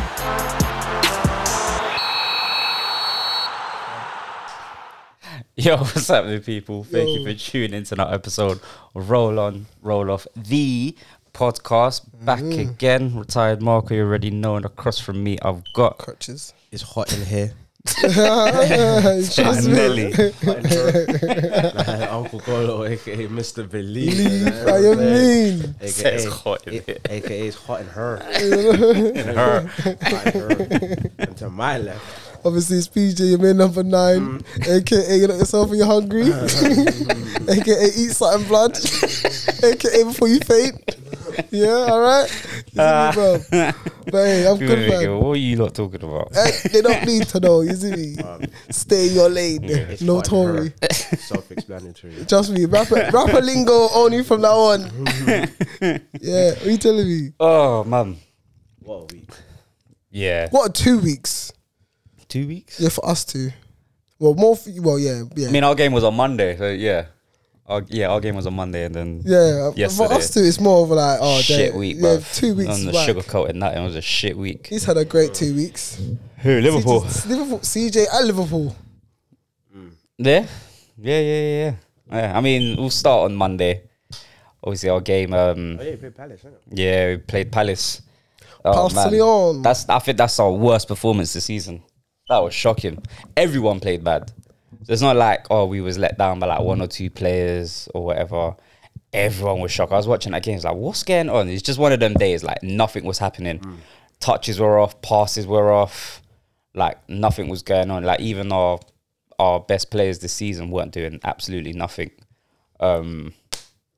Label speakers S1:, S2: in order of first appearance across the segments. S1: Yo, what's happening, people? Thank you
S2: Yo.
S1: for tuning into another episode of Roll On, Roll Off, the podcast. Back
S2: Mm-hmm.
S1: again. Retired Marco, you already know. And across from me, I've got
S2: crutches.
S3: It's hot in here.
S2: Trust me.
S1: Nelly.
S3: Uncle Golo, aka Mr. Believe.
S2: How you mean?
S1: Said it's hot in here.
S3: AKA it's hot in her.
S1: and her.
S3: Hot in her. and to my left.
S2: Obviously, it's PJ, your man number nine. AKA, you look yourself when you're hungry. AKA, eat something blood. AKA, before you faint. Yeah, all right. You see me, bro? But hey, I'm
S1: Wait,
S2: good,
S1: wait,
S2: man.
S1: what are you lot talking about?
S2: Hey, they don't need to know. You see me? Stay in your lane.
S3: It's
S2: no
S3: hot in her.
S2: Tory.
S3: Self explanatory.
S2: Trust me. Rapper, rapper lingo only from now on. yeah. What are you telling me?
S1: Oh, man.
S3: What a week.
S1: Yeah.
S2: What are two weeks?
S1: Two weeks?
S2: Yeah, for us two. Well, more. For, well, yeah, yeah.
S1: I mean, our game was on Monday, so yeah. Our, yeah, our game was on Monday, and then
S2: Yeah,
S1: Yesterday.
S2: for us too, it's more of like oh,
S1: shit
S2: damn,
S1: week,
S2: yeah,
S1: bruv.
S2: two weeks.
S1: On the
S2: back.
S1: sugarcoat and that, it was a shit week.
S2: He's had a great two weeks.
S1: Who? Liverpool?
S2: CJ, Liverpool, CJ at Liverpool.
S1: Yeah, yeah, yeah, yeah. yeah. yeah. I mean, we'll start on Monday. Obviously, our game. Um,
S3: Oh, yeah, you played Palace, innit?
S1: yeah, we played Palace. Oh,
S2: Palace
S1: man.
S2: Leon.
S1: That's I think that's our worst performance this season. That was shocking. Everyone played bad. So it's not like oh we was let down by like one or two players or whatever. Everyone was shocked. I was watching that game. It's like what's going on? It's just one of them days. Like nothing was happening. Touches were off. Passes were off. Like nothing was going on. Like even our our best players this season weren't doing absolutely nothing. Um,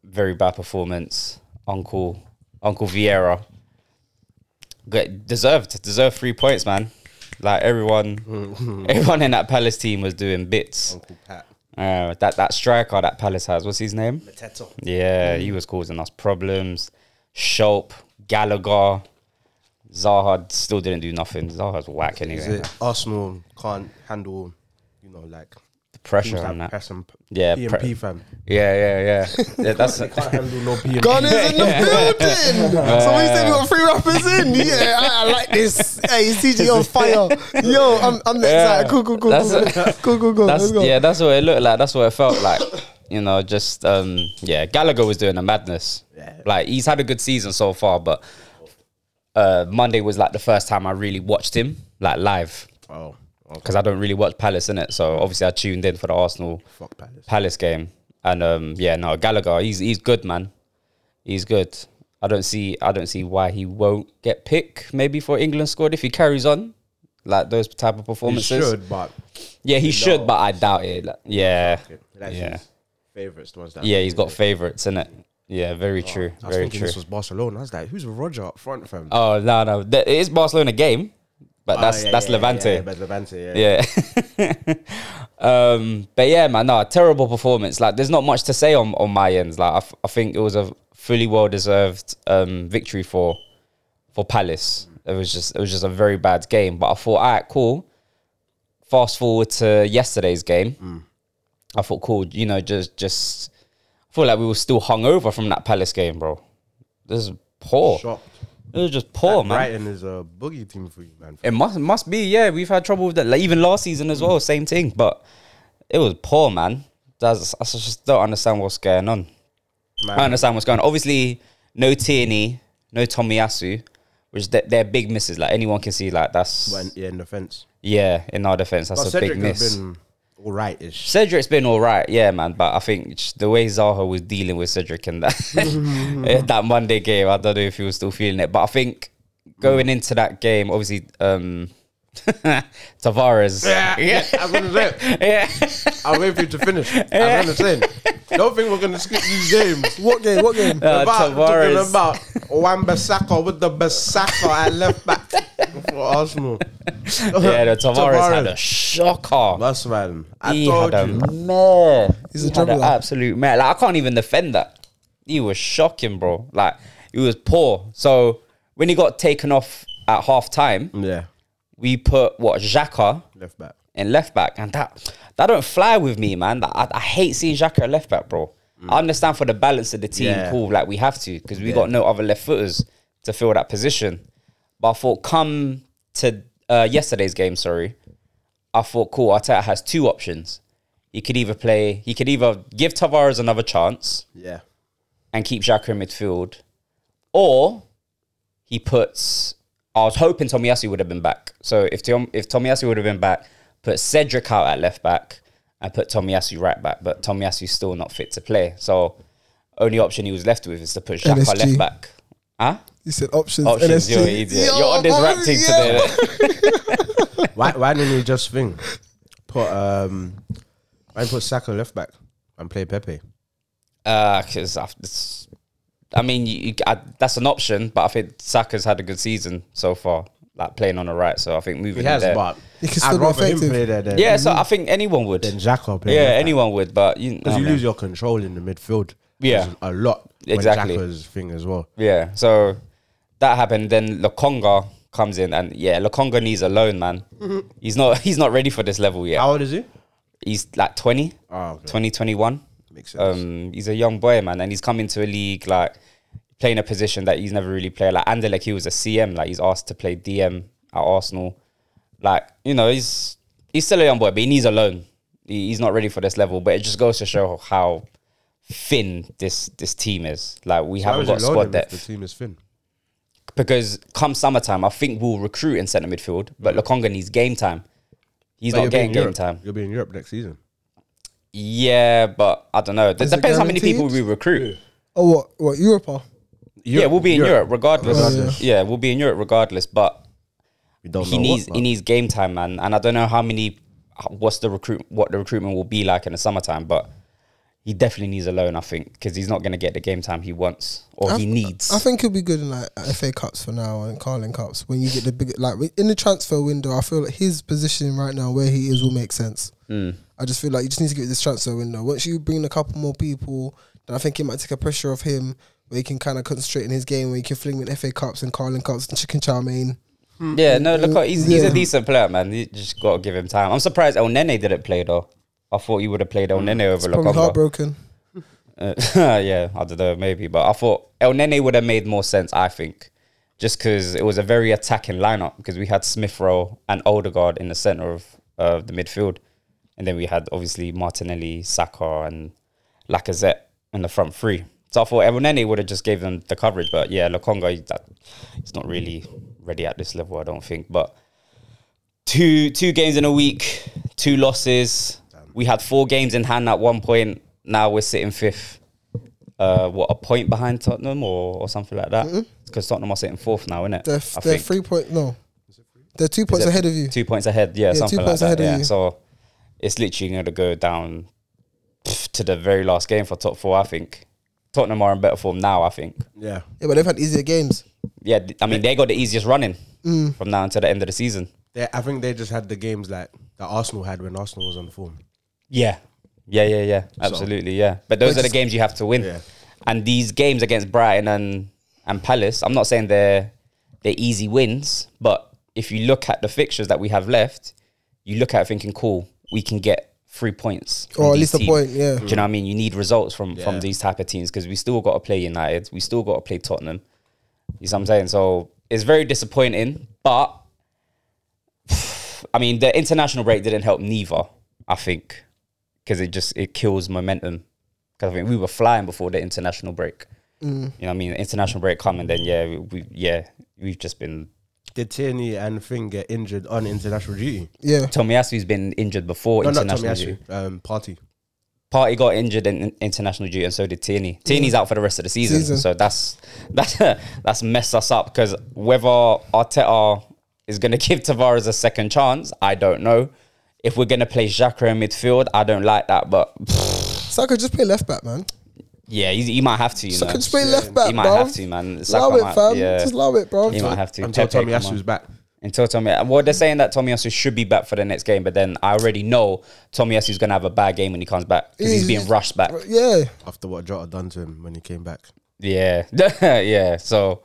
S1: very bad performance. Uncle Uncle Vieira get deserved deserved three points, man. Like everyone, everyone in that Palace team was doing bits.
S3: Uncle Pat.
S1: Uh, that that striker that Palace has, what's his name?
S3: Mateto.
S1: Yeah, he was causing us problems. Shope, Gallagher, Zaha still didn't do nothing. Zaha's whack
S3: Is
S1: anyway.
S3: it Arsenal can't handle, you know, like.
S1: The pressure
S3: Teams
S1: on
S3: like
S1: that.
S3: press and p-
S1: Yeah,
S3: PMP
S1: pre-
S3: fam.
S1: Yeah, yeah, yeah. yeah that's
S3: Can't handle no PMP.
S2: Gun is in the building. so when you said you got three rappers in, yeah, I, I like this. Hey, CJ on fire. Yo, I'm, I'm the
S1: Yeah.
S2: excited. Cool, cool, cool,
S1: That's
S2: cool,
S1: it.
S2: cool, cool, cool.
S1: that's
S2: Let's go.
S1: yeah, that's what it looked like. That's what it felt like. You know, just um, yeah, Gallagher was doing a madness.
S3: Yeah.
S1: Like he's had a good season so far, but uh, Monday was like the first time I really watched him like live
S3: Oh, okay.
S1: because I don't really watch Palace in it. So obviously I tuned in for the Arsenal
S3: Fuck Palace.
S1: Palace game, and um, yeah, no Gallagher, he's he's good, man. He's good. I don't see I don't see why he won't get picked maybe for England squad if he carries on like those type of
S3: You
S1: performances.
S3: should, but.
S1: Yeah, he should,
S3: No.
S1: but I doubt it. Like, yeah,
S3: That's
S1: yeah,
S3: his favourites, the ones that.
S1: yeah. He's got favorites in it. Yeah, very true,
S3: Oh, I was
S1: very
S3: thinking
S1: true.
S3: this was Barcelona. I was like, who's Roger up front, fam?
S1: Oh no, no, Th- it is Barcelona game, but
S3: Oh,
S1: that's
S3: yeah,
S1: that's
S3: yeah,
S1: Levante.
S3: Yeah, yeah, but Levante, yeah.
S1: Yeah. um, but yeah, man, no, terrible performance. Like, there's not much to say on, on my end. Like, I, f- I think it was a fully well deserved um, victory for for Palace. It was just it was just a very bad game. But I thought, all right, cool. Fast forward to yesterday's game. I thought, cool. You know, just just I feel like we were still hungover from that Palace game, bro. This is poor.
S3: Shocked.
S1: It was just poor, Oh, man.
S3: Brighton is a boogie team for you, man.
S1: It must must be, yeah. We've had trouble with that. Like, even last season as well, same thing. But it was poor, man. That's, I just don't understand what's going on. I don't
S3: man.
S1: understand what's going on. Obviously, no Tierney, no Tomiyasu, which they they're big misses. Like anyone can see, like that's
S3: When, yeah, in defense.
S1: yeah. In our defense, that's
S3: But
S1: a
S3: Cedric
S1: big miss.
S3: has been all right ish.
S1: Cedric's been all right, yeah, man. But I think j- the way Zaha was dealing with Cedric in that in that Monday game, I don't know if he was still feeling it. But I think going into that game, obviously, um, Tavares.
S3: Yeah, I was gonna say,
S1: Yeah.
S3: I'll wait for you to finish. I was gonna say, don't think we're gonna skip these games.
S2: What game? What game?
S1: Uh,
S3: about
S1: Tavares.
S3: talking about Wan Bissaka with the Bissaka at left back for Arsenal.
S1: Yeah, the Tavares, had a shocker.
S3: That's man. I
S1: He
S3: told
S1: had a
S3: you.
S1: mare.
S2: He's
S1: he
S2: a
S1: had an
S2: dribbler.
S1: absolute mare. Like, I can't even defend that. He was shocking, bro. Like, he was poor. So, when he got taken off at half time,
S3: Yeah,
S1: we put, what, Xhaka
S3: left back.
S1: in left back. And that that don't fly with me, man. That- I, I hate seeing Xhaka at left back, bro. I understand for the balance of the team,
S3: Yeah.
S1: cool. Like, we have to because we got no other left footers to fill that position. But I thought, come to uh, yesterday's game, sorry, I thought, cool, Arteta has two options. He could either play, he could either give Tavares another chance
S3: Yeah.
S1: and keep Xhaka in midfield, or he puts. I was hoping Tomiyasu would have been back. So if Tom, if Tomiyasu would have been back, put Cedric out at left back and put Tomiyasu right back. But Tomiyasu's still not fit to play. So only option he was left with is to put Xhaka
S2: NSG.
S1: left back. Huh?
S2: You said options.
S1: Options,
S2: NSG.
S1: you're an idiot.
S2: Yo,
S1: you're on this
S2: I'm
S1: rap
S2: already-
S1: team
S2: yeah.
S1: today.
S3: Why why didn't you just think? Put um why put Saka left back and play Pepe?
S1: because Ah, it's I mean, you, you, I, that's an option, but I think Saka's had a good season so far, like playing on the right. So I think moving
S3: He
S1: him
S3: has,
S1: there.
S3: but
S2: He can still
S3: I'd
S2: be
S3: rather him
S2: effective.
S3: play there than,
S1: yeah, so I think anyone would.
S3: than Xhaka play.
S1: yeah, anyone would, but you, oh,
S3: Because
S1: I
S3: you
S1: mean,
S3: lose your control in the midfield.
S1: Yeah.
S3: There's a lot. when
S1: Exactly.
S3: Xhaka's thing as well.
S1: yeah. So that happened. Then Lokonga comes in, and yeah, Lokonga needs a loan, man. He's not he's not ready for this level yet.
S3: Mm-hmm. How old is he?
S1: He's like 20,
S3: Oh, okay.
S1: 20, 21.
S3: Makes sense.
S1: Um, he's a young boy, man, and he's come into a league like playing a position that he's never really played. Like Anderlecht, he was a CM. Like he's asked to play DM at Arsenal. Like you know, he's he's still a young boy, but he needs a loan. He, he's not ready for this level. But it just goes to show how thin this this team is. Like we
S3: Why
S1: haven't
S3: would you
S1: got
S3: loan him
S1: squad
S3: if
S1: depth
S3: The team is thin.
S1: because come summertime, I think we'll recruit in centre midfield. But Lokonga needs game time. He's
S3: But you'll
S1: not
S3: be in
S1: getting game
S3: Europe.
S1: time.
S3: You'll be in Europe next season.
S1: Yeah, but I don't know. It
S2: it
S1: depends how many people we
S2: guaranteed?
S1: recruit.
S2: Oh, what? What? Europa?
S1: yeah, we'll be in Europe, regardless.
S2: Regardless.
S1: Yeah, we'll be in Europe regardless. But
S3: We don't
S1: he
S3: know
S1: needs
S3: what,
S1: he
S3: man.
S1: needs game time, man. And I don't know how many, what's the recruit, what the recruitment will be like in the summertime, but he definitely needs a loan, I think, because he's not going to get the game time he wants or he needs.
S2: I think he'll be good in like FA Cups for now and Carling Cups when you get the big like in the transfer window. I feel like his position right now where he is will make sense.
S1: Mm.
S2: I just feel like you just need to get this transfer window. Once you bring in a couple more people, then I think it might take a pressure off him where he can kind of concentrate in his game where he can fling with FA Cups and Carling Cups and Chicken Chow Mein.
S1: yeah, no, look, he's, he's
S2: Yeah.
S1: a decent player, man. You just got to give him time. I'm surprised El Nene didn't play, though. I thought he would have played El Nene over
S2: Mm. Probably
S1: Lokonga.
S2: heartbroken.
S1: Uh, yeah, I don't know, maybe, but I thought El Nene would have made more sense. I think just because it was a very attacking lineup because we had Smith Rowe and Odegaard in the center of uh, the midfield, and then we had obviously Martinelli, Saka, and Lacazette in the front three. So I thought El Nene would have just gave them the coverage, but yeah, Lokonga, he's, that, he's not really ready at this level, I don't think. But two two games in a week, two losses. We had four games in hand at one point. Now we're sitting fifth. Uh, what a point behind Tottenham or, or something like that. Because Tottenham are sitting fourth now, isn't it?
S2: Mm-hmm. They're, f- they're three point no, they're two points
S1: it-
S2: ahead of you.
S1: Two points ahead. Yeah,
S2: two
S1: something
S2: points
S1: like
S2: ahead
S1: that.
S2: of
S1: Yeah.
S2: you.
S1: So it's literally going to go down pff, to the very last game for top four. I think Tottenham are in better form now. I think.
S3: Yeah.
S2: Yeah, but they've had easier games.
S1: Yeah, th- I mean they got the easiest running
S2: Mm.
S1: from now until the end of the season.
S3: They, I think they just had the games like that Arsenal had when Arsenal was on form.
S1: Yeah. Yeah, yeah, yeah. Absolutely, yeah. But those
S2: But
S1: are the
S2: just-
S1: games you have to win.
S3: Yeah.
S1: And these games against Brighton and, and Palace, I'm not saying they're they're easy wins, but if you look at the fixtures that we have left, you look at it thinking, cool, we can get three points. from
S2: Or at
S1: these
S2: least a
S1: teams.
S2: point, yeah.
S1: Do you know what I mean? You need results from
S3: Yeah.
S1: from these type of teams because we still got to play United, we still got to play Tottenham. You see what I'm saying? So it's very disappointing, but I mean the international break didn't help neither. I think because it just it kills momentum. Because I think we were flying before the international break.
S3: Mm.
S1: You know, what I mean, the international break coming, then yeah, we, we yeah we've just been.
S3: Did Tierney and Finn get injured on international duty?
S2: Yeah,
S1: Tomiyasu's been injured before
S3: No, not
S1: international
S3: Tommy
S1: duty.
S3: Asu, um, Party.
S1: Party got injured in in international duty, and so did Tierney. Tierney's out for the rest of the season,
S2: Season.
S1: so that's that's that's messed us up. Because whether Arteta is going to give Tavares a second chance, I don't know. If we're going to play Xhaka in midfield, I don't like that. But
S2: Saka just play left back, man.
S1: yeah, he, he might have to. You
S2: Saka
S1: know,
S2: just play left back,
S1: he might
S2: bruv.
S1: have to, man. Saka
S2: Allow it,
S1: might-
S2: fam.
S1: yeah.
S2: Just allow it, bro.
S1: He might have to.
S3: Until
S1: Pepe,
S3: Tommy
S1: come
S3: Asu's
S1: on.
S3: back.
S1: Until Tommy, well, they're saying that Tommy Asu should be back for the next game, but then I already know Tommy Asu's going to have a bad game when he comes back because he's
S2: He's-
S1: being rushed back.
S2: Yeah,
S3: After what Jota done to him when he came back.
S1: Yeah, yeah. So,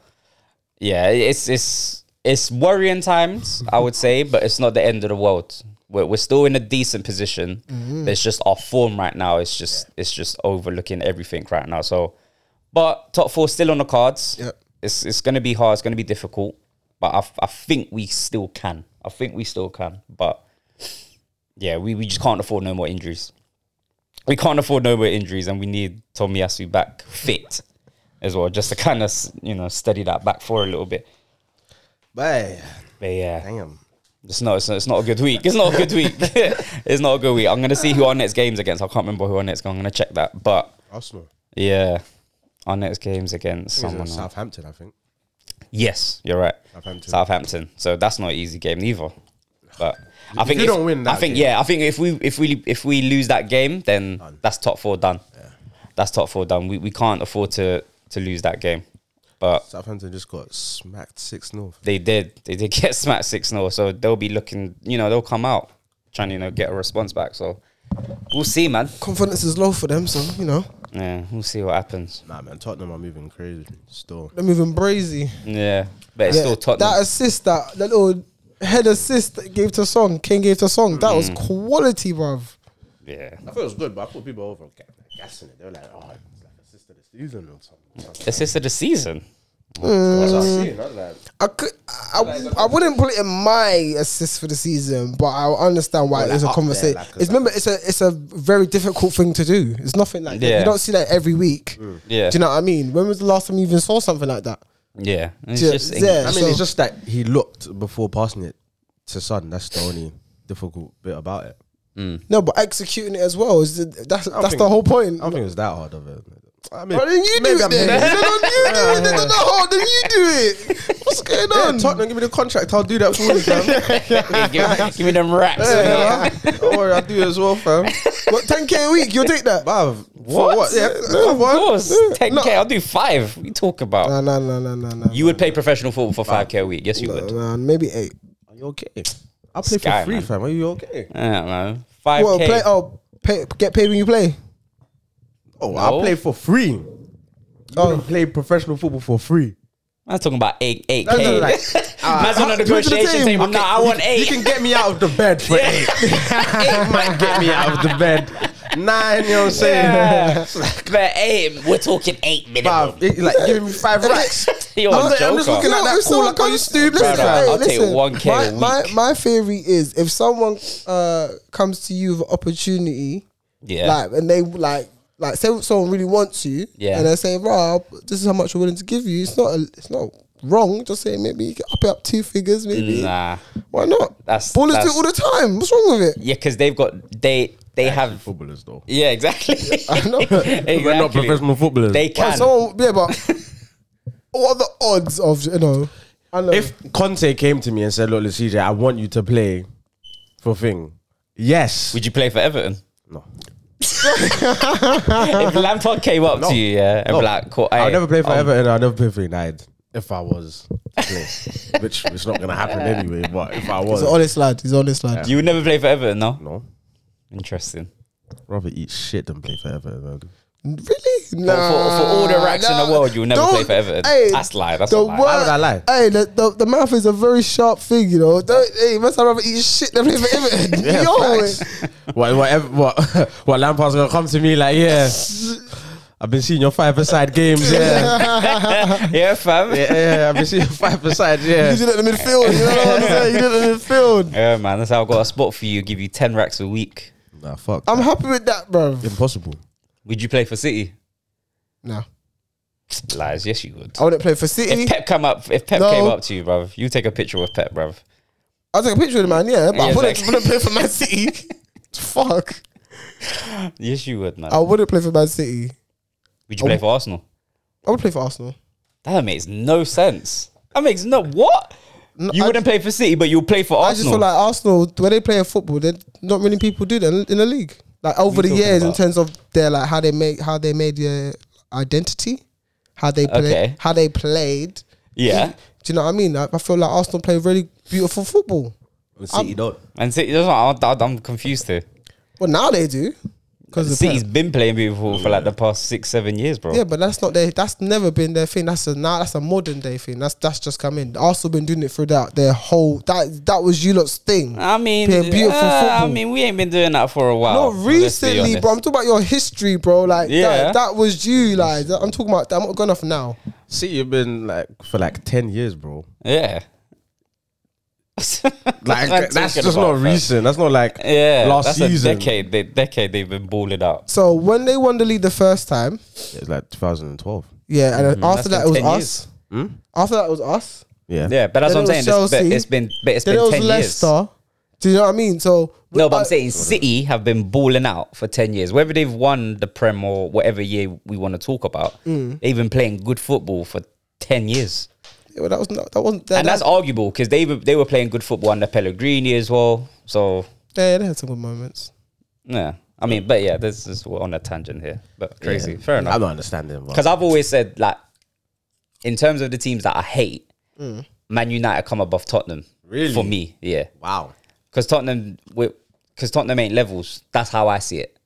S1: yeah, it's it's it's worrying times, I would say, but it's not the end of the world. We're we're still in a decent position. It's just our form right now. It's just it's just overlooking everything right now. So, but top four still on the cards.
S2: Yep.
S1: It's it's gonna be hard. It's gonna be difficult, but I I think we still can. I think we still can. But yeah, we, we just can't afford no more injuries. we can't afford no more injuries, and we need Tomiyasu back fit as well, just to kind of you know steady that back for a little bit.
S3: But
S1: But yeah,
S3: damn.
S1: it's not, it's not it's not a good week. It's not a good week. it's not a good week. I'm gonna see who our next games against. I can't remember who our next. Game. I'm gonna check that. But
S3: Arsenal.
S1: yeah, our next games against someone.
S3: Someone
S1: else.
S3: Southampton, I think.
S1: Yes, you're right.
S3: Southampton.
S1: Southampton. So that's not an easy game either. But I
S3: If
S1: think
S3: you don't win that
S1: I think
S3: game-
S1: yeah, I think if we if we if we lose that game, then
S3: Done.
S1: that's top four done. That's top four done. We we can't afford to to lose that game. But
S3: Southampton just got smacked 6 0.
S1: they did. They did get smacked six 0 so they'll be looking. You know, they'll come out trying to you know get a response back. So we'll see, man.
S2: Confidence is low for them, so you know
S1: Yeah, we'll see what happens.
S3: Nah, man. Tottenham are moving crazy still.
S2: they're moving brazy.
S1: Yeah, but it's
S2: Yeah,
S1: still Tottenham.
S2: That assist, that that little head assist that gave to Song, King gave to Song, that was
S3: Mm.
S2: quality, bruv.
S1: yeah,
S3: I thought it was good, but I thought people over ga- gassing it. They were like, oh, it's like a sister of the season or something.
S1: assist of the season.
S3: That's what
S2: Mm.
S3: I've seen. I was like,
S2: I could, I, I wouldn't put it in my assist for the season, but I understand why
S3: Well,
S2: it is a
S3: like up there,
S2: conversation.
S3: like, 'cause
S2: it's remember, it's a it's a very difficult thing to do. It's nothing like that.
S1: Yeah.
S2: You don't see that every week.
S3: Mm.
S1: Yeah.
S2: Do you know what I mean? When was the last time you even saw something like that?
S1: Yeah, it's
S2: Yeah,
S1: just
S2: yeah.
S3: I mean,
S2: So-
S3: it's just that he looked before passing it to Son. That's the only difficult bit about it.
S2: No, but executing it as well is that's
S3: don't
S2: that's
S3: think-
S2: the whole
S3: I
S2: point.
S3: don't think it was that hard of it. I mean,
S2: Why didn't you do
S3: maybe
S2: it?
S3: I'm
S2: Then?
S3: thinking-
S2: Why didn't you do it? Then They're not hard. Then you do it. What's going
S3: Yeah,
S2: on?
S3: Tottenham, give me the contract. I'll do that for you, fam.
S1: give, give me them raps.
S3: Yeah, don't worry, I'll do it as well, fam.
S2: What 10k a week? You'll take that?
S3: Bruv,
S1: What?
S3: what? what? Yeah,
S1: Of
S3: come on.
S1: course, ten k. I'll do five. We talk about.
S3: Uh,
S2: Nah, nah, nah, nah, nah, nah.
S1: you would pay professional football for five k a week. Yes, you
S2: nah,
S1: would.
S2: nah, maybe eight.
S3: Are you okay? I'll play
S1: Sky,
S3: for free,
S1: man.
S3: fam. Are you okay?
S1: Yeah, man. Five
S2: Well,
S1: k.
S2: play.
S3: uh,
S2: Oh, pay, get paid when you play.
S3: Oh, I'll
S1: No.
S3: play for free. You oh. play professional football for free.
S1: I'm talking about eight eight
S3: No,
S1: k.
S3: no, like,
S1: Man's on the
S3: Uh,
S2: come to the
S1: negotiation
S2: team.
S1: table. No, I want
S3: You
S1: eight.
S3: can get me out of the bed for
S1: Yeah.
S3: eight. eight might get me out of the bed. Nine, you know what I'm saying?
S1: Yeah. but eight, we're talking eight minimum.
S3: Bruv, it- like giving me five racks.
S1: You're a
S3: I'm just
S1: Oh, joker.
S3: looking at
S2: No,
S3: that
S2: if
S3: call
S2: someone
S3: like I
S2: comes-
S3: used to.
S2: listen,
S1: Brother,
S2: hey,
S1: I'll take
S2: listen.
S1: 1K
S2: My,
S1: a
S2: my
S1: week.
S2: my theory is if someone uh comes to you with an opportunity,
S1: Yeah.
S2: like and they like like say someone really wants you,
S1: Yeah.
S2: and they say, "Rob, this is how much we're willing to give you." It's not a, it's not wrong. Just say maybe you can up it up two figures, maybe
S1: nah.
S2: why not?
S1: That's-
S2: ballers do
S1: that's-
S2: it all the time. What's wrong with it?
S1: Yeah, because they've got they they have.
S3: Footballers, though.
S1: Yeah, exactly.
S2: I know.
S1: exactly.
S3: We're not professional footballers.
S1: They
S2: Well,
S1: can.
S2: someone, yeah, but what are the odds of you know? I know.
S3: if Conte came to me and said, "Look, look, CJ, I want you to play for thing," yes,
S1: Would you play for Everton?
S3: no,
S1: if Lampard came up
S3: No.
S1: to you, yeah, and
S3: No.
S1: be like, cool,
S3: I'll
S1: hey,
S3: never play for
S1: um,
S3: Everton. I'll never play for United if I was to play, which is not gonna happen anyway. But if I was,
S2: He's an honest lad. He's an honest lad.
S1: You would never play for Everton, no?
S3: no,
S1: Interesting.
S3: rather eat shit than play for Everton. Man.
S2: Really?
S1: For-
S2: Nah,
S1: for, for all the racks in the world, you will never play
S2: Don't-
S1: for Everton.
S2: Hey,
S1: that's lie. That's a
S2: the
S1: lie.
S2: word-
S3: Why would I lie?
S2: Hey, the, the, the mouth is a very sharp thing, you know. Don't, hey, must I rather eat shit than play for Everton?
S3: Yeah,
S2: Yo,
S3: facts. what, whatever, what, what Lampard's gonna come to me like, yeah. I've been seeing your five-a-side games, yeah.
S1: yeah, fam. Yeah.
S3: yeah, yeah, yeah, I've been seeing your five-a-side,
S2: you
S3: yeah.
S2: did it in the midfield. You know what I'm saying? You did it in the midfield.
S1: man. That's how I got a spot for you. Give you ten racks a week.
S3: Nah, fuck,
S2: I'm happy with that, bro.
S3: impossible.
S1: Would you play for City?
S2: Nah,
S1: Lies. Yes, you would.
S2: I wouldn't play for City.
S1: If Pep come up, if Pep
S2: Oh, No.
S1: came up to you, bruv, you take a picture with Pep, bruv.
S2: I'll take a picture of the man, yeah, but I
S1: Yeah,
S2: wouldn't,
S1: exactly.
S2: wouldn't play for Man City. Fuck.
S1: Yes, you would, man.
S2: I wouldn't play for Man City.
S1: would you
S2: oh.
S1: play for Arsenal?
S2: I would play for Arsenal.
S1: That makes no sense. That makes no what. you
S2: I
S1: wouldn't play for City, but you would play for
S2: I just
S1: Arsenal.
S2: feel like Arsenal, when they play football, they not many people do that in the league. Like over
S1: What are
S2: the
S1: you
S2: years, in
S1: talking
S2: terms of their like how they make how they made their identity, how they play,
S1: Okay.
S2: how they played.
S1: yeah,
S2: Do you know what I mean? I, I feel like Arsenal play really beautiful football.
S3: City don't.
S1: and City. That's what I'm, I'm confused here.
S2: Well, now they do because the
S1: City's been playing beautiful for like the past six, seven years, bro.
S2: Yeah, but that's not their. That's never been their thing. That's a now. That's a modern day thing. That's that's just come in. Arsenal been doing it throughout their whole. That that was you lot's thing.
S1: I mean,
S2: Play beautiful
S1: uh, I
S2: football.
S1: mean, we ain't been doing that for a while.
S2: Not
S1: let's be
S2: recently, bro. I'm
S1: honest.
S2: talking about your history, bro. Like
S1: Yeah.
S2: that, that was you. Like that- I'm talking about. I'm not going off now.
S3: City have been like for like ten years, bro.
S1: Yeah. What
S3: Like
S1: am I
S3: that's
S1: talking
S3: just
S1: about,
S3: not
S1: fam?
S3: recent. That's not like
S1: Yeah,
S3: last
S1: that's
S3: season.
S1: a decade. They, decade they've been balling out.
S2: So when they won the league the first time,
S3: It's like 2012.
S2: yeah, and then after
S1: Mm-hmm. That's
S2: that it was
S1: been 10 years.
S2: us. After that it was us.
S3: Yeah.
S1: Yeah, but that's
S2: Then
S1: what
S2: it
S1: I'm
S2: was
S1: saying. It's, but
S2: Chelsea.
S1: it's been, but it's
S2: Then
S1: been
S2: it was
S1: ten years.
S2: Leicester. Do you know what I mean? So
S1: No, but
S2: I-
S1: I'm saying City have been balling out for 10 years. Whether they've won the Prem or whatever year we want to talk about,
S2: Mm.
S1: they've been playing good football for 10 years.
S2: Yeah, well, that was not, that wasn't that,
S1: and that's arguable because they were, they were playing good football under Pellegrini as well. So,
S2: yeah, they had some good moments.
S1: yeah. I mean, but yeah, this is we're on a tangent here. But crazy. Fair enough.
S3: I'm not understanding. But
S1: Because I've always said, like, in terms of the teams that I hate, Man United come above Tottenham.
S3: Really?
S1: For me, yeah.
S3: wow.
S1: because Tottenham, because Tottenham ain't levels. That's how I see it.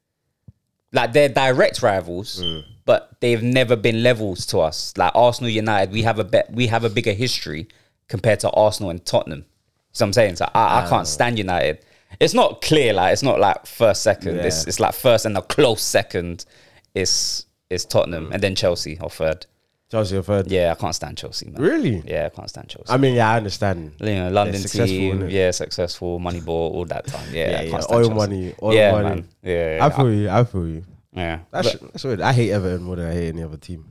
S1: Like they're direct rivals,
S3: Mm.
S1: but they've never been levels to us. Like Arsenal, United, we have a bet, we have a bigger history compared to Arsenal and Tottenham. So I'm saying, so I, I can't stand United. It's not clear, like it's not like first second. It's
S3: Yeah.
S1: it's like first and a close second. Is is Tottenham
S3: Mm.
S1: and then Chelsea or third.
S3: Chelsea are third.
S1: Yeah, I can't stand Chelsea, man.
S3: Really?
S1: Yeah, I can't stand Chelsea
S3: I mean, yeah, I understand.
S1: you know, London
S3: successful,
S1: team,
S3: innit?
S1: yeah, successful, money ball, all that time, yeah,
S3: Yeah,
S1: I can't
S3: yeah,
S1: stand
S3: oil
S1: Chelsea.
S3: money, oil
S1: yeah,
S3: money.
S1: man, yeah,
S3: I
S1: yeah,
S3: feel you. I feel you.
S1: yeah.
S3: That's,
S1: But
S3: that's weird. I hate Everton more than I hate any other team.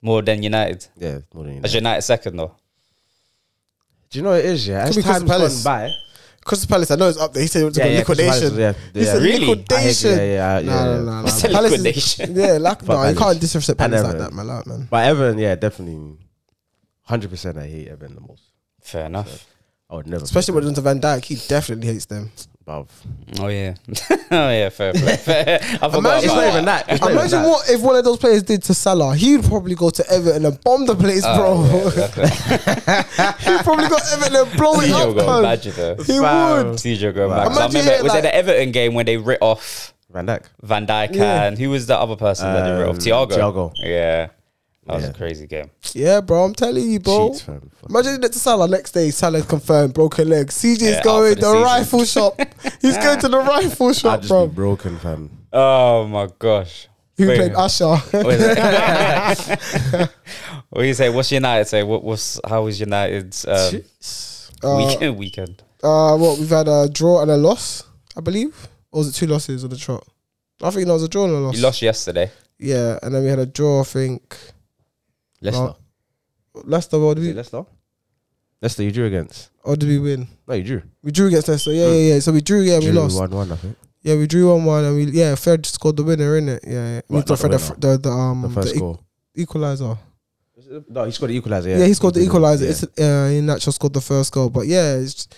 S1: more than United.
S3: Yeah, more than
S1: As
S3: United.
S1: United second though,
S3: Do you know what it is? Yeah, as
S2: Could be 'cause
S3: time's
S2: Palace-
S3: gone by.
S2: Crystal Palace, I know it's up there. He said it was
S3: Yeah,
S2: yeah,
S3: yeah, Crystal Palace
S2: liquidation.
S3: was- yeah,
S2: He
S3: yeah.
S2: said
S1: Really?
S2: liquidation.
S3: I hate- yeah, yeah, yeah,
S2: no,
S3: yeah.
S2: no, no, no.
S1: What's a
S2: Palace is-
S1: liquidation?
S2: yeah, like, no, you
S3: Palace.
S2: can't disrespect
S3: And
S2: Palace like that,
S3: Everton.
S2: man. Like, man.
S3: But Everton, yeah, definitely. 100% I hate Everton the most.
S1: fair enough.
S3: I would never.
S2: Especially when it comes to Van Dyke, he definitely hates them.
S3: above.
S1: Oh yeah, oh yeah, fair, fair. fair. I forgot
S2: Imagine-
S1: about
S2: It's not
S1: that.
S2: even
S3: that.
S2: Imagine what if one of those players did to Salah. He'd probably go to Everton and bomb the place,
S3: Oh,
S2: bro. He'd probably go Everton and blow it
S1: Sergio
S2: up.
S1: got
S2: man.
S1: badger though.
S2: He
S3: Fam.
S2: would.
S1: Sergio got badger. I
S2: Imagine
S1: remember
S2: it,
S1: was
S2: like-
S1: it the Everton game when they writ off
S3: Van Dijk.
S1: Van Dijk
S2: Yeah.
S1: and who was the other person that they writ off?
S3: Um,
S1: Thiago.
S3: Thiago.
S1: Yeah, that was
S3: Yeah.
S1: a crazy game.
S2: Yeah, bro. I'm telling you, bro.
S3: Cheats, fam. Fuck.
S2: Imagine that to Salah next day. Salah's confirmed broken leg. CJ's
S1: Yeah, out
S2: going
S1: for the
S2: the,
S1: season.
S2: rifle shop. He's going to the rifle
S3: I'd
S2: shop,
S3: just
S2: bro.
S3: be broken, fam.
S1: Oh my gosh.
S2: Who
S1: Wait.
S2: played Usher?
S1: What is it? what do you say? What's United say? What, what's how was United's um,
S2: uh,
S1: weekend? Weekend.
S2: uh, what we've had a draw and a loss, I believe, or was it two losses on the trot? I think that was a draw and a loss.
S1: You lost yesterday.
S2: Yeah, and then we had a draw. I think
S3: Leicester.
S2: Well, Leicester. Or did
S3: Is it
S2: we,
S3: Leicester? Leicester, you drew against.
S2: or did we win?
S3: No, you drew.
S2: We drew against Leicester. Yeah, yeah, yeah. So we drew. Yeah, we
S3: Mm. Drew
S2: lost.
S3: 1 1, I think.
S2: Yeah, we drew one one, and we yeah, Fred scored the winner in it. Yeah, yeah. I mean,
S3: What, not the
S2: Fred, the, fr- the, the um
S3: The first
S2: e-
S3: goal.
S2: equalizer.
S3: No, he scored the equalizer.
S2: Yeah, he scored the equalizer. It's uh, he naturally scored the first goal, but yeah, it's just-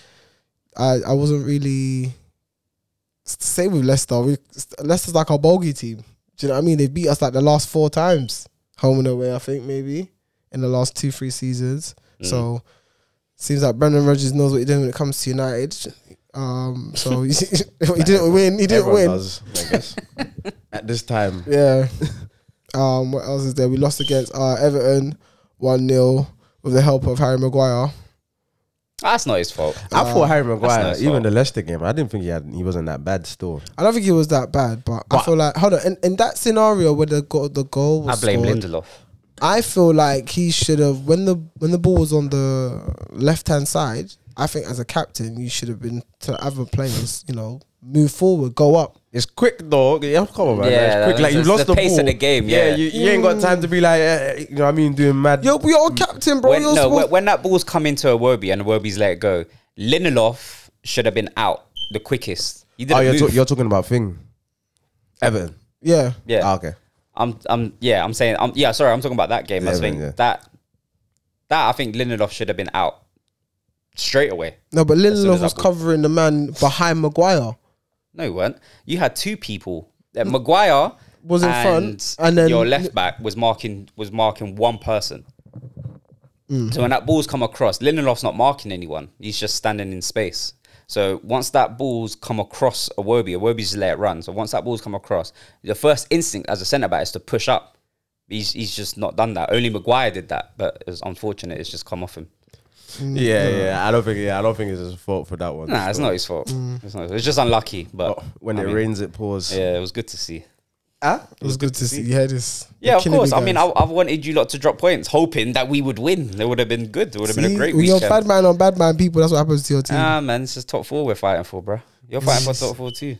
S2: I I wasn't really it's the same with Leicester. We Leicester's like our bogey team. Do you know what I mean? They beat us like the last four times, home and away. I think maybe in the last two three seasons.
S1: Mm.
S2: So seems like Brendan Rodgers knows what he's doing when it comes to United. Um, so he, didn't win. He didn't
S3: Everyone
S2: win.
S3: does, I guess. At this time.
S2: Yeah. Um, what else is there? We lost against uh, Everton 1 0 with the help of Harry Maguire.
S1: That's not his fault.
S3: I thought Harry Maguire,
S1: nice,
S3: even
S1: though.
S3: the Leicester game, I didn't think he had, he wasn't that bad still.
S2: I don't think it was that bad, but, I
S3: But-
S2: feel like hold on. In, in that scenario where the goal, the goal
S1: I
S2: was
S1: blame
S2: scored,
S1: Lindelof.
S2: I feel like he should have when the when the ball was on the left hand side. I think as a captain, you should have been to other players. You know, move forward, go up.
S3: It's quick though. Yeah, come on, man.
S1: Yeah,
S3: it's quick.
S1: that's-
S3: Like you
S1: it's
S3: lost
S1: the
S3: the
S1: pace of
S3: ball.
S1: the game, yeah.
S3: you, you ain't got time to be like, eh, eh, you know what I mean, doing mad. Oh,
S2: Yo, you're a captain, bro.
S1: Mm. When,
S2: you're
S1: no, when,
S2: supposed-
S1: when that ball's come into a Wobie and Wobie's let it go, Lindelof should have been out the quickest. He didn't
S3: oh, you're,
S1: move.
S3: ta- you're talking about thing, Everton.
S2: yeah,
S1: yeah,
S3: Ah, okay.
S1: I'm, I'm, yeah, I'm saying, I'm, yeah, sorry, I'm talking about that game. I
S3: Yeah,
S1: was thinking
S3: yeah.
S1: that, that I think Lindelof should have been out straight away.
S2: no, but
S1: soon as
S2: Lindelof
S1: that
S2: was
S1: ball-
S2: covering the man behind Maguire.
S1: No, you weren't. You had two people. Uh, Maguire
S2: Was in
S1: and
S2: front, and then-
S1: your left back was marking was marking one person. So when that ball's come across, Lindelof's not marking anyone. He's just standing in space. So once that ball's come across a Awobi just let it run. So once that ball's come across, the first instinct as a centre back is to push up. He's, he's just not done that. Only Maguire did that, but it was unfortunate. It's just come off him.
S3: Yeah, yeah. I don't think. Yeah, I don't think it's his fault for that one.
S1: Nah,
S2: Mm.
S1: it's not his fault. It's, not, it's just unlucky. But
S3: When
S1: I
S3: it
S1: mean,
S3: rains, it pours.
S1: yeah, it was good to see. Huh?
S2: It was good to see. Yeah, this.
S1: Yeah,
S2: We're
S1: of
S2: killing
S1: course.
S2: you
S1: I mean, I,
S2: guys.
S1: I wanted you lot to drop points, hoping that we would win. It would have been good. It would have been
S2: See,
S1: a great
S2: when you're
S1: weekend.
S2: bad man on bad man people, that's what happens to your team.
S1: Ah, man, this is top four we're fighting for, bro. You're fighting for top four too.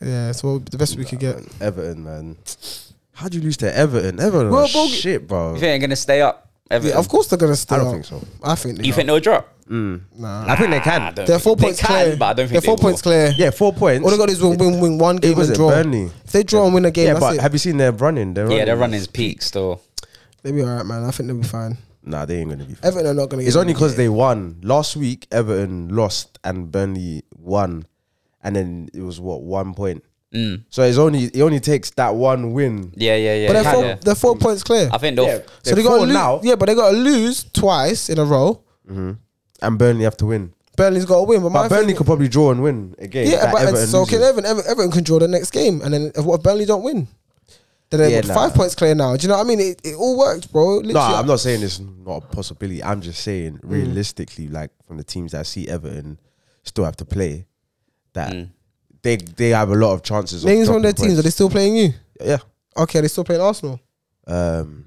S2: yeah, so the best we could get.
S3: Everton, man. How'd you lose to Everton? Everton,
S2: Well,
S3: are
S2: Bogi-
S3: shit, bro.
S1: You think they're gonna stay up? Everton?
S2: Yeah, of course they're gonna stay.
S3: I don't
S2: up.
S3: think so.
S2: I think they
S1: You
S2: are.
S1: think they'll drop?
S2: nah.
S3: I think they
S1: I
S3: can.
S1: don't
S2: They're
S1: think-
S2: four
S1: they
S2: points
S1: can,
S2: clear.
S1: but I don't think
S2: they're
S1: they
S2: four
S1: will.
S2: points clear.
S3: Yeah, four points.
S2: All they got to do is win, win, win one game
S3: was
S2: and
S3: it
S2: draw.
S3: Burnley?
S2: If they draw and win a game,
S3: yeah,
S2: that's
S3: but
S2: it.
S3: have you seen their running? Their
S1: Yeah, they're running his peak still.
S2: They'll be alright, man. I think they'll be fine.
S3: Nah, they ain't gonna be. Fine.
S2: Everton are not gonna.
S3: It's
S2: get
S3: only
S2: them.
S3: because they won last week. Everton lost and Burnley won, and then it was what one point.
S1: Mm.
S3: So it's only it only takes that one win.
S1: Yeah, yeah, yeah.
S2: But they're
S1: yeah,
S2: four,
S1: yeah.
S2: they're four points clear.
S1: I think they'll.
S3: Yeah.
S2: So they
S3: They're
S2: got
S3: four
S2: to
S3: now.
S2: lose. Yeah, but they got to lose twice in a row.
S3: and Burnley have to win.
S2: Burnley's got to win, but, my
S3: But Burnley
S2: Burnley.
S3: could probably draw and win again.
S2: yeah,
S3: that
S2: but
S3: Everton
S2: it's so can
S3: loses.
S2: Everton, Everton, Everton can draw the next game, and then if, what if Burnley don't win? Then they're
S3: Yeah,
S2: what, five
S3: nah.
S2: points clear now. Do you know what I mean? It, it all worked, bro. Literally. Mm.
S3: No, I'm not saying it's not a possibility. I'm just saying realistically, like from the teams that I see Everton still have to play, that they they have a lot of chances. of
S2: Name some of their
S3: dropping
S2: teams. Are they still playing you?
S3: points.
S2: Okay, they still playing Arsenal.
S3: Yeah. Um,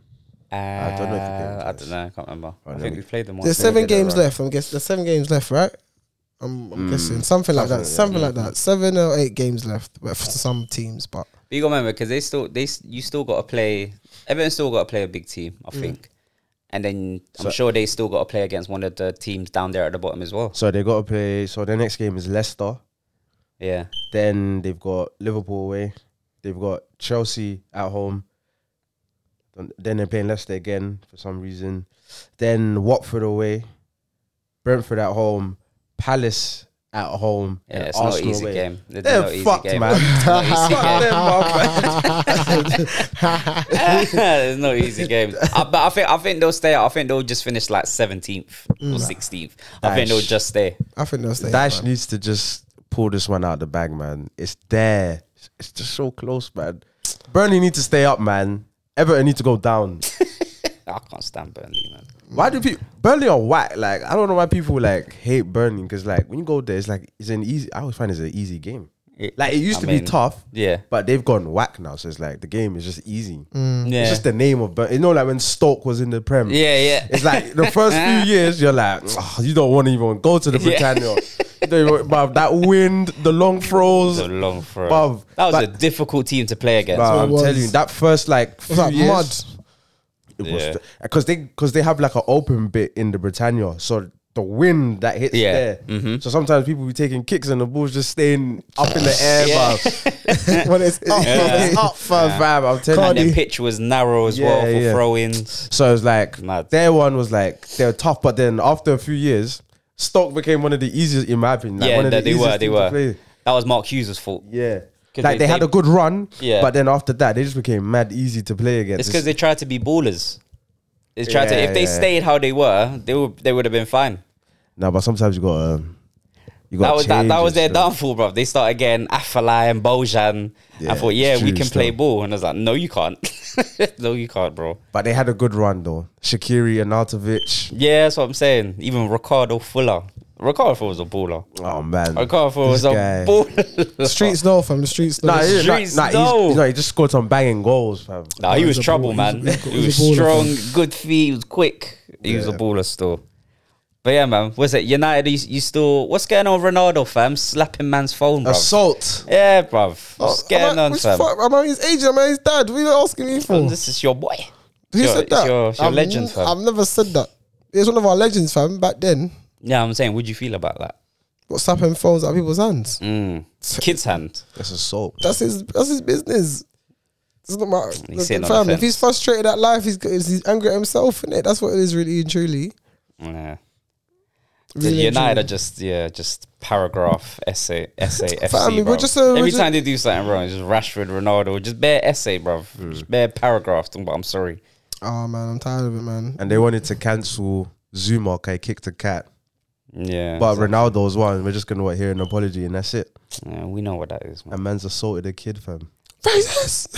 S1: I
S3: don't know if we can-
S1: uh, I don't know. I can't remember. I,
S3: I
S1: think
S3: know.
S1: we played them once.
S2: There's seven
S3: get that
S2: games
S3: right.
S2: left. I'm guessing. There's seven games left, right? I'm,
S1: Mm,
S2: I'm guessing something like that. Something
S3: Something
S2: like that. Seven or eight games left but for some teams,
S1: But
S2: but
S1: you got to remember because they still they s- you still got to play. Everyone's still got to play a big team, I
S3: Mm.
S1: think. And then I'm sure they still got to play against one of the teams down there at the bottom as well.
S3: so they got to play. So their next game is Leicester.
S1: Yeah,
S3: Then they've got Liverpool away. They've got Chelsea at home. Then- Then they're playing Leicester again for some reason. Then Watford away, Brentford at home, Palace at home,
S1: yeah.
S3: and
S1: it's
S3: Arsenal
S1: not an easy
S3: away.
S1: game. They're,
S3: They're
S1: not easy
S3: fucked,
S1: game.
S3: man.
S1: It's not easy game. it's not easy game. I, but I think I think they'll stay. out. I think they'll just finish like seventeenth or
S3: Mm.
S1: sixteenth. I think they'll
S3: Dash.
S1: just stay.
S2: I think they'll stay.
S3: Dash
S2: man.
S3: needs to just pull this one out the bag, man. It's there. It's just so close, man. Burnley need to stay up, man. Everton need to go down.
S1: I can't stand Burnley, man.
S3: Why do people Burnley are whack? Like I don't know why people like hate Burnley because like when you go there, it's like it's an easy. I always find it's an easy game.
S1: It-
S3: Like it used
S1: I
S3: to
S1: mean,
S3: be tough,
S1: Yeah,
S3: but they've gone whack now. So it's like the game is just easy.
S2: Mm.
S1: yeah,
S3: It's just the name of Burnley. You know, like when Stoke was in the Prem.
S1: yeah, yeah.
S3: It's like the first few years, you're like, "Ugh, you don't want to even go to the Britannia. You don't even- bruv, that wind, the long throws.
S1: It's a long throw.
S3: Bruv,
S1: that was
S3: but-
S1: a difficult team to play against.
S3: Bruv,
S2: what
S3: I'm
S2: it was.
S3: telling you, that first like
S2: It was
S3: few
S2: like
S3: years,
S2: mud.
S3: it
S1: Yeah.
S3: was because they because they have like an open bit in the Britannia, so the wind that hits
S1: Yeah. Mm-hmm.
S3: there. So sometimes people be taking kicks and the ball's just staying up in the air,
S1: Yeah.
S3: bruv.
S2: when it's up,
S1: Yeah.
S2: it's up.
S3: up, fam, fam, I'm telling
S1: and
S3: you.
S1: the pitch was narrow as well for
S3: Yeah, yeah.
S1: throw-ins.
S3: So it was like
S1: Mad.
S3: their one was like they were tough, but then after a few years, Stoke became one of the easiest in my opinion. Like
S1: yeah,
S3: one of
S1: that
S3: the
S1: they were,
S3: easiest
S1: they
S3: teams to
S1: were.
S3: play.
S1: That was Mark Hughes' fault.
S3: Yeah.
S1: 'Cause
S3: Like
S1: they-
S3: they, had
S1: they-
S3: a good run,
S1: Yeah.
S3: but then after that they just became mad easy to play against.
S1: It's because they tried to be ballers. They tried to.
S3: Yeah,
S1: If they
S3: yeah.
S1: stayed how they were, they would they would have been fine.
S3: no, but sometimes you got um, you got
S1: That was that, that was their
S3: down.
S1: downfall, bruv. They started getting Afalai and Bojan.
S3: Yeah,
S1: I thought, yeah,
S3: it's
S1: we
S3: true
S1: can play
S3: stuff.
S1: ball, and I was like, no, you can't. no, you can't, bro.
S3: But they had a good run though. Shakiri Arnautovic.
S1: Yeah, that's what I'm saying. Even Ricardo Fuller. Ricardo Fuller was a baller.
S3: Oh man.
S1: Ricardo Fuller was
S3: This
S1: a
S3: guy.
S1: baller.
S2: Streets know from the streets. know.
S3: Nah, he, nah,
S1: Streets,
S3: nah, he's-
S1: no.
S3: he's- nah, he just scored some banging goals, fam.
S1: Nah, he was
S2: Nah, Oh, he's a
S1: trouble,
S2: baller.
S1: man.
S2: He's a-
S1: he
S2: he's a
S1: was
S2: baller,
S1: strong, good feet, he was quick. He was a
S3: Yeah.
S1: baller still. But yeah, man, was it United? You, you still what's going on, with Ronaldo, fam? Slapping man's phone, bruv.
S3: Assault.
S1: yeah, bruv. What's
S2: Oh, I'm
S1: going
S2: like,
S1: on,
S2: which
S1: fam?
S2: fuck? I'm on his agent. I'm on his dad. What are you asking me for?
S1: This is your boy.
S2: Who
S1: Your-
S2: said
S1: it's
S2: that?
S1: your- it's your
S2: I've
S1: legend,
S2: n-
S1: fam.
S2: I've never said that. It's one of our legends, fam. Back then,
S1: Yeah, I'm saying, would you feel about that?
S2: got slapping phones out of people's hands.
S1: Mm. Kid's hand.
S3: That's assault.
S2: That's his. That's his business. It's not my
S1: He's sitting on the
S2: fam.
S1: fence.
S2: If he's frustrated at life, he's got- he's angry at himself, is it? That's what it is, really and truly.
S1: Yeah.
S2: Really and
S1: United
S2: truly.
S1: are just yeah, just paragraph essay essay
S2: Fam,
S1: FC.
S2: we're
S1: Bro.
S2: just, uh, we're
S1: Every
S2: just-
S1: time they do something wrong, it's just Rashford, Ronaldo, just bare essay, bro.
S2: Hmm.
S1: Just bare paragraphs. But I'm sorry.
S2: Oh man, I'm tired of it, man.
S3: And they wanted to cancel Zuma, okay, kicked a cat.
S1: Yeah,
S3: But
S1: so-
S3: Ronaldo's one, we're just gonna what, hear an apology and that's it.
S1: yeah, we know what that is. Man.
S3: And man's assaulted a kid, fam.
S2: Racist.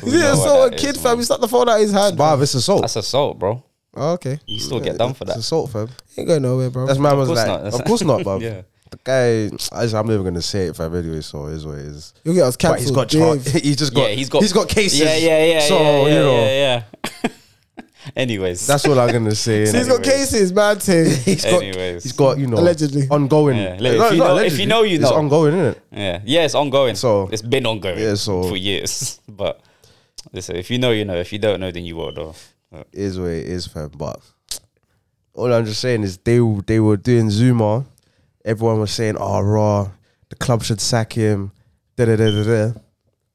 S1: We know
S2: yeah,
S1: what
S2: so a
S1: that is,
S2: kid,
S1: man.
S2: fam. He slapped the phone out of his hand.
S3: Bob, it's assault.
S1: That's assault, bro.
S2: Oh, okay,
S1: You still get done for
S3: It's
S1: that.
S3: assault, fam.
S2: ain't going nowhere, bro.
S3: That's man was
S1: course
S3: like,
S1: not, that's
S3: of course not, Bob.
S1: Yeah.
S3: The guy, I just, I'm never gonna say it, fam. Anyway, so it is what it is.
S2: You'll get us
S3: But he's
S2: cancelled.
S3: got char-
S2: Dave.
S3: he's just got
S1: yeah, he's got
S3: he's got cases.
S1: Yeah, yeah, yeah.
S3: So
S1: yeah, yeah,
S3: you know
S1: yeah. yeah. Anyways,
S3: that's all I'm gonna say.
S2: See, he's got
S1: Anyways.
S2: cases, man. Thing.
S3: he's got
S1: Anyways.
S3: he's got you know
S2: Allegedly.
S3: ongoing.
S1: Yeah, like, if you know- if
S3: allegedly.
S1: you know, you
S3: It's
S1: know.
S3: ongoing, isn't it?
S1: yeah, yeah. It's ongoing.
S3: So-
S1: it's been ongoing.
S3: Yeah, so-
S1: for years. But listen, if you know, you know. If you don't know, then you won't know. But-
S3: It is what it is, fam. But all I'm just saying is they they were doing Zuma. Everyone was saying, "Oh, raw, the club should sack him." Da da da da da.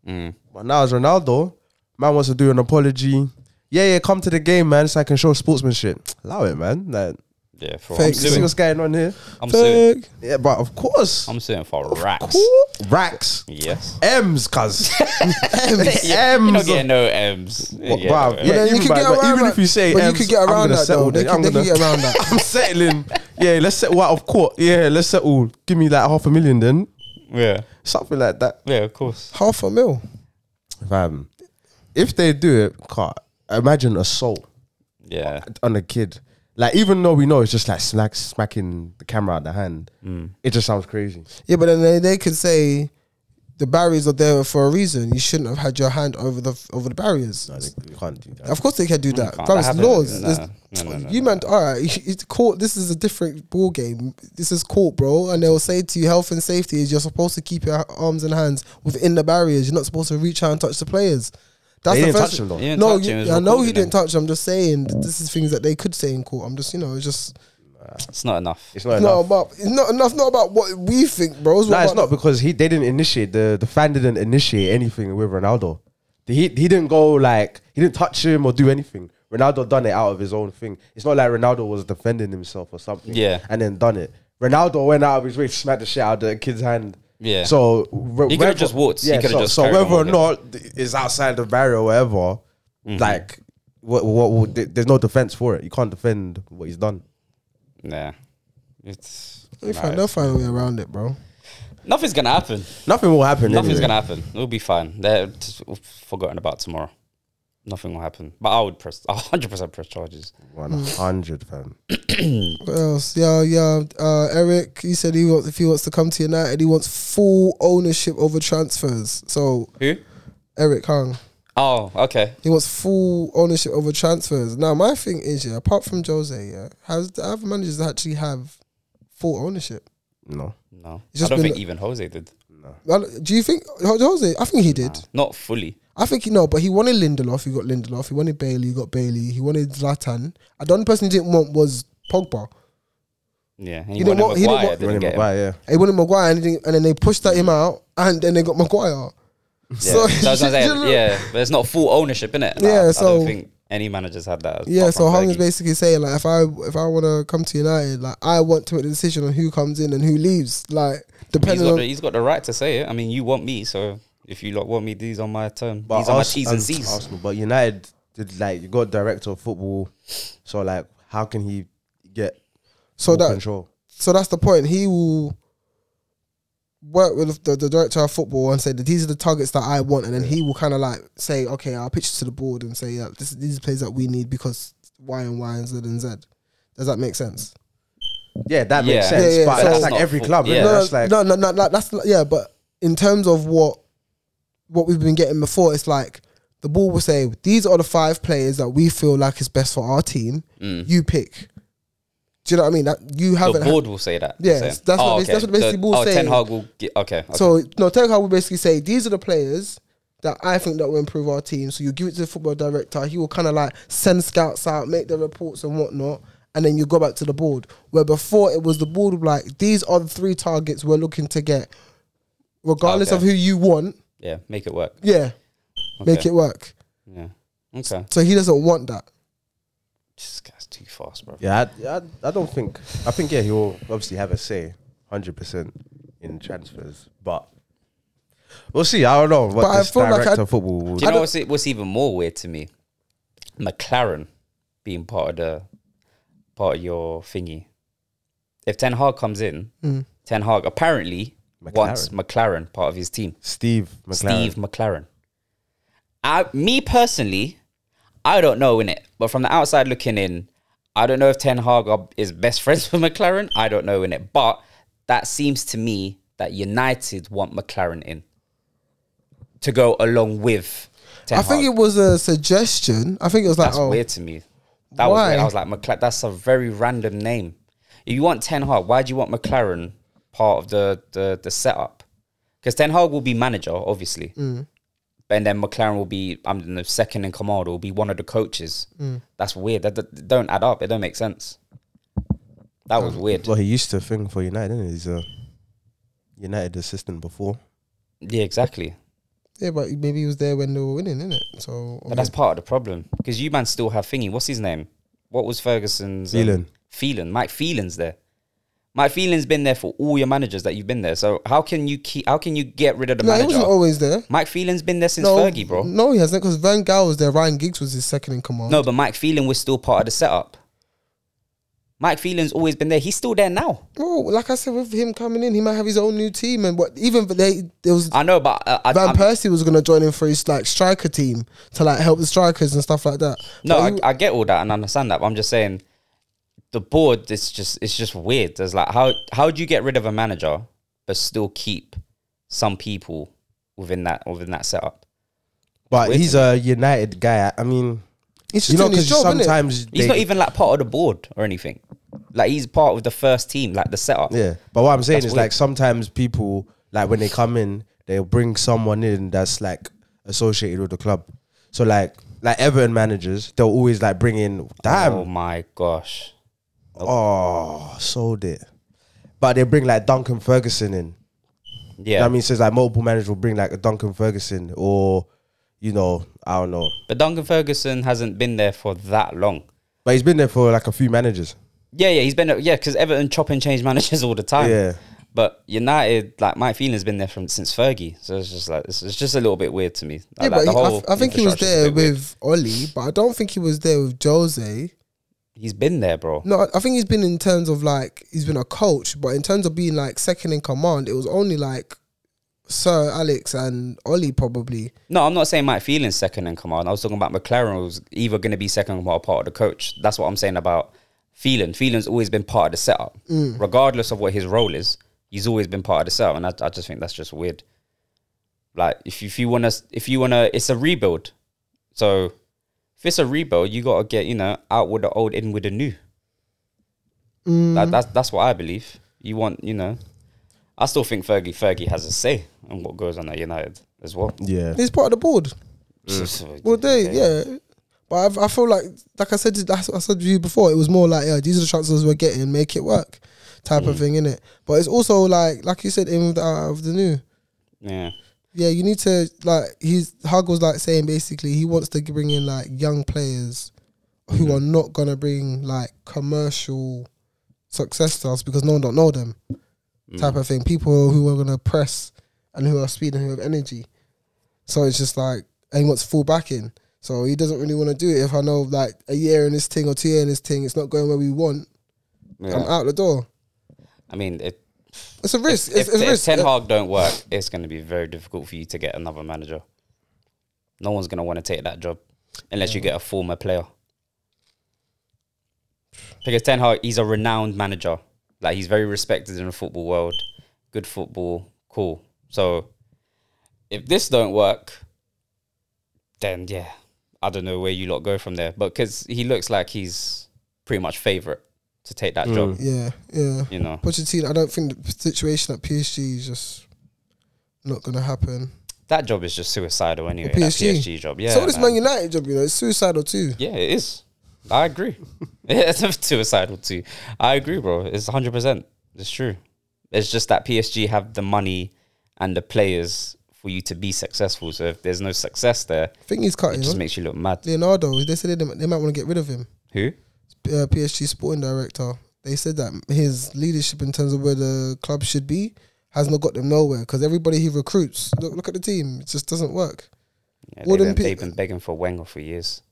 S1: Mm.
S3: But now it's Ronaldo. Man wants to do an apology. Yeah, yeah, come to the game, man, so I can show sportsmanship. Allow it, man. Like,
S1: Yeah, for I'm
S2: Thanks.
S3: you see
S1: suing.
S3: what's going on here?
S1: I'm suing.
S2: Fuck.
S3: Yeah, but of course,
S1: I'm suing for racks.
S3: cool. racks,
S1: Yes.
S3: M's, cuz M's,
S1: You're not
S3: M's.
S1: getting no M's.
S3: Well,
S1: Yeah,
S3: bruv,
S1: no
S3: yeah,
S1: M's.
S2: then you
S3: even,
S2: could
S3: by-
S2: get
S3: but
S2: around
S3: even
S2: that.
S3: if you say
S2: But you
S3: M's,
S2: could get
S3: I'm
S2: around
S3: gonna
S2: that,
S3: settle
S2: though. They
S3: it.
S2: could-
S3: I'm
S2: they could
S3: gonna-
S2: get around that.
S3: I'm settling. Yeah, let's settle out of court. Yeah, let's settle. Give me like half a million then.
S1: yeah,
S3: Something like that.
S1: yeah, of course.
S2: Half a mil.
S3: Fam. If they do it, can't. imagine assault
S1: Yeah,
S3: on a kid. Like even though we know it's just like smack, smacking the camera out the hand, it just sounds crazy.
S2: Yeah, but then they, they could say the barriers are there for a reason. You shouldn't have had your hand over the over the barriers.
S3: You can't do that.
S2: Of course they can do that.
S1: can't.
S2: Bro,
S1: That
S2: it's
S1: happens.
S2: laws.
S1: No,
S2: There's-
S1: no, no, no,
S2: you meant all right. It's court. This is a different ball game. This is court, bro. And they'll say to you, health and safety is you're supposed to keep your arms and hands within the barriers. You're not supposed to reach out and touch the players. That's
S3: They
S2: the
S3: didn't
S2: first.
S3: touch him though.
S1: He didn't
S2: no,
S1: touch
S2: you-
S1: him, it was
S2: I know he
S1: recorded
S2: didn't touch. I'm just saying that this is things that they could say in court. I'm just, you know, it's just
S1: It's not enough.
S3: It's not
S2: no,
S3: enough.
S2: about it's not enough. Not about what we think, bro. It's
S3: No,
S2: what
S3: it's
S2: about
S3: not because he they didn't initiate the the fan didn't initiate anything with Ronaldo. He he didn't go like he didn't touch him or do anything. Ronaldo done it out of his own thing. It's not like Ronaldo was defending himself or something.
S1: Yeah.
S3: and then done it. Ronaldo went out of his way to smack the shit out of the kid's hand.
S1: Yeah.
S3: So re-
S1: He could've
S3: whether-
S1: just walked. He could've
S3: so,
S1: just
S3: so
S1: carried on Mm-hmm.
S3: whether or
S1: walking.
S3: not th- it's outside the barrier or whatever, like what, what, what th- there's no defense for it. You can't defend what he's done.
S1: Nah, it's
S2: They
S1: nah.
S2: find, they'll find a way around it, bro.
S1: nothing's gonna happen.
S3: Nothing will happen.
S1: Nothing's
S3: anyway.
S1: gonna happen. It'll be fine. They're just forgotten about tomorrow. Nothing will happen. But I would press 100% press charges.
S3: One hundred, fam.
S2: What else? Yeah, yeah. Uh, Eric, he said he wants if he wants to come to United, he wants full ownership over transfers. So
S1: Who?
S2: Eric Hung,
S1: Oh, okay.
S2: he wants full ownership over transfers. Now my thing is, yeah, apart from Jose, yeah, has the other managers actually have full ownership?
S3: No.
S1: No,
S2: It's just
S1: I don't
S2: been
S1: think even Jose did.
S2: Well, Do you think Jose? I think he did.
S1: Not fully.
S2: I think you know, but he wanted Lindelof, he got Lindelof. He wanted Bailey, he got Bailey. He wanted Zlatan. And the only person he didn't want was Pogba.
S1: Yeah, and he,
S2: He didn't
S1: wanted
S2: want- he didn't
S1: Maguire,
S2: want-
S1: didn't
S3: Running
S1: get him.
S3: Maguire, yeah.
S2: They wanted Maguire, and, they- and then they pushed that him out, and then they got Maguire.
S1: Yeah.
S2: So-
S1: that's what I'm saying. Yeah, but it's not full ownership in it.
S2: Yeah,
S1: I, I
S2: so-
S1: don't think any managers had that.
S2: Yeah,
S1: apart
S2: so
S1: from
S2: Hung is
S1: Fergie.
S2: basically saying like, if I if I want to come to United, like I want to make the decision on who comes in and who leaves, like
S1: He's
S2: depending
S1: got,
S2: on.
S1: the, he's got the right to say it. I mean, you want me, so if you lot want me, these are my terms. These are my
S3: Ars-
S1: T's and
S3: um,
S1: C's.
S3: Arsenal, but United did like you got director of football, so like how can he get
S2: so
S3: full
S2: that
S3: control?
S2: so that's the point. He will work with the, the director of football and say that these are the targets that I want, and then he will kind of like say, okay, I'll pitch it to the board and say, yeah, this, these are players that we need because Y and Y and Z and Z. Does that make sense?
S3: Yeah, that
S1: Yeah.
S3: makes sense.
S2: Yeah, yeah,
S3: but
S2: so-
S3: that's
S1: That's
S3: like
S1: not
S3: every
S1: full-
S3: club. Yeah,
S1: yeah.
S2: no,
S3: that's
S2: no,
S3: like
S2: Uh, no, no, no, like, that's like- yeah, but in terms of what what we've been getting before, it's like the ball will say these are the five players that we feel like is best for our team.
S3: Mm.
S2: You pick. Do you know what I mean? That you
S1: The
S2: haven't.
S1: board will say that. you're
S2: Yes,
S1: saying.
S2: that's what bas- that's what basically
S1: The-
S2: Bull
S1: oh,
S2: saying.
S1: Ten Hag will get, okay. okay.
S2: So no, Ten Hag will basically say these are the players that I think that will improve our team. So you give it to the football director. He will kind of like send scouts out, make the reports and whatnot, and then you go back to the board. Where before it was the board would be like these are the three targets we're looking to get, regardless
S1: Okay.
S2: of who you want.
S1: yeah, make it work.
S2: Yeah, make
S1: Okay.
S2: it work.
S1: Yeah. Okay.
S2: So he doesn't want that.
S1: This guy's too fast, bro.
S3: yeah. I, I, I don't think. I think yeah, he'll obviously have a say, hundred percent in transfers, but. We'll see. I don't know what
S2: But I
S3: this
S2: feel like
S3: director
S2: I-
S3: of football will
S1: Do you know what's, e- what's even more weird to me? McLaren being part of the part of your thingy. If Ten Hag comes in,
S2: Mm.
S1: Ten Hag apparently wants McLaren part of his team.
S3: Steve McLaren.
S1: Steve McLaren. I, me personally, I don't know in it, but from the outside looking in, I don't know if Ten Hag are- is best friends with McLaren. I don't know in it, but that seems to me that United want McLaren in to go along with. Ten
S2: I think
S1: Hag.
S2: it was a suggestion. I think it was like,
S1: That's
S2: oh,
S1: weird to me. That was
S2: Why?
S1: weird. I was like, McLaren. That's a very random name. If you want Ten Hag, why do you want McLaren part of the the, the setup? Because Ten Hag will be manager, obviously,
S2: Mm.
S1: and then McLaren will be I'm the second in command. Will be one of the coaches.
S2: Mm.
S1: That's weird. That, that- don't add up. It don't make sense. That
S2: Oh.
S1: was weird.
S3: Well, he used to thing for United, didn't he? He's a United assistant before.
S1: Yeah, exactly.
S2: yeah, but maybe he was there when they were winning, isn't it? So
S1: But that's part of the problem because you man still have thingy. What's his name? What was Ferguson's? um,
S3: Phelan.
S1: Phelan. Mike Phelan's there. Mike Phelan's been there for all your managers that you've been there. So how can you keep? How can you get rid of the
S2: no, he
S1: manager?
S2: wasn't always there.
S1: Mike Phelan's been there since
S2: no,
S1: Fergie, bro. No.
S2: No, he hasn't. Because Van Gaal was there. Ryan Giggs was his second in command.
S1: but Mike Phelan was still part of the setup. Mike Phelan's always been there. He's still there now.
S2: Bro, like I said, with him coming in, he might have his own new team. And what even but they there was
S1: I know, but uh, I,
S2: Van
S1: I'm-
S2: Persie was gonna join in for his like striker team to like help the strikers and stuff like that.
S1: No,
S2: But
S1: I,
S2: he-
S1: I get all that and I understand that. But I'm just saying, the board it's just it's just weird. There's like how how do you get rid of a manager but still keep some people within that within that setup?
S3: But
S1: Wait.
S3: he's a United guy. I mean,
S2: he's just
S3: you know,
S2: doing his
S3: because
S2: job, innit?
S3: sometimes
S1: He's
S3: they-
S1: not even like part of the board or anything. Like he's part of the first team, like the setup.
S3: yeah. But what I'm saying
S1: That's
S3: is
S1: weird.
S3: like sometimes people like when they come in, they'll bring someone in that's like associated with the club. So like like Everton managers, they'll always like bring in damn
S1: Oh my gosh.
S3: Oh, sold it. But they bring like Duncan Ferguson in. You know
S1: Yeah.
S3: what I mean, says like multiple managers will bring like a Duncan Ferguson or, you know, I don't know.
S1: but Duncan Ferguson hasn't been there for that long.
S3: But he's been there for like a few managers.
S1: Yeah, yeah, he's been yeah, because Everton chop and change managers all the time.
S3: Yeah.
S1: But United, like Mike Phelan's been there from since Fergie, so it's just like it's, it's just a little bit weird to me.
S2: Yeah,
S1: Like, like,
S2: but
S1: the
S2: he- I
S1: whole
S2: th- I, think he was
S1: infrastructure's a
S2: there
S1: bit weird.
S2: with Oli, but I don't think he was there with Jose.
S1: He's been there, bro.
S2: No, I- I think he's been in terms of like he's been a coach, but in terms of being like second in command, it was only like Sir Alex and Oli probably.
S1: No, I'm not saying Mike Phelan's second in command. I was talking about McLaren was either going to be second in command or part of the coach. That's what I'm saying about Phelan. Phelan's always been part of the setup, regardless of what his role is. He's always been part of the setup, and I, I just think that's just weird. Like if you, if you want to, if you want to, it's a rebuild. So if it's a rebuild, you got to get you know out with the old, in with the new. That, that's that's what I believe. You want you know. I still think Fergie Fergie has a say on what goes on at United as well.
S3: Yeah.
S2: He's part of the board.
S1: Mm.
S2: Well, they yeah. But I, I feel like, like I said, to- that's what I said to you before. It was more like, yeah, these are the chances we're getting. Make it work, type of thing, in it. But it's also like, like you said, in with the out of the new.
S1: Yeah.
S2: Yeah, you need to like. He's Hug was like saying basically he wants to bring in like young players who are not gonna bring like commercial success to us because no one don't know them, type
S1: Mm.
S2: of thing. People who are gonna press and who are speed and who have energy. So it's just like and he wants full backing. So he doesn't really want to do it. If I know like a year in this thing or two year in this thing, it's not going where we want.
S1: yeah.
S2: I'm out the door.
S1: I mean, it,
S2: It's a risk.
S1: if,
S2: It's, it's a
S1: if
S2: risk.
S1: Ten
S2: Uh,
S1: Hag don't work, it's going to be very difficult for you to get another manager. No one's going to want to take that job unless you get a former player. Because Ten Hag, he's a renowned manager. Like he's very respected in the football world. Good football, cool. So if this don't work, then yeah, I don't know where you lot go from there. But because he looks like he's pretty much favorite to take that job,
S2: yeah, yeah.
S1: you know.
S2: Pochettino, I don't think the situation at PSG is just not going to happen.
S1: That job is just suicidal anyway. That
S2: PSG.
S1: PSG job, yeah.
S2: so this
S1: man.
S2: Man United job, you know, it's suicidal too.
S1: yeah, it is. I agree. it's suicidal too. I agree, bro. It's hundred percent. It's true. It's just that PSG have the money and the players for you to be successful. So if there's no success there,
S2: I think he's
S1: it
S2: cutting.
S1: just
S2: Huh?
S1: makes you look mad.
S2: Leonardo, they said they, they might want to get rid of him.
S1: Who?
S2: Uh, PSG sporting director. They said that his leadership in terms of where the club should be has not got them nowhere because everybody he recruits, look, look at the team, it just doesn't work.
S1: Yeah,
S2: Well,
S1: they've, been,
S2: then P-
S1: they've been begging for Wenger for years.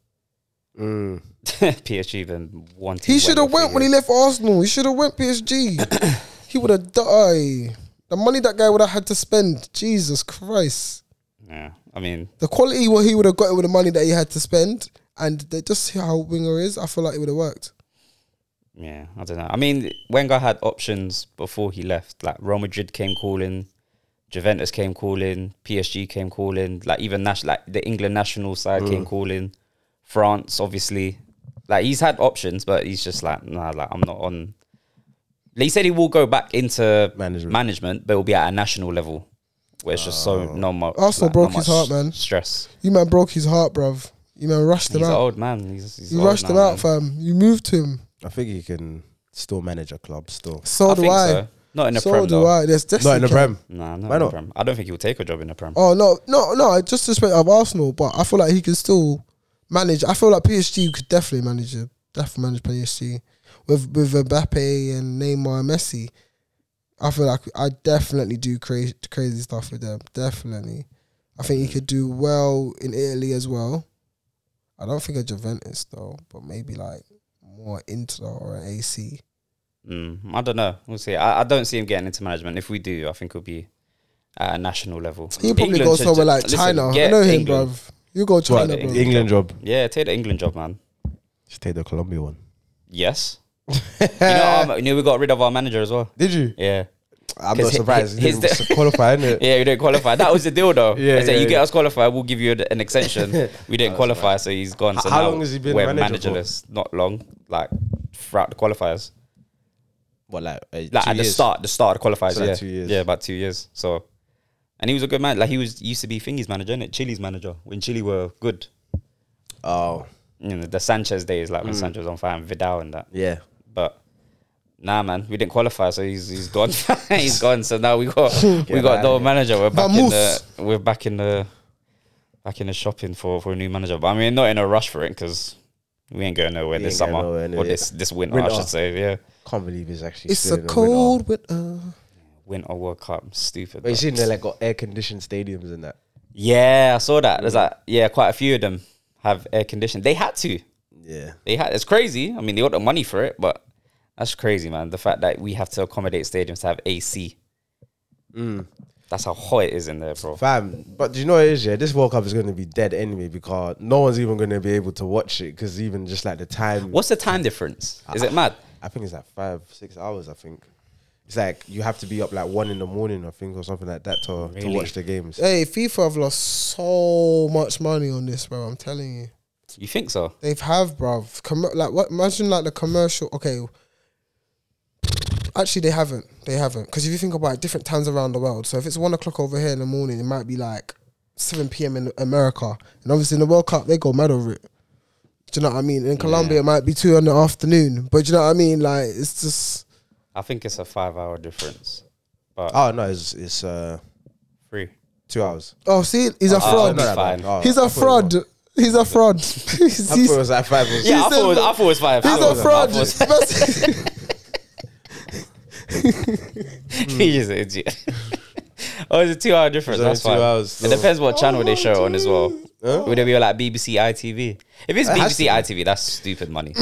S3: Mm.
S1: PSG been wanting.
S2: He should
S1: Wenger
S2: have
S1: for
S2: went when he
S1: years.
S2: left Arsenal. He should have went PSG. he would have died. The money that guy would have had to spend, Jesus Christ.
S1: Yeah, I mean,
S2: the quality what he would have gotten with the money that he had to spend, and the, just how winger is, I feel like it would have worked.
S1: Yeah, I don't know. I mean, Wenger had options before he left. Like Real Madrid came calling, Juventus came calling, PSG came calling. Like even nas- like the England national side came calling, France obviously. Like he's had options, but he's just like nah. Like I'm not on. Like, He said he will go back into
S3: Management.
S1: management but it'll be at a national level, where it's just so no much.
S2: Arsenal
S1: like,
S2: broke
S1: not
S2: his
S1: much
S2: heart, man.
S1: Stress.
S2: You man broke his heart, bruv. You man rushed him
S1: He's an
S2: out.
S1: old man. He's, he's
S2: You
S1: old
S2: rushed
S1: now,
S2: him out,
S1: man.
S2: fam. You moved him.
S3: I think he can still manage a club still.
S2: So
S1: I
S2: do
S1: think
S2: I.
S1: so. Not in the
S2: so
S1: prem
S2: do
S1: though.
S2: I. There's definitely
S3: Not in the Prem.
S1: Nah, not
S3: Why
S1: in the
S3: not?
S1: Prem. I don't think he'll take a job in the Prem.
S2: Oh no, no, no! I just respect of Arsenal, but I feel like he can still manage. I feel like PSG could definitely manage it. Definitely manage PSG with with Mbappe and Neymar, and Messi. I feel like I definitely do crazy crazy stuff with them. Definitely, I think he could do well in Italy as well. I don't think a Juventus though, but maybe like more Inter or an AC.
S1: Mm, I don't know. We'll see. I, I don't see him getting into management. If we do, I think it'll be at a national level.
S2: He probably
S1: England
S2: go
S1: should
S2: somewhere
S1: ju-
S2: like
S1: listen,
S2: China. I
S1: get
S2: know him,
S1: England.
S2: bruv. You go China,
S1: Right,
S2: bro.
S1: England.
S3: England job.
S1: Yeah, take the England job, man.
S3: Just take the Colombia one.
S1: Yes. you, know, um, you know, we got rid of our manager as well.
S3: Did you?
S1: Yeah.
S3: I'm
S1: 'Cause
S3: not
S1: he-
S3: surprised.
S1: he-
S3: He
S1: his
S3: was qualified, innit?
S1: Yeah, we didn't qualify. That was the deal, though.
S3: Yeah,
S1: I said,
S3: yeah,
S1: you get
S3: yeah.
S1: us qualified, we'll give you an an extension. We didn't qualify, so he's gone. So
S3: H- how
S1: now
S3: long has he been
S1: We're
S3: manager for?
S1: managerless. Not long. Like throughout the qualifiers.
S3: What, like, uh,
S1: like
S3: two
S1: at the
S3: years?
S1: start, the start of the qualifiers.
S3: So like
S1: yeah,
S3: two years.
S1: yeah, about two years. So, and he was a good man. Like he was used to be Thingy's manager, innit? Chile's manager when Chile were good.
S3: Oh,
S1: You know the Sanchez days, like when Sanchez was on fire and Vidal and that.
S3: Mm. yeah.
S1: But nah, man, we didn't qualify, so he's he's gone. he's gone. So now we got we
S3: Get
S1: got
S3: out
S1: no
S3: of here.
S1: manager. We're back in the
S2: Vamos.
S1: we're back in the back in the shopping for for a new manager. But I mean, not in a rush for it because. We ain't going nowhere
S3: We
S1: this
S3: ain't going
S1: summer
S3: nowhere, innit?
S1: or this this winter, I
S3: Winter.
S1: should say. Yeah,
S3: Can't believe he's actually.
S2: It's
S3: still
S2: a
S3: in the
S2: cold winter.
S1: winter World Cup, stupid.
S3: But you
S1: but-
S3: seen they like got air conditioned stadiums and that.
S1: Yeah, I saw that. There's like yeah, quite a few of them have air conditioning. They had to.
S3: Yeah.
S1: They had. It's crazy. I mean, they got the money for it, but that's crazy, man. The fact that we have to accommodate stadiums to have AC.
S2: Mm.
S1: That's how hot it is in there, bro.
S3: Fam, but do you know what it is? Yeah, this World Cup is going to be dead anyway because no one's even going to be able to watch it because even just like the time.
S1: What's the time difference? Is it mad?
S3: I think it's like five, six hours. I think it's like you have to be up like one in the morning, I think, or something like that to, to
S1: Really?
S3: watch the games.
S2: Hey, FIFA have lost so much money on this, bro. I'm telling you,
S1: You think so?
S2: they've have, bro. Com- like, what? Imagine like the commercial. Okay, actually, they haven't. They haven't because if you think about it, different times around the world. So if it's one o'clock over here in the morning, it might be like seven p.m. in America, and obviously in the World Cup they go mad over it. Do you know what I mean? In Colombia, it might be two in the afternoon, but do you know what I mean? Like, it's just
S1: I think it's a five-hour difference, but
S3: Oh no, it's it's uh,
S1: three.
S3: two hours.
S2: oh, see, he's a
S1: Oh,
S2: fraud.
S1: no, no, fine.
S2: he's a fraud. He's a fraud. He's-
S3: I thought it was like five. Or
S1: Yeah, I
S2: said-
S1: thought, it was, I thought it was five. I
S2: He's
S1: thought it
S2: a
S1: was- I
S2: fraud.
S1: thought it was- He's an idiot. oh, it's a two-hour difference.
S3: It's only
S1: That's
S3: two
S1: fine.
S3: hours,
S1: it
S3: so- Oh.
S1: depends what channel they show on as well. Would it be like BBC ITV? If it's
S3: has
S1: BBC
S3: to Mm.
S1: ITV, that's stupid money.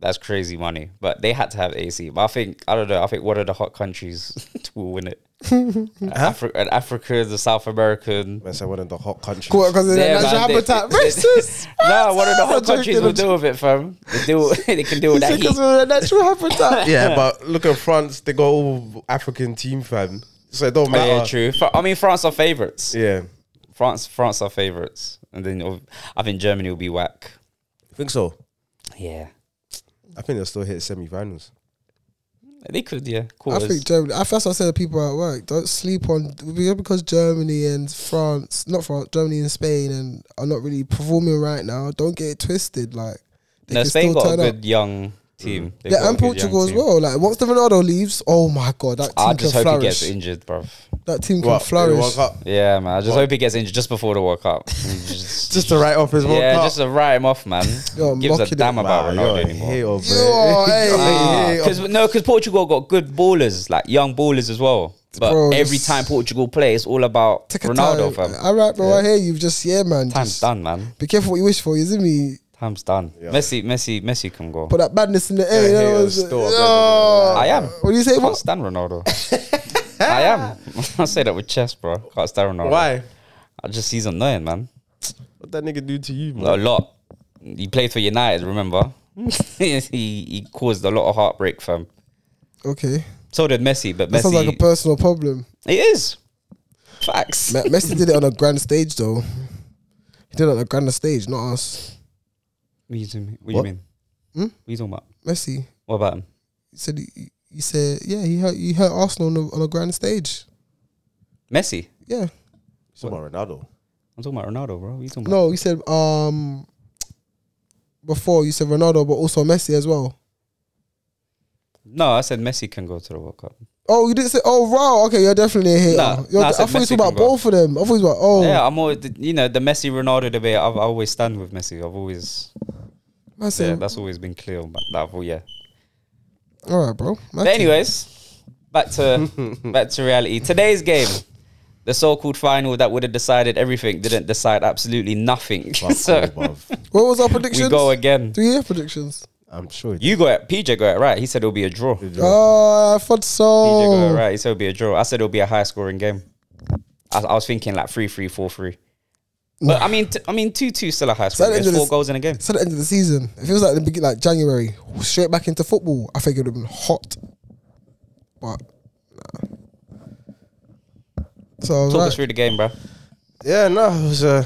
S1: that's crazy money. But they had to have AC. But I think I don't know. I think one of the hot countries will win it. Afri- an Africa, the South American.
S3: That's like one of the hot countries.
S2: because of their
S1: Yeah,
S2: natural
S1: man, they-
S2: habitat.
S1: they-
S2: Racist.
S1: No, one of the
S2: I'm
S1: hot
S2: joking,
S1: countries will
S2: I'm
S1: deal with it, fam. They, deal, they can deal with that heat.
S2: because of their natural habitat.
S3: yeah, but look at France. They got all African team fam, so it don't
S1: Oh,
S3: matter.
S1: yeah, true. Fr- I mean, France are favourites.
S3: Yeah,
S1: France, France are favourites, and then uh, I think Germany will be whack.
S3: I think so.
S1: Yeah,
S3: I think they'll still hit semi-finals.
S1: they could. Yeah,
S2: I
S1: quarters.
S2: think Germany. I first I said to people at work, don't sleep on because Germany and France, not France, Germany and Spain, and are not really performing right now. Don't get it twisted. Like they
S1: no,
S2: can
S1: Spain
S2: still
S1: got a
S2: turn up.
S1: good young team. They've got
S2: Yeah,
S1: a
S2: and
S1: good young
S2: Portugal as
S1: team.
S2: well. Like once the Ronaldo leaves, oh my god, that team
S1: I
S2: can
S1: just hope he
S2: flourish.
S1: gets injured, bruv.
S2: that team can
S3: What, in the World
S2: flourish.
S3: Cup?
S1: Yeah, man. I just hope he gets injured just before the World Cup. just,
S3: Just to write off his World
S1: yeah,
S3: Cup.
S1: just to write him off, man.
S2: Yo,
S1: Gives a
S2: mocking
S1: damn
S2: it.
S1: about
S3: Wow,
S1: Ronaldo
S3: you're a
S1: anymore.
S3: hater,
S2: You
S3: bro.
S2: are, hey. um,
S1: Ah,
S3: Yeah.
S1: 'cause- no, because Portugal got good ballers, like young ballers as well. But
S2: Bro,
S1: every
S2: just-
S1: time Portugal play, it's all about
S2: Take a
S1: Ronaldo,
S2: time.
S1: fam.
S2: All right, bro. I hear you. Just yeah, man.
S1: Time's
S2: Just
S1: done, man.
S2: be careful what you wish for, isn't me?
S1: Time's done. Messi, Messi, Messi can go.
S2: Put that madness in the air.
S3: Yeah,
S2: you know
S3: yeah,
S2: what I'm saying?
S3: still a
S2: Yeah.
S1: I am.
S2: What do you say?
S1: Can't
S2: What?
S1: stand Ronaldo. I am. I say that with chest, bro. Can't stand Ronaldo.
S3: Why?
S1: I just he's annoying, man.
S3: What that nigga do to you, man?
S1: A lot. He played for United, remember? he, he caused a lot of heartbreak, fam.
S2: Okay.
S1: So did Messi, but
S2: That
S1: Messi.
S2: sounds like a personal problem.
S1: it is. Facts.
S2: Me- Messi did it on a grand stage, though. He did it on a grand stage, not us.
S1: What do you mean? What,
S3: What?
S1: do you mean?
S2: Hmm?
S1: What you talking about?
S2: Messi.
S1: What about him?
S2: He said, he, he said, yeah, he hurt, he hurt Arsenal on a, on a grand stage.
S1: Messi?
S2: Yeah.
S3: It's about Ronaldo.
S1: I'm talking about Ronaldo, bro. What you talking about?
S2: No, he said, um, before you said Ronaldo, but also Messi as well.
S1: No, I said Messi can go to the World Cup.
S2: Oh, you didn't say. Oh, wow. Okay, you're definitely a hater.
S1: Nah,
S2: You're
S1: nah, I
S2: de- I
S1: said
S2: thought you
S1: Messi
S2: were about
S1: can go.
S2: both of them. I thought you were about. Oh,
S1: Yeah, I'm always, you know, the Messi Ronaldo debate. I've, I always stand with Messi. I've always,
S2: I
S1: yeah,
S2: said,
S1: that's always been clear. But that, well, yeah.
S2: all right, bro.
S1: But anyways, back to back to reality. Today's game, the so-called final that would have decided everything, didn't decide absolutely nothing.
S3: Fuck all,
S1: so
S3: bruv.
S2: what was our
S1: we
S2: predictions?
S1: go again.
S2: Do you hear predictions?
S3: I'm sure.
S1: You got it. PJ got it right. He said it'll be a draw. PJ
S2: Oh, I thought
S1: got it
S2: so.
S1: right. He said it'll be a draw. I said it'll be a high-scoring game. I, I was thinking like three-three, four-three. But I mean, t- I mean, two-two still a high score.
S2: the end
S1: There's
S2: of
S1: four
S2: this-
S1: goals in a game.
S2: It's at the end of the season. It feels like the beginning, like January, straight back into football. I think it would have been hot, but nah. So I was
S1: Talk
S2: right.
S1: us through the game, bro.
S3: Yeah, no, it was a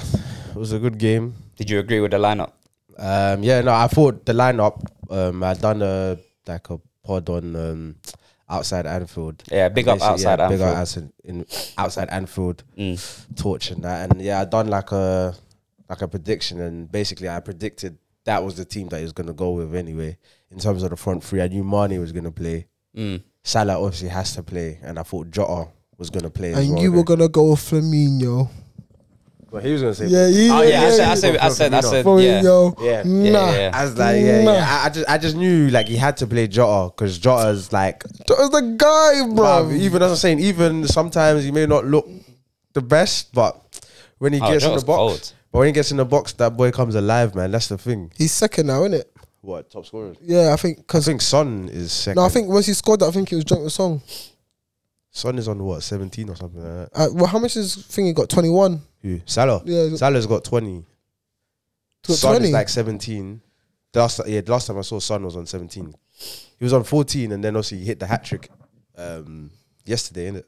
S3: it was a good game.
S1: Did you agree with the lineup?
S3: Um, yeah, no, I thought the lineup. Um, I done a like a pod on um, outside Anfield.
S1: Yeah, big up
S3: Basically,
S1: outside Anfield.
S3: big
S1: Mm.
S3: up outside, in, outside Anfield, torch and that. And yeah, I done like a like a prediction, and basically I predicted that was the team that he was gonna go with anyway. In terms of the front three, I knew Mane was gonna play.
S1: Mm.
S3: Salah obviously has to play, and I thought Jota was gonna play. as
S2: and
S3: well,
S2: you were
S3: innit?
S2: gonna go with Flamingo.
S3: Well, he was gonna say.
S2: Yeah, you.
S1: Oh yeah, I said, I
S2: you-
S1: said, I said, I said, yeah.
S2: Flamingo.
S3: Yeah.
S2: Nah.
S1: Yeah, yeah, yeah.
S3: I was like, yeah,
S2: Nah.
S3: yeah. I, I just, I just knew like he had to play Jota because Jota's like,
S2: That was the guy, bro.
S3: bruv, even as I'm saying, even sometimes he may not look the best, but when he
S1: Oh,
S3: gets in
S1: Jota's
S3: the box,
S1: cold.
S3: but when he gets in the box, that boy comes alive, man. That's the thing.
S2: He's second now, isn't it?
S3: What top scorer?
S2: Yeah, I think
S3: I
S2: because
S3: think Son is second.
S2: no, I think once he scored that, I think he was drunk with song.
S3: Son is on what seventeen or something like that.
S2: Uh, well, how much is thing he got? Twenty one.
S3: Who? Salah.
S2: Yeah.
S3: Salah's got twenty.
S2: Got
S3: Son
S2: 20?
S3: is like seventeen. The last yeah, the last time I saw Son was on seventeen. He was on fourteen, and then obviously he hit the hat trick um, yesterday, innit?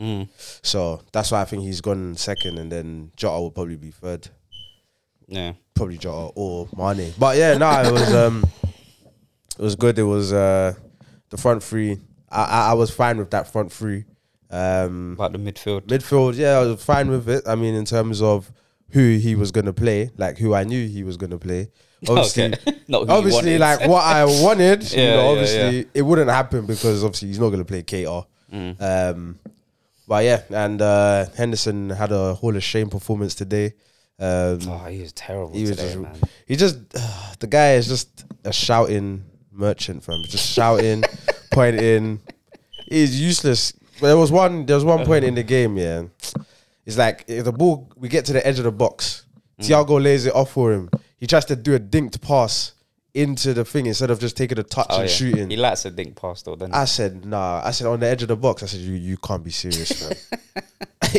S1: Mm.
S3: So that's why I think he's gone second, and then Jota will probably be third,
S1: Yeah.
S3: probably Jota or Mane. But yeah, no, it was um, it was good. It was uh, the front three. I, I I was fine with that front three. Um,
S1: About the midfield.
S3: midfield, yeah, I was fine with it. I mean, in terms of who he was gonna play, like who I knew he was gonna play. Obviously,
S1: Not who you
S3: obviously,
S1: wanted.
S3: like what I wanted.
S1: Yeah,
S3: you know,
S1: yeah, Mm.
S3: obviously, it wouldn't happen because obviously he's not gonna play Kater. Um, but yeah, and uh, Henderson had a Hall of Shame performance today. Um,
S1: Oh, he was terrible
S3: he was
S1: today,
S3: just,
S1: man.
S3: he just, the guy is just a shouting merchant from just shouting, pointing. He's useless. But there was one, there was one point in the game, yeah. It's like if the ball, we get to the edge of the box.
S1: Mm.
S3: Thiago lays it off for him. He tries to do a dinked pass into the thing instead of just taking a touch
S1: Oh,
S3: and
S1: yeah.
S3: shooting. Ah,
S1: He likes a dink pass though, doesn't he?
S3: I said, nah. I said, on the edge of the box, I said, you you can't be serious, man.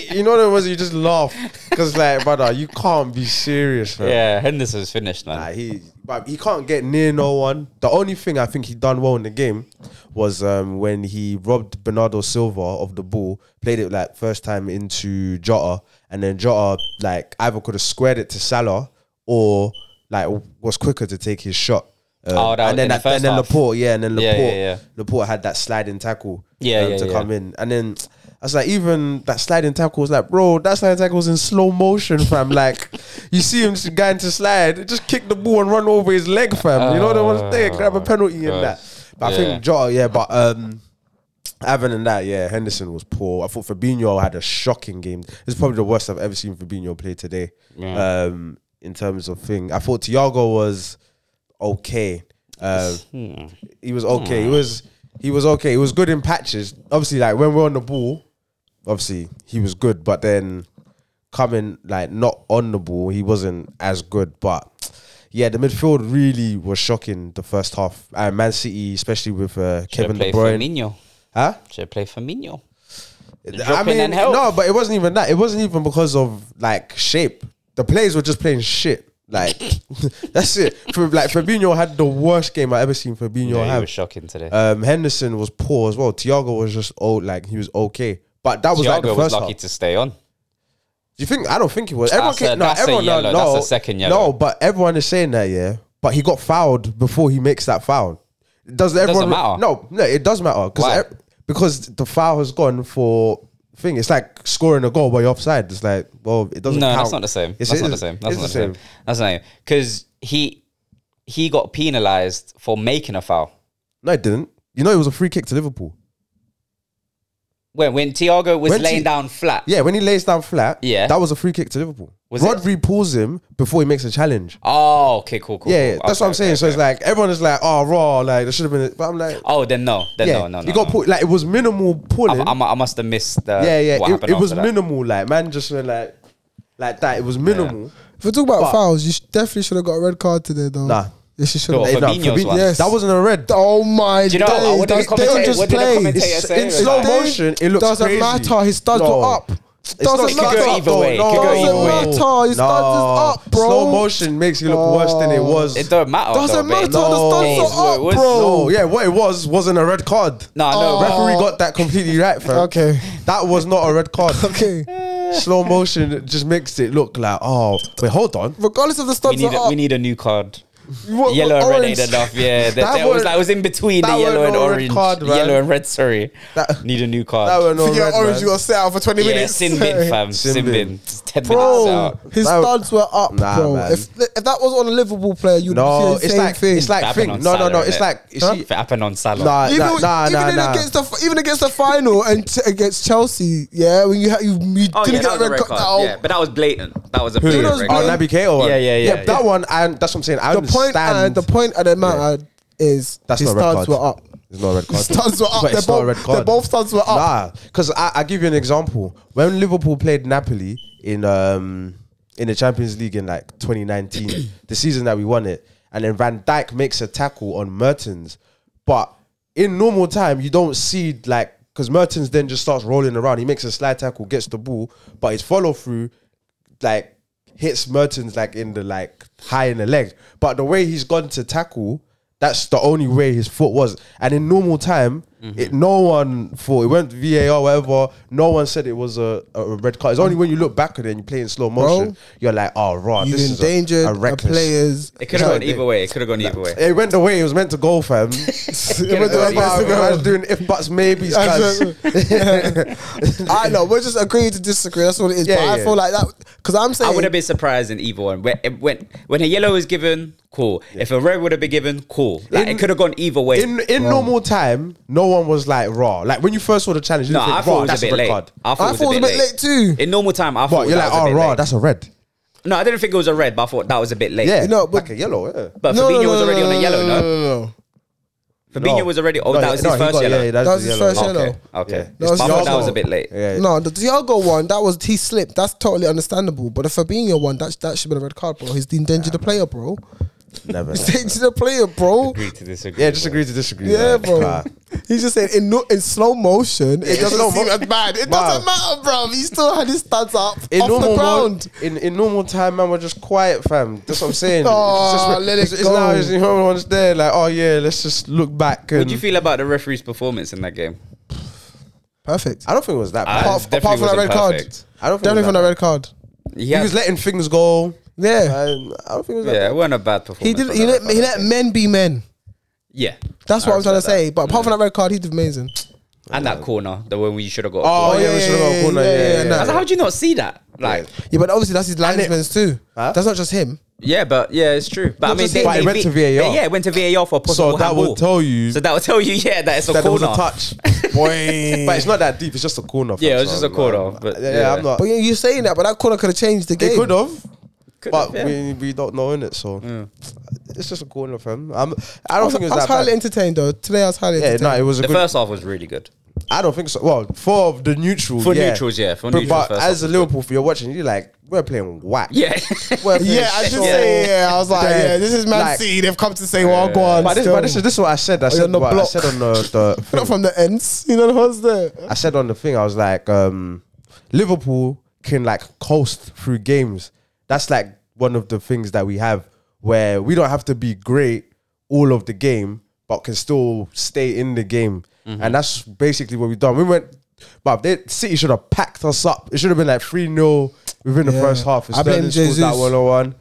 S3: you know what it was? You just laugh. Because, like, brother, you can't be serious, man.
S1: yeah, Henderson's finished, man.
S3: Like, he, but he can't get near no one. The only thing I think he done well in the game was um, when he robbed Bernardo Silva of the ball, played it like first time into Jota, and then Jota like either could have squared it to Salah or like was quicker to take his shot. Um,
S1: Oh, that was
S3: and then
S1: in the
S3: that-
S1: first
S3: and then
S1: half.
S3: Laporte, yeah, and then
S1: Yeah, yeah,
S3: Laporte,
S1: yeah.
S3: Laporte had that sliding tackle,
S1: Yeah, yeah,
S3: um, to
S1: yeah.
S3: come in, and then. I was like, even that sliding tackle was like, bro, that sliding tackle was in slow motion, fam. Like, you see him just going to slide, just kick the ball and run over his leg, fam. you know what I'm saying?
S1: Ah.
S3: Grab a penalty and
S1: gosh.
S3: that. But I
S1: Yeah.
S3: think Jota, yeah, but um, other than that, yeah, Henderson was poor. I thought Fabinho had a shocking game. It's probably the worst I've ever seen Fabinho play today. Um, in terms of thing, I thought Thiago was okay. Um,
S1: Hmm.
S3: he was okay. He was he was okay. He was good in patches. Obviously, like when we're on the ball, obviously he was good. But then coming like not on the ball, he wasn't as good. But yeah, the midfield really was shocking the first half. And Man City, especially with uh,
S1: Should
S3: Kevin
S1: play
S3: De Bruyne,
S1: Firmino.
S3: huh?
S1: Should play Firmino.
S3: I
S1: Drop in
S3: mean,
S1: and help.
S3: no, but it wasn't even that. It wasn't even because of like shape. The players were just playing shit. Like that's it. For like Fabinho had the worst game I ever seen Fabinho
S1: Yeah, he
S3: have.
S1: was shocking today.
S3: Um, Henderson was poor as well. Thiago was just old, like he was okay. But that was like the
S1: Thiago was
S3: first
S1: lucky
S3: half.
S1: to stay on.
S3: Do you think? I don't think he was. Everyone
S1: That's
S3: can,
S1: a-
S3: no,
S1: that's a
S3: everyone, no,
S1: yellow.
S3: no,
S1: That's a second
S3: No,
S1: yellow.
S3: but everyone is saying that, yeah. But he got fouled before he makes that foul. Does everyone?
S1: matter.
S3: No, no, it does matter 'cause
S1: Why?
S3: ev- because the foul has gone for thing. It's like scoring a goal by offside. It's like well, it doesn't.
S1: No,
S3: count.
S1: that's not the same.
S3: Yes,
S1: that's
S3: it
S1: not the
S3: is.
S1: same. That's
S3: It's
S1: not the same. That's not because he he got penalized for making a foul.
S3: No, it didn't. You know, it was a free kick to Liverpool.
S1: When when Thiago was
S3: When
S1: laying
S3: Thi-
S1: down flat.
S3: Yeah, when he lays down flat,
S1: Yeah.
S3: that was a free kick to Liverpool.
S1: Was it?
S3: Rodri pulls him before he makes a challenge.
S1: Oh, okay, cool, cool.
S3: Yeah, yeah,
S1: cool.
S3: that's
S1: Okay,
S3: what I'm saying.
S1: okay,
S3: So it's
S1: okay.
S3: like everyone is like, "Oh, raw," like there should have been. it. But I'm like,
S1: oh, then no, then
S3: yeah,
S1: no, no, no.
S3: you got
S1: no.
S3: pulled. Like it was minimal pulling.
S1: I, I, I must have missed. The,
S3: yeah, yeah,
S1: What
S3: it,
S1: happened
S3: it was
S1: after that.
S3: minimal. Like man, just went like, like that. It was minimal.
S2: If we talk about
S3: But-
S2: fouls, you sh- definitely should have got a red card today, though.
S3: Nah.
S2: Yeah, she should
S1: No,
S2: have.
S3: Hey, nah,
S1: Fabinho's one.
S2: Yes.
S3: That wasn't a red.
S2: Oh my
S1: Do you know what?
S2: days,
S1: What did the
S2: that's- they were
S1: commentator-
S2: just
S1: what did the
S2: playing.
S1: commentator
S2: It's-
S1: say?
S3: In slow
S1: Like,
S3: motion, it looks
S2: doesn't
S3: crazy.
S2: matter. His studs
S3: No.
S2: were up.
S3: It's
S2: Doesn't
S3: not- it could go
S2: matter.
S1: either way. It could go
S2: Doesn't
S1: either way.
S2: matter. His studs is up, bro.
S3: Slow motion makes you look worse than it
S2: Oh.
S3: was.
S1: It don't matter.
S2: Doesn't
S1: though,
S2: matter.
S1: babe.
S2: The
S1: It is
S2: studs
S1: what
S2: are
S1: it
S2: up,
S1: was.
S2: bro.
S3: No, yeah, what it was wasn't a red card.
S1: No, no.
S2: Oh.
S3: Referee got that completely right, fam.
S2: Okay.
S3: That was not a red card.
S2: Okay.
S3: Slow motion just makes it look like, oh, wait, hold on.
S2: Regardless of the
S1: We
S2: studs
S1: need
S2: are
S1: a,
S2: up.
S1: we need a new card.
S2: you want-
S1: Yellow and red
S2: orange.
S1: ain't enough. Yeah, that,
S3: That
S1: that was
S3: weren't-
S1: that was in between the
S3: that
S1: yellow
S3: weren't
S1: and
S3: no red
S1: orange.
S3: card, man.
S1: yellow and red. Sorry,
S3: That-
S1: need a new
S3: That
S1: card.
S3: was no
S2: Forget
S3: red,
S2: orange,
S3: man.
S2: you got set out for 20
S1: yeah,
S2: minutes.
S1: sin bin, fam.
S3: Sin
S1: Sin
S3: bin.
S1: bin. It's Ten minutes
S2: Bro,
S1: out.
S2: his
S3: That-
S2: studs were up,
S3: Nah,
S2: bro.
S3: man.
S2: If, if that was on a Liverpool player, you'd
S3: No,
S2: be saying
S3: it's
S2: same
S3: like
S2: thing.
S3: it's like
S1: That
S3: thing.
S1: happened
S3: No,
S1: on
S3: no, no.
S1: Saturday,
S3: It's
S1: innit?
S3: like you see,
S1: It happened on Salah.
S3: nah,
S2: even,
S3: nah, nah,
S2: even
S3: nah,
S2: in
S3: nah.
S2: against the even against the final and t- against Chelsea, yeah, when you ha- you, you
S1: Oh,
S2: didn't get a red card. out.
S1: Yeah, but that was blatant. That was a
S3: Who?
S1: blatant
S2: knows,
S1: red
S2: bro?
S1: card.
S3: Oh, Naby Keita one.
S1: Yeah, yeah, yeah,
S3: That
S1: yeah.
S3: one, and that's what I'm saying. I
S2: the point
S3: understand.
S2: and the point of the matter is
S3: That's
S2: his
S3: not a red
S2: studs
S3: card.
S2: were up.
S3: It's not a red card.
S2: His studs were up.
S3: But
S2: They're
S3: it's not a red
S2: both,
S3: card.
S2: they're both studs were up.
S3: Nah, because I I give you an example. When Liverpool played Napoli in um in the Champions League in like 2019, the season that we won it, and then Van Dijk makes a tackle on Mertens, but in normal time you don't see like because Mertens then just starts rolling around. He makes a slide tackle, gets the ball, but his follow through like hits Mertens like in the like high in the leg. But the way he's gone to tackle, that's the only way his foot was. And in normal time,
S1: Mm-hmm.
S3: it no one thought it went VAR whatever. No one said it was a, a a red card. It's only when you look back at it and you play in slow motion, you're like, oh, raw,
S2: You
S3: this is a-
S2: endangered
S3: a,
S2: a,
S3: reckless.
S2: player's.
S1: It could have gone either way. It could have gone either way.
S3: It went the way it was meant to go, fam.
S2: It went the way it was meant to go.
S3: I was doing if buts maybes. cuz.
S2: I know we're just agreeing to disagree. That's what it is.
S3: Yeah,
S2: but I
S3: yeah.
S2: feel like that because I'm saying
S1: I would have been surprised in either one. When when, when a yellow is given, cool. If a red would have been given, cool. Like
S3: In-
S1: it could have gone either way.
S3: In in normal time, no one was like raw. Like when you first saw the challenge, you
S1: no,
S3: didn't think,
S1: I
S3: raw,
S1: thought it was
S3: that's
S1: a bit
S3: red
S1: late.
S3: card.
S2: I thought it was a bit late too.
S1: In normal time, I thought
S3: But you're
S1: that
S3: like,
S1: was a
S3: oh,
S1: bit
S3: raw,
S1: late.
S3: that's a red.
S1: No, I didn't think it was a red, but I thought that was a bit late.
S3: Yeah,
S2: No, but-
S3: like a yellow. Yeah.
S1: But Fabinho was already on a yellow, no?
S2: no.
S1: Fabinho was already. Oh, that was his
S3: he
S1: first
S3: got-
S1: yellow.
S2: That
S3: Yeah, that's
S2: was his
S3: yellow.
S2: first
S3: Oh,
S2: yellow.
S1: okay, okay.
S3: Yeah.
S1: It's- I
S2: That was
S1: thought that
S2: Thiago.
S1: was a bit late.
S3: Yeah.
S2: No, the Thiago one that was he slipped. That's totally understandable. But the Fabinho one, that that should be a red card, bro. He's endangered the player, bro.
S3: Never.
S2: He's endangered the player, bro.
S1: Agree to disagree.
S3: yeah, just agree to disagree. uh,
S2: Yeah,
S3: man.
S2: bro.
S3: Nah.
S2: He's just saying in no, in slow motion, it
S3: Yeah,
S2: doesn't
S3: slow
S2: seem
S3: mo-
S2: as bad. It
S3: Wow.
S2: doesn't matter, bro. He still had his studs up
S3: In
S2: off
S3: normal
S2: the
S3: mo-
S2: ground.
S3: in, in normal time, man, we're just quiet, fam. That's what I'm saying.
S2: Aw,
S3: it's
S2: let it
S3: it's, it's
S2: go.
S3: now it's, everyone's there, like, oh yeah, let's just look back. And
S1: What do you feel about the referee's performance in that game?
S2: Perfect.
S3: I don't think it was that bad.
S1: I-
S2: Apart,
S1: It
S2: apart
S1: definitely
S2: from that
S1: wasn't
S2: red card,
S1: perfect.
S3: I don't think
S2: definitely
S3: it was
S2: from
S3: that
S2: that red card.
S1: Yeah,
S3: he was letting things go.
S2: Yeah,
S3: Um, I don't think it was that
S1: yeah,
S3: bad.
S1: it wasn't a bad performance.
S2: he did.
S1: on
S2: He
S1: the
S2: let
S1: record,
S2: he
S1: I
S2: let
S1: think.
S2: men be men.
S1: Yeah,
S2: That's
S1: I
S2: what I'm trying to
S1: respect that.
S2: say. But apart from that red card, he did amazing.
S1: And that corner, the one where you should have got. a
S3: Oh,
S1: corner.
S3: yeah, we should have got a corner. Yeah, yeah,
S1: I was
S2: nah.
S1: like, how do you not see that? Like,
S2: Yeah, but obviously that's his linesman's too.
S3: Huh?
S2: That's not just him.
S1: yeah, but yeah, it's true. But I
S2: Not
S1: mean,
S2: just it, but
S3: it went to
S1: they-
S3: VAR.
S1: Yeah, it went to VAR for a possible
S3: So that
S1: handball.
S3: would tell you
S1: So that would tell you, yeah, that it's a
S3: that there was
S1: corner.
S3: a touch. but it's not that deep. It's just a corner. fam,
S1: Yeah, it was
S3: so,
S1: just a
S3: man.
S1: corner, but
S3: yeah,
S1: yeah.
S3: I'm not.
S2: But you- you're saying that, but that corner could have changed the game.
S3: They could have,
S1: Could
S3: but
S1: have, yeah.
S3: we, we don't know in it, so it's just a corner, fam. I'm,
S2: I
S3: I don't
S2: was,
S3: think it
S2: I was
S3: was that
S2: highly
S3: bad.
S2: entertained though. Today I was highly
S3: Yeah,
S2: entertained.
S3: no, it was a
S1: the
S3: good.
S1: first half was really good.
S3: I don't think so. Well, for the neutral,
S1: For
S3: yeah.
S1: neutrals, yeah, for
S3: but,
S1: neutrals,
S3: but
S1: first
S3: as a Liverpool, fan, you're watching, you're like, we're playing whack.
S1: Yeah.
S3: We're playing
S2: yeah, I should
S3: so-
S2: say. Yeah, I was like,
S3: Yeah.
S2: yeah, this is Man
S3: Like-
S2: City. They've come to say, well, go on.
S3: But this,
S2: still. Oh,
S3: but this is this is what I said. I
S2: you're
S3: said,
S2: on the
S3: what I
S2: block.
S3: said on the, the
S2: not from the ends. You know what's there?
S3: I said on the thing, I was like, um, Liverpool can like coast through games. That's like one of the things that we have where we don't have to be great all of the game, but can still stay in the game. And that's basically what we've done. We went, but they, City should have packed us up. It should have been like 3 0 within the
S2: Yeah.
S3: first half.
S2: I blame
S3: Sterling scored that
S2: Jesus.
S3: 101.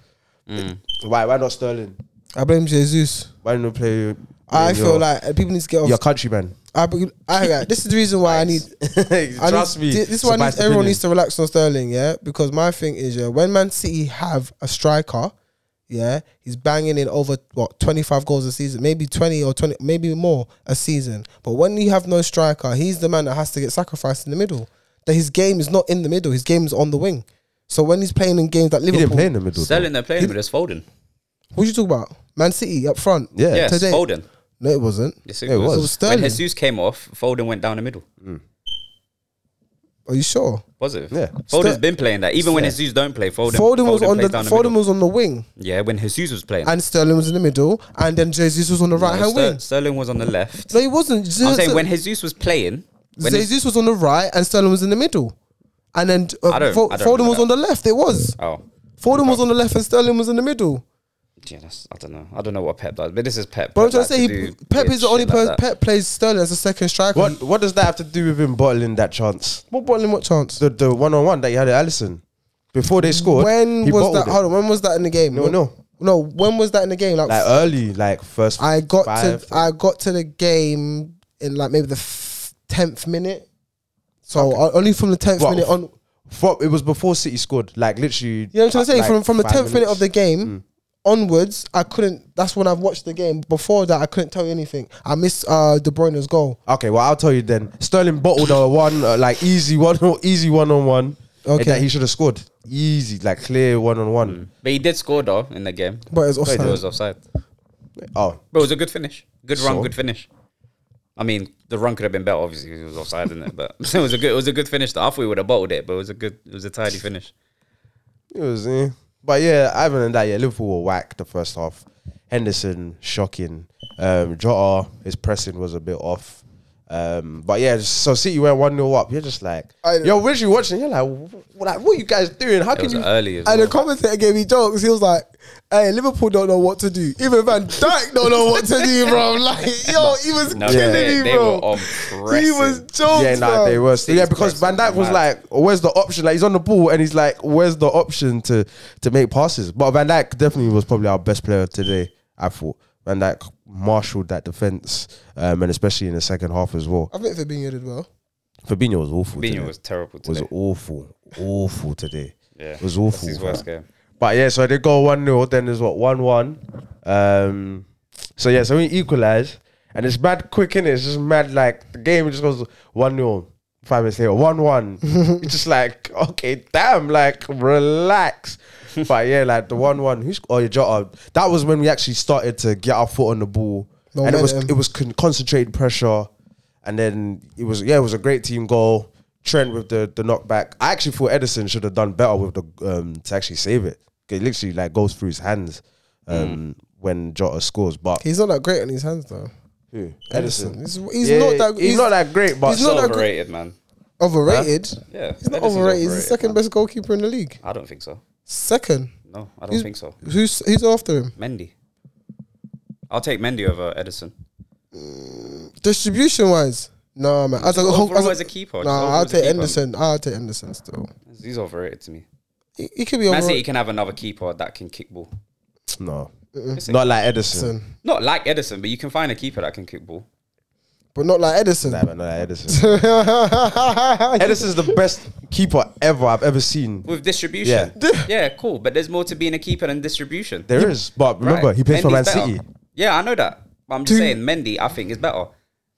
S3: Why, why not Sterling?
S2: I blame Jesus.
S3: Why didn't we play?
S2: I
S3: your-
S2: feel like uh, people need to get off.
S3: your countryman.
S2: I, be- I, I- this is the reason why I need. I
S3: Trust
S2: need,
S3: me.
S2: thi- This is
S3: it's
S2: why I
S3: a
S2: need,
S3: biased
S2: everyone
S3: opinion.
S2: needs to relax on Sterling, yeah. Because my thing is, yeah, when Man City have a striker, yeah, he's banging in over what twenty five goals a season, maybe twenty or twenty, maybe more a season. But when you have no striker, he's the man that has to get sacrificed in the middle. That his game is not in the middle; his game is on the wing. So when he's playing in games that
S3: He
S2: Liverpool,
S3: didn't play in the middle.
S1: Sterling, they're playing with us folding.
S2: what you talk about? Man City up front,
S3: Yeah.
S1: Yes,
S2: Today-
S1: Foden.
S2: No, it wasn't.
S1: Yes,
S3: Yeah, it was.
S2: It was Sterling.
S1: When Jesus came off, Foden went down the middle.
S2: Are you sure?
S1: Positive.
S3: Yeah.
S1: Foden's
S2: Ster-
S1: been playing that. Even when Jesus don't play, Foden.
S2: Foden, was on the,
S1: plays down
S2: Foden
S1: middle.
S2: was on the wing,
S1: Yeah, when Jesus was playing.
S2: and Sterling was in the middle, and then Jesus was on the
S1: No,
S2: right hand
S1: Ster-
S2: wing.
S1: Sterling was on the left.
S2: No, he wasn't.
S1: I'm saying when Jesus was playing, when his-
S2: Jesus was on the right and Sterling was in the middle, and then uh,
S1: I don't-
S2: Fo-
S1: I don't
S2: Foden
S1: remember
S2: was
S1: that.
S2: on the left. It was
S1: oh.
S2: Foden was on the left and Sterling was in the middle.
S1: Yeah, that's, I don't know. I don't know what Pep does, but this is Pep.
S2: But I'm
S1: Pep
S2: trying
S1: likes
S2: to say,
S1: to
S2: he,
S1: do
S2: Pep
S1: weird
S2: is the only
S1: shit like
S2: person.
S1: that.
S2: Pep plays Sterling as a second striker.
S3: What What does that have to do with him bottling that chance?
S2: What bottling? What chance?
S3: The the one on one that you had at Allison before they scored.
S2: When
S3: he
S2: was
S3: bottled
S2: that? Hold on. When was that in the game?
S3: No,
S2: When-
S3: no.
S2: no. When was that in the game? Like,
S3: Like early, like first.
S2: I got
S3: five.
S2: to I got to the game in like maybe the f- tenth minute. So o- only from the tenth
S3: Well,
S2: minute on.
S3: Fro- it was before City scored. Like literally.
S2: You know what I'm trying to say?
S3: like,
S2: from from the
S3: five
S2: tenth minute of
S3: minutes. Mm.
S2: the game onwards, I couldn't. That's when I've watched the game. Before that, I couldn't tell you anything. I missed uh, De Bruyne's goal.
S3: Okay, well I'll tell you then. Sterling bottled a one, uh, like easy one, easy one on one.
S2: Okay.
S3: Okay, that he should have scored. Easy, like clear one on one.
S1: But he did score though in the game.
S2: But it was
S1: It
S2: offside.
S1: was offside.
S3: Oh,
S1: But it was a good finish. Good run,
S3: So?
S1: good finish. I mean, the run could have been better, obviously, 'cause it was offside, didn't it? But it was a good, it was a good finish. though. I thought we would have bottled it, but it was a good, it was a tidy finish.
S3: It was, eh. But yeah, other than that, yeah, Liverpool were whack the first half. Henderson, shocking. Um, Jota, his pressing was a bit off. Um, but yeah, so City went 1 0 up. You're just like,
S2: I-
S3: you're literally watching. You're like, "Wh- like, what are you guys doing? How
S1: It
S3: can
S1: was
S3: you?
S1: early as
S2: And the
S1: well.
S2: commentator gave me jokes. He was like, "Hey, Liverpool don't know what to do. Even Van Dijk don't know what to do, bro. I'm Like, yo, he was
S1: No,
S2: killing
S1: they-
S2: me,
S1: they
S2: bro.
S1: were on
S2: he was
S1: pressing.
S2: jokes,
S3: yeah, nah,
S2: bro.
S3: they were.
S1: City's
S3: yeah, because Van
S1: pressing
S3: Dijk was
S1: mad.
S3: like, where's the option? Like, he's on the ball and he's like, where's the option to to make passes? But Van Dijk definitely was probably our best player today, I thought. Van Dijk marshaled that defense, um, and especially in the second half as well.
S2: I think Fabinho did well.
S3: Fabinho was awful. today.
S1: Fabinho was terrible
S3: was
S1: today.
S3: awful, awful today.
S1: Yeah,
S3: was awful.
S1: That's his
S3: fam.
S1: worst game.
S3: But yeah, so they go one 0 Then there's what one one. Um, so yeah, so we equalize, and it's mad quick in it. It's just mad like the game just goes one 0 Five minutes later, one one. it's just like okay, damn, like relax. but yeah, like the one one. Who's oh Jota? That was when we actually started to get our foot on the ball, and it was
S2: Momentum.
S3: it was con- concentrated pressure, and then it was yeah, it was a great team goal. Trent with the the knockback. I actually thought Edison should have done better with the um to actually save it. It literally like goes through his hands um when Jota scores, but
S2: He's not that great on his hands though.
S3: who?
S2: Edison,
S3: Edison.
S2: he's, he's
S3: Yeah,
S2: not that.
S3: he's, not that great, but
S2: he's
S1: So
S2: not that good.
S1: overrated, man.
S2: overrated.
S1: Yeah,
S2: He's not overrated. He's the second best goalkeeper in the league.
S1: I don't think so.
S2: Second.
S1: No, I don't
S2: He's-
S1: think so.
S2: Who's who's after him?
S1: Mendy. I'll take Mendy over Edison.
S2: Distribution wise, no man. As a, whole,
S1: Overall
S2: as a,
S1: as a keeper, just
S2: nah,
S1: overall
S2: I'll
S1: as a
S2: take
S1: keeper.
S2: Henderson. I'll take Henderson still.
S1: He's overrated to me.
S2: He, he could be
S1: Man City
S2: overrated.
S1: can have another keeper that can kick ball.
S3: no,
S1: Listen,
S3: not like Edison.
S1: Not like Edison, but you can find a keeper that can kick ball.
S2: but not like Edison.
S3: Nah, but not like Edison. Edison's the best keeper ever I've ever seen.
S1: With distribution. Yeah. cool. But there's more to being a keeper than distribution.
S3: There is, but remember
S1: Right.
S3: he plays for Man
S1: Mendy's better.
S3: City.
S1: Yeah, I know that. But I'm just
S2: Two-
S1: saying, Mendy, I think, is better.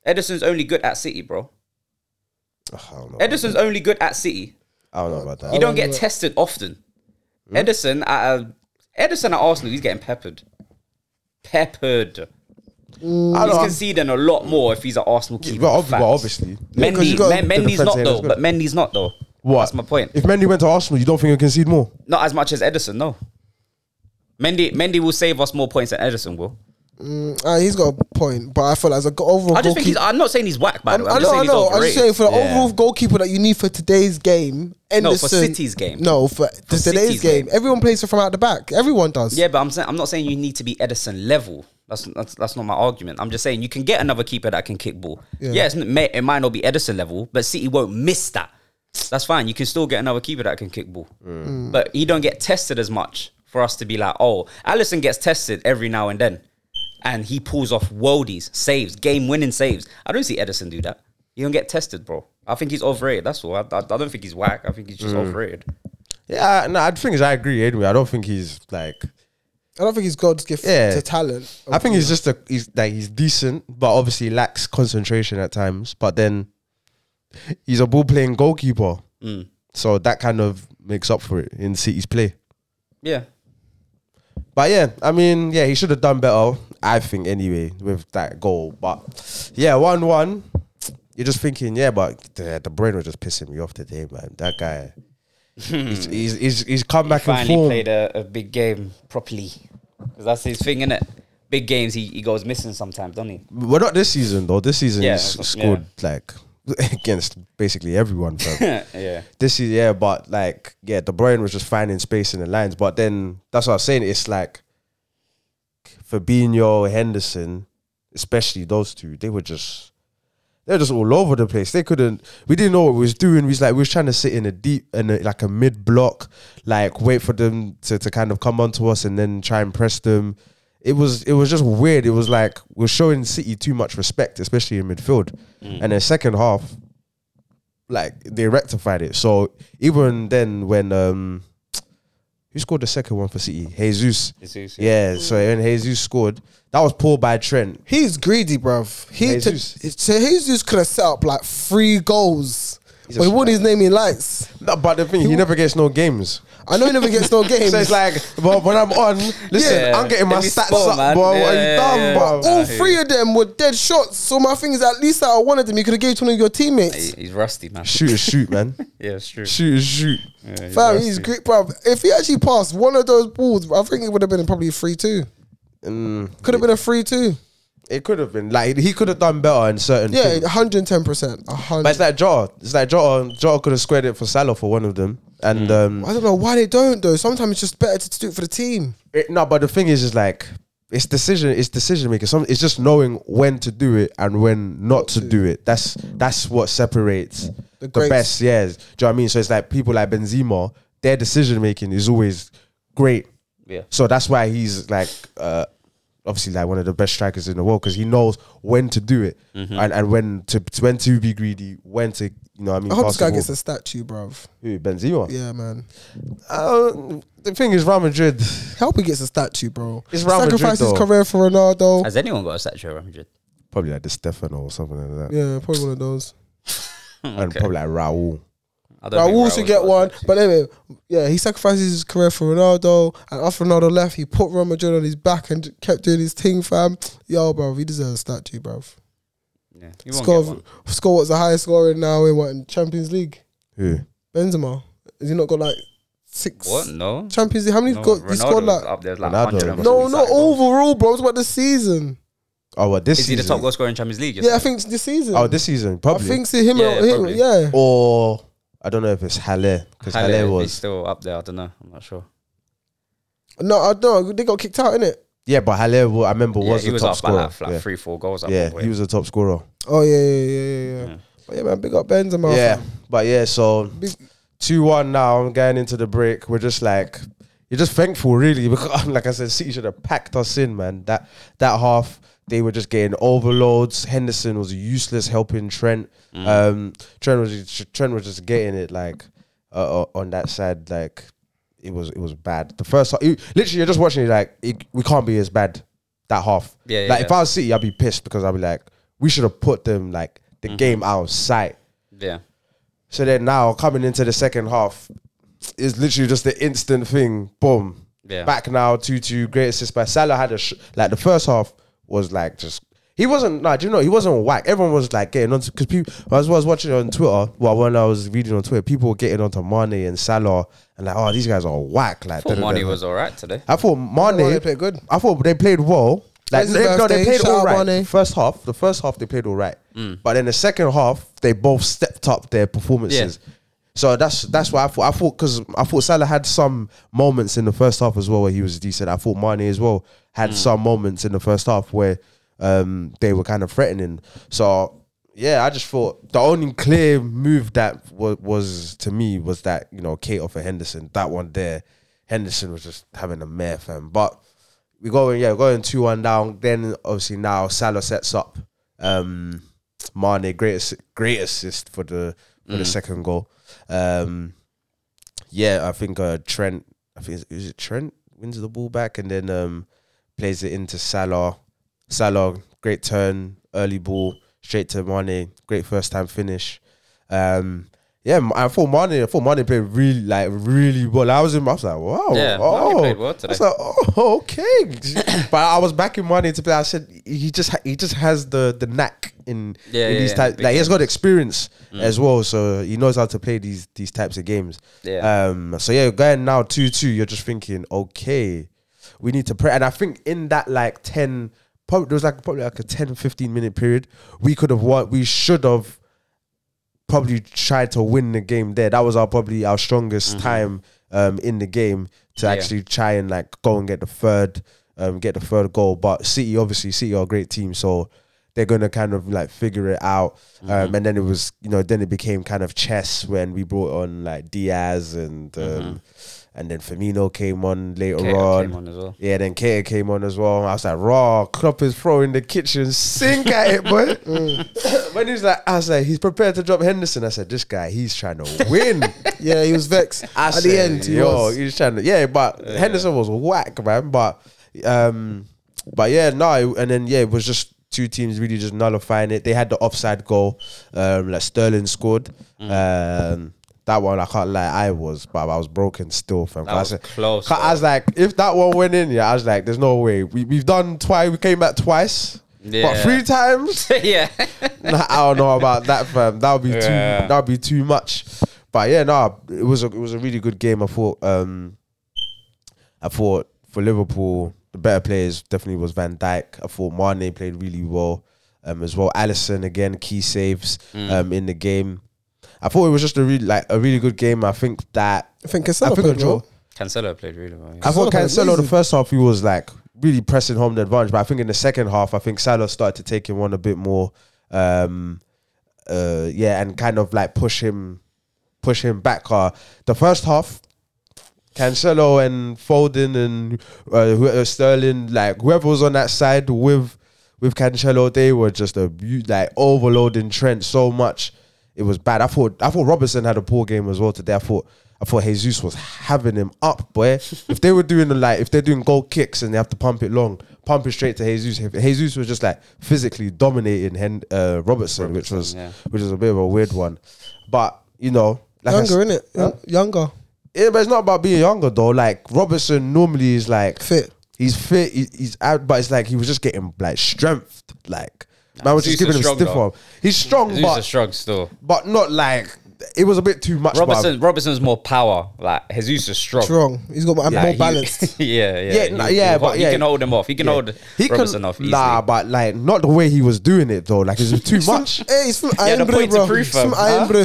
S1: Edison's only good at City, bro.
S3: Ugh, I don't know.
S1: Edison's only good at City.
S3: I don't know about that.
S1: You don't get tested often.
S3: Hmm?
S1: Edison at uh, Edison at Arsenal, he's getting peppered. Peppered.
S3: I
S1: He's
S3: don't.
S1: conceding a lot more if he's an Arsenal keeper.
S3: Well, obvi- well,
S1: Facts.
S3: obviously.
S2: Yeah, 'cause
S1: Mendy,
S2: you got-
S1: Men-
S3: the
S1: Mendy's
S3: defense
S1: not
S3: ain't as
S1: though,
S3: good.
S1: but Mendy's not though.
S3: What?
S1: That's my point.
S3: If Mendy went to Arsenal, you don't think he'll concede more?
S1: Not as much as Edison, no. Mendy, Mendy will save us more points than Edison will.
S2: Mm, ah, he's got a point, but I feel like as a go- overall
S1: I just think he's.
S2: goalkeeper,
S1: I'm not saying he's whack, by the
S2: I'm,
S1: way.
S2: I
S1: I'm just
S2: know,
S1: saying
S2: I
S1: he's
S2: know. I'm just
S1: overrated.
S2: saying for the
S3: Yeah.
S2: overall goalkeeper that you need for today's game,
S1: No, for
S2: Henderson.
S1: City's game.
S2: No, for t-
S1: City's
S2: today's game.
S1: game.
S2: Everyone plays from out the back. Everyone does.
S1: Yeah, but I'm saying I'm not saying you need to be Edison level. That's that's, that's not my argument. I'm just saying you can get another keeper that can kick ball.
S2: Yeah.
S1: Yeah, it's, n- may- it might not be Edison level, but City won't miss that. That's fine. You can still get another keeper that can kick ball, but he don't get tested as much for us to be like, oh, Allison gets tested every now and then, and he pulls off worldies, saves, game winning saves. I don't see Edison do that. He don't get tested, bro. I think he's overrated. That's all. I, I, I don't think he's whack. I think he's just overrated.
S3: Yeah, no, I think I agree. Anyway, I don't think he's like.
S2: I don't think he's God's gift
S3: Yeah.
S2: to talent.
S3: I think he's just a he's like he's decent, but obviously lacks concentration at times. But then he's a ball playing goalkeeper,
S1: Mm.
S3: so that kind of makes up for it in City's play.
S1: Yeah,
S3: But yeah, I mean, yeah, he should have done better, I think, anyway, with that goal. But yeah, one one. You're just thinking, yeah, but the, the brain was just pissing me off today, man. That guy, he's, he's, he's he's come back in
S1: finally
S3: form.
S1: played a, a big game properly. Because that's his thing, innit? Big games, he, he goes missing sometimes, don't he?
S3: Well, not this season though. This season
S1: Yeah,
S3: he's
S1: that's-
S3: scored like against basically everyone. Fam.
S1: yeah.
S3: this is yeah, but like yeah, De Bruyne was just finding space in the lines. But then that's what I was saying. It's like Fabinho, Henderson, especially those two. They were just they're just all over the place. They couldn't. We didn't know what we was doing. We was like we was trying to sit in a deep in a, like a mid block, like wait for them to to kind of come onto us and then try and press them. It was it was just weird. It was like we're showing City too much respect, especially in midfield. And the second half, like they rectified it. So even then, when um, who scored the second one for City? Jesus.
S1: Jesus,
S3: Yeah. So when Jesus scored, that was poor by Trent.
S2: He's greedy, bruv. He to,
S3: Jesus.
S2: to Jesus could have set up like three goals,
S3: He's a
S2: but he won his name in lights.
S3: No, but the thing, he never gets no games.
S2: I know he never gets no games.
S3: So it's like, well, when I'm on, listen,
S1: Yeah.
S3: I'm getting my
S1: Let me
S3: stats
S1: score,
S3: up,
S1: man.
S3: bro. What
S1: Yeah,
S3: are you
S1: yeah,
S3: dumb,
S1: yeah.
S3: bro?
S1: Oh,
S2: all three of them were dead shots. So my thing is, at least out of one of them, you could have gave it to one of your teammates.
S1: He- He's rusty, man.
S3: Shoot is shoot, man.
S1: Yeah, it's true.
S3: Shoot is shoot.
S1: Yeah, he's
S2: Fam,
S1: rusty.
S2: he's great, bruv. If he actually passed one of those balls, I think it would have been probably three two.
S3: Mm,
S2: Could have been a three two.
S3: it could have been like he could have done better in certain.
S2: Yeah,
S3: things.
S2: one hundred and ten percent.
S3: but it's like Jota. It's like Jota. Jota could have squared it for Salah for one of them, and
S1: Mm.
S3: um,
S2: I don't know why they don't though. Sometimes it's just better to do it for the team.
S3: It- no, but the thing is, is like it's decision, it's decision making. Some it's just knowing when to do it and when not to do it. That's that's what separates the,
S2: greats.
S3: best. Yes, do you know what I mean? So it's like people like Benzema, their decision making is always great.
S1: Yeah.
S3: So that's why he's like, uh, obviously, like one of the best strikers in the world because he knows when to do it and, and when to when to be greedy, when to you know what I mean.
S2: I hope
S3: pass
S2: this guy
S3: the
S2: gets
S3: ball.
S2: a statue, bruv.
S3: Who, Benzema.
S2: Yeah, man.
S3: Uh, the thing is, Real Madrid.
S2: I hope he gets a statue, bro.
S3: It's Real Madrid,
S2: Sacrifice his
S3: though.
S2: career for Ronaldo.
S1: Has anyone got a statue of Real Madrid?
S3: Probably like the Stefano or something like that.
S2: Yeah, probably one of those.
S3: and probably like Raul.
S1: Hmm, I don't think
S2: Raul should
S1: Raul's
S2: get
S1: got a
S2: one,
S1: statue.
S2: but anyway, yeah, he sacrifices his career for Ronaldo, and after Ronaldo left, he put Real Madrid on his back and j- kept doing his thing, fam. Yo, bro, he deserves a statue, bro.
S1: yeah, he won't get
S2: Score,
S1: one.
S2: score what's the highest scorer now in what in Champions League?
S3: Who?
S2: Benzema. Has he not got like six?
S1: What? No.
S2: Champions League? How many
S1: no
S2: got? He scored
S1: Ronaldo's
S2: like.
S1: up there, like
S3: Ronaldo.
S1: 100 and
S2: No,
S1: something
S2: not
S1: goals.
S2: overall, bro. It's about the season.
S3: Oh, well, this
S1: Is he
S3: season.
S1: the top goal scorer in Champions League? you're
S2: Yeah, I
S1: saying?
S2: think it's this season.
S3: Oh, this season
S2: I
S3: probably.
S2: think it's him.
S1: Yeah,
S2: or him,
S1: probably.
S2: yeah.
S3: or I don't know if it's Halle because
S1: Haller,
S3: Halle,
S1: if he's
S3: was.
S1: still up there. I don't know. I'm not sure.
S2: No, I don't. They got kicked out, innit?
S3: Yeah, but Halle wa- I remember
S1: Yeah,
S3: was
S1: he
S3: the
S1: was
S3: top
S1: up by
S3: scorer.
S1: like, like three, four goals. Up
S3: yeah,
S1: one
S3: yeah
S1: way.
S3: he was the top scorer.
S2: Oh yeah, yeah, yeah, yeah. yeah.
S1: Yeah.
S2: But yeah, man, big up Benzema.
S3: Yeah,
S2: fam.
S3: but yeah, so
S2: Big-
S3: two one now. I'm going into the break. We're just like you're just thankful, really, because like I said, City should have packed us in, man. That that half they were just getting overloads. Henderson was useless helping Trent.
S1: Mm.
S3: Um, Trent was just- Trent was just getting it like uh, uh, on that side, like it was it was bad. The first half, you- literally, you're just watching it like it, we can't be as bad that half.
S1: Yeah, yeah,
S3: like if
S1: yeah.
S3: I was City, I'd be pissed because I'd be like, we should have put them like the
S1: Mm-hmm.
S3: game out of sight.
S1: yeah.
S3: So then now coming into the second half is literally just the instant thing. Boom.
S1: Yeah.
S3: Back now, two two. Great assist by Salah. Had a sh- like the first half was like just he wasn't like do you know he wasn't whack. Everyone was like getting onto because people as well as watching it on Twitter. Well, when I was reading on Twitter, people were getting onto Mane and Salah and like oh these guys are whack. Like
S1: Thought
S3: da-da-da-da.
S1: Mane was all right today.
S3: I thought Mane.
S2: Mane played good.
S3: I thought they played well. Like
S2: His
S3: they, no,
S2: birthday,
S3: they played
S2: shout
S3: all
S2: out
S3: right.
S2: Barney.
S3: First half, the first half they played all right, but then the second half they both stepped up their performances. So that's that's what I thought. I thought because I thought Salah had some moments in the first half as well where he was decent. I thought Mane as well had some moments in the first half where um, they were kind of threatening. So yeah, I just thought the only clear move that was, was to me was that you know Kate for Henderson that one there. Henderson was just having a mare, fam. But we going yeah, we're going two one down. Then obviously now Salah sets up um Mane greatest great assist for the for
S1: Mm.
S3: the second goal. Um yeah, I think uh Trent I think is, is it Trent wins the ball back and then um plays it into Salah. Salah, great turn, early ball, straight to Mane, great first time finish. Um yeah, I thought Mane, I thought Mane played really like really well. I was in I was like, wow.
S1: Yeah, Mane
S3: oh.
S1: played well today.
S3: I was like, oh, okay. but I was backing Mane to play. I said he just ha- he just has the the knack in,
S1: Yeah,
S3: in
S1: yeah,
S3: these
S1: yeah, Mm.
S3: types.
S1: big
S3: Like he has got experience as well, so he knows how to play these these types of games.
S1: Yeah.
S3: Um. So yeah, going now two two. You're just thinking, okay, we need to pray. And I think in that like ten, probably there was like probably like a 10, 15 minute period. We could have won. We should have probably tried to win the game there. That was our probably our strongest time um, in the game to
S1: Mm-hmm. Yeah.
S3: actually try and like go and get the third, um, get the third goal. But City, obviously, City are a great team, so they're gonna kind of like figure it out.
S2: Mm-hmm.
S3: Um, and then it was, you know, then it became kind of chess when we brought on like Diaz and um,
S2: Mm-hmm.
S3: and then Firmino came on later
S1: Keita
S3: on.
S1: came on as well.
S3: Yeah, then Keita came on as well. I was like, raw, Klopp is throwing the kitchen sink at it, boy.
S2: Mm.
S3: when he's like, I was like, he's prepared to drop Henderson. I said, this guy, he's trying to win.
S2: Yeah, he was vexed
S3: I
S2: at the
S3: said,
S2: end. He
S3: yo,
S2: was.
S3: he's trying to, yeah, but Henderson was whack, man. But, um, but yeah, no, and then yeah, it was just two teams really just nullifying it. They had the offside goal, um, like Sterling scored.
S1: Mm.
S3: Um, that one, I can't lie, I was, but I was broken still, fam.
S1: That
S3: I
S1: was
S3: said-
S1: close,
S3: I was like, if that one went in, yeah, I was like, there's no way. We, we've done twice, we came back twice, but
S1: Yeah.
S3: three times.
S1: yeah.
S3: Nah, I don't know about that, fam. That would be
S1: Yeah.
S3: too. That would be too much. But yeah, no, it was a it was a really good game. I thought. Um, I thought for Liverpool, the better players definitely was Van Dijk. I thought Mane played really well, um, as well. Allison again, key saves, um, in the game. I thought it was just a really like a really good game. I think that
S2: I think
S3: I
S2: Cancelo
S3: think a
S2: played
S3: draw.
S2: well.
S1: Cancelo played really well.
S3: I thought
S2: Cancelo played
S3: Cancelo the
S2: amazing.
S3: first half he was like really pressing home the advantage, but I think in the second half I think Salah started to take him on a bit more. Um, uh, yeah, and kind of like push him, push him back. Uh, the first half, Cancelo and Foden and uh, who- uh, Sterling, like whoever was on that side with with Cancelo, they were just a like overloading Trent so much. It was bad. I thought I thought Robertson had a poor game as well today. I thought I thought Jesus was having him up, boy. if they were doing the like if they're doing goal kicks and they have to pump it long, pump it straight to Jesus. If Jesus was just like physically dominating Hen- uh, Robertson, which was
S1: yeah.
S3: which was a bit of a weird one. But you know, like I s-
S2: Younger, innit?
S3: Huh?
S2: Younger.
S3: yeah, but it's not about being younger though. Like Robertson normally is like
S2: Fit.
S3: He's fit. He, he's out, but it's like he was just getting like strength. Like man was just
S1: Jesus
S3: giving him
S1: strong,
S3: stiff
S1: though.
S3: arm. He's strong,
S1: He's a
S3: but
S1: strong still.
S3: but not like it was a bit too much. bruv.
S1: Robertson, Robertson's more power. Like Jesus is strong.
S2: Strong. He's got more,
S1: Like,
S2: more
S1: he-
S2: balanced.
S1: yeah, yeah,
S3: Yeah,
S1: He-
S3: nah,
S1: he
S3: yeah,
S1: can
S3: but
S1: hold- he
S3: yeah.
S1: can hold him off. He can
S3: Yeah.
S1: hold
S3: He can-
S1: Robertson off. Easily.
S3: Nah, but like not the way he was doing it though. Like it was too much.
S2: Hey, he's from
S1: had a
S2: Iron Brew,
S1: point to
S2: bro.
S1: prove,
S2: He's from
S1: fam.
S2: Iron Brew.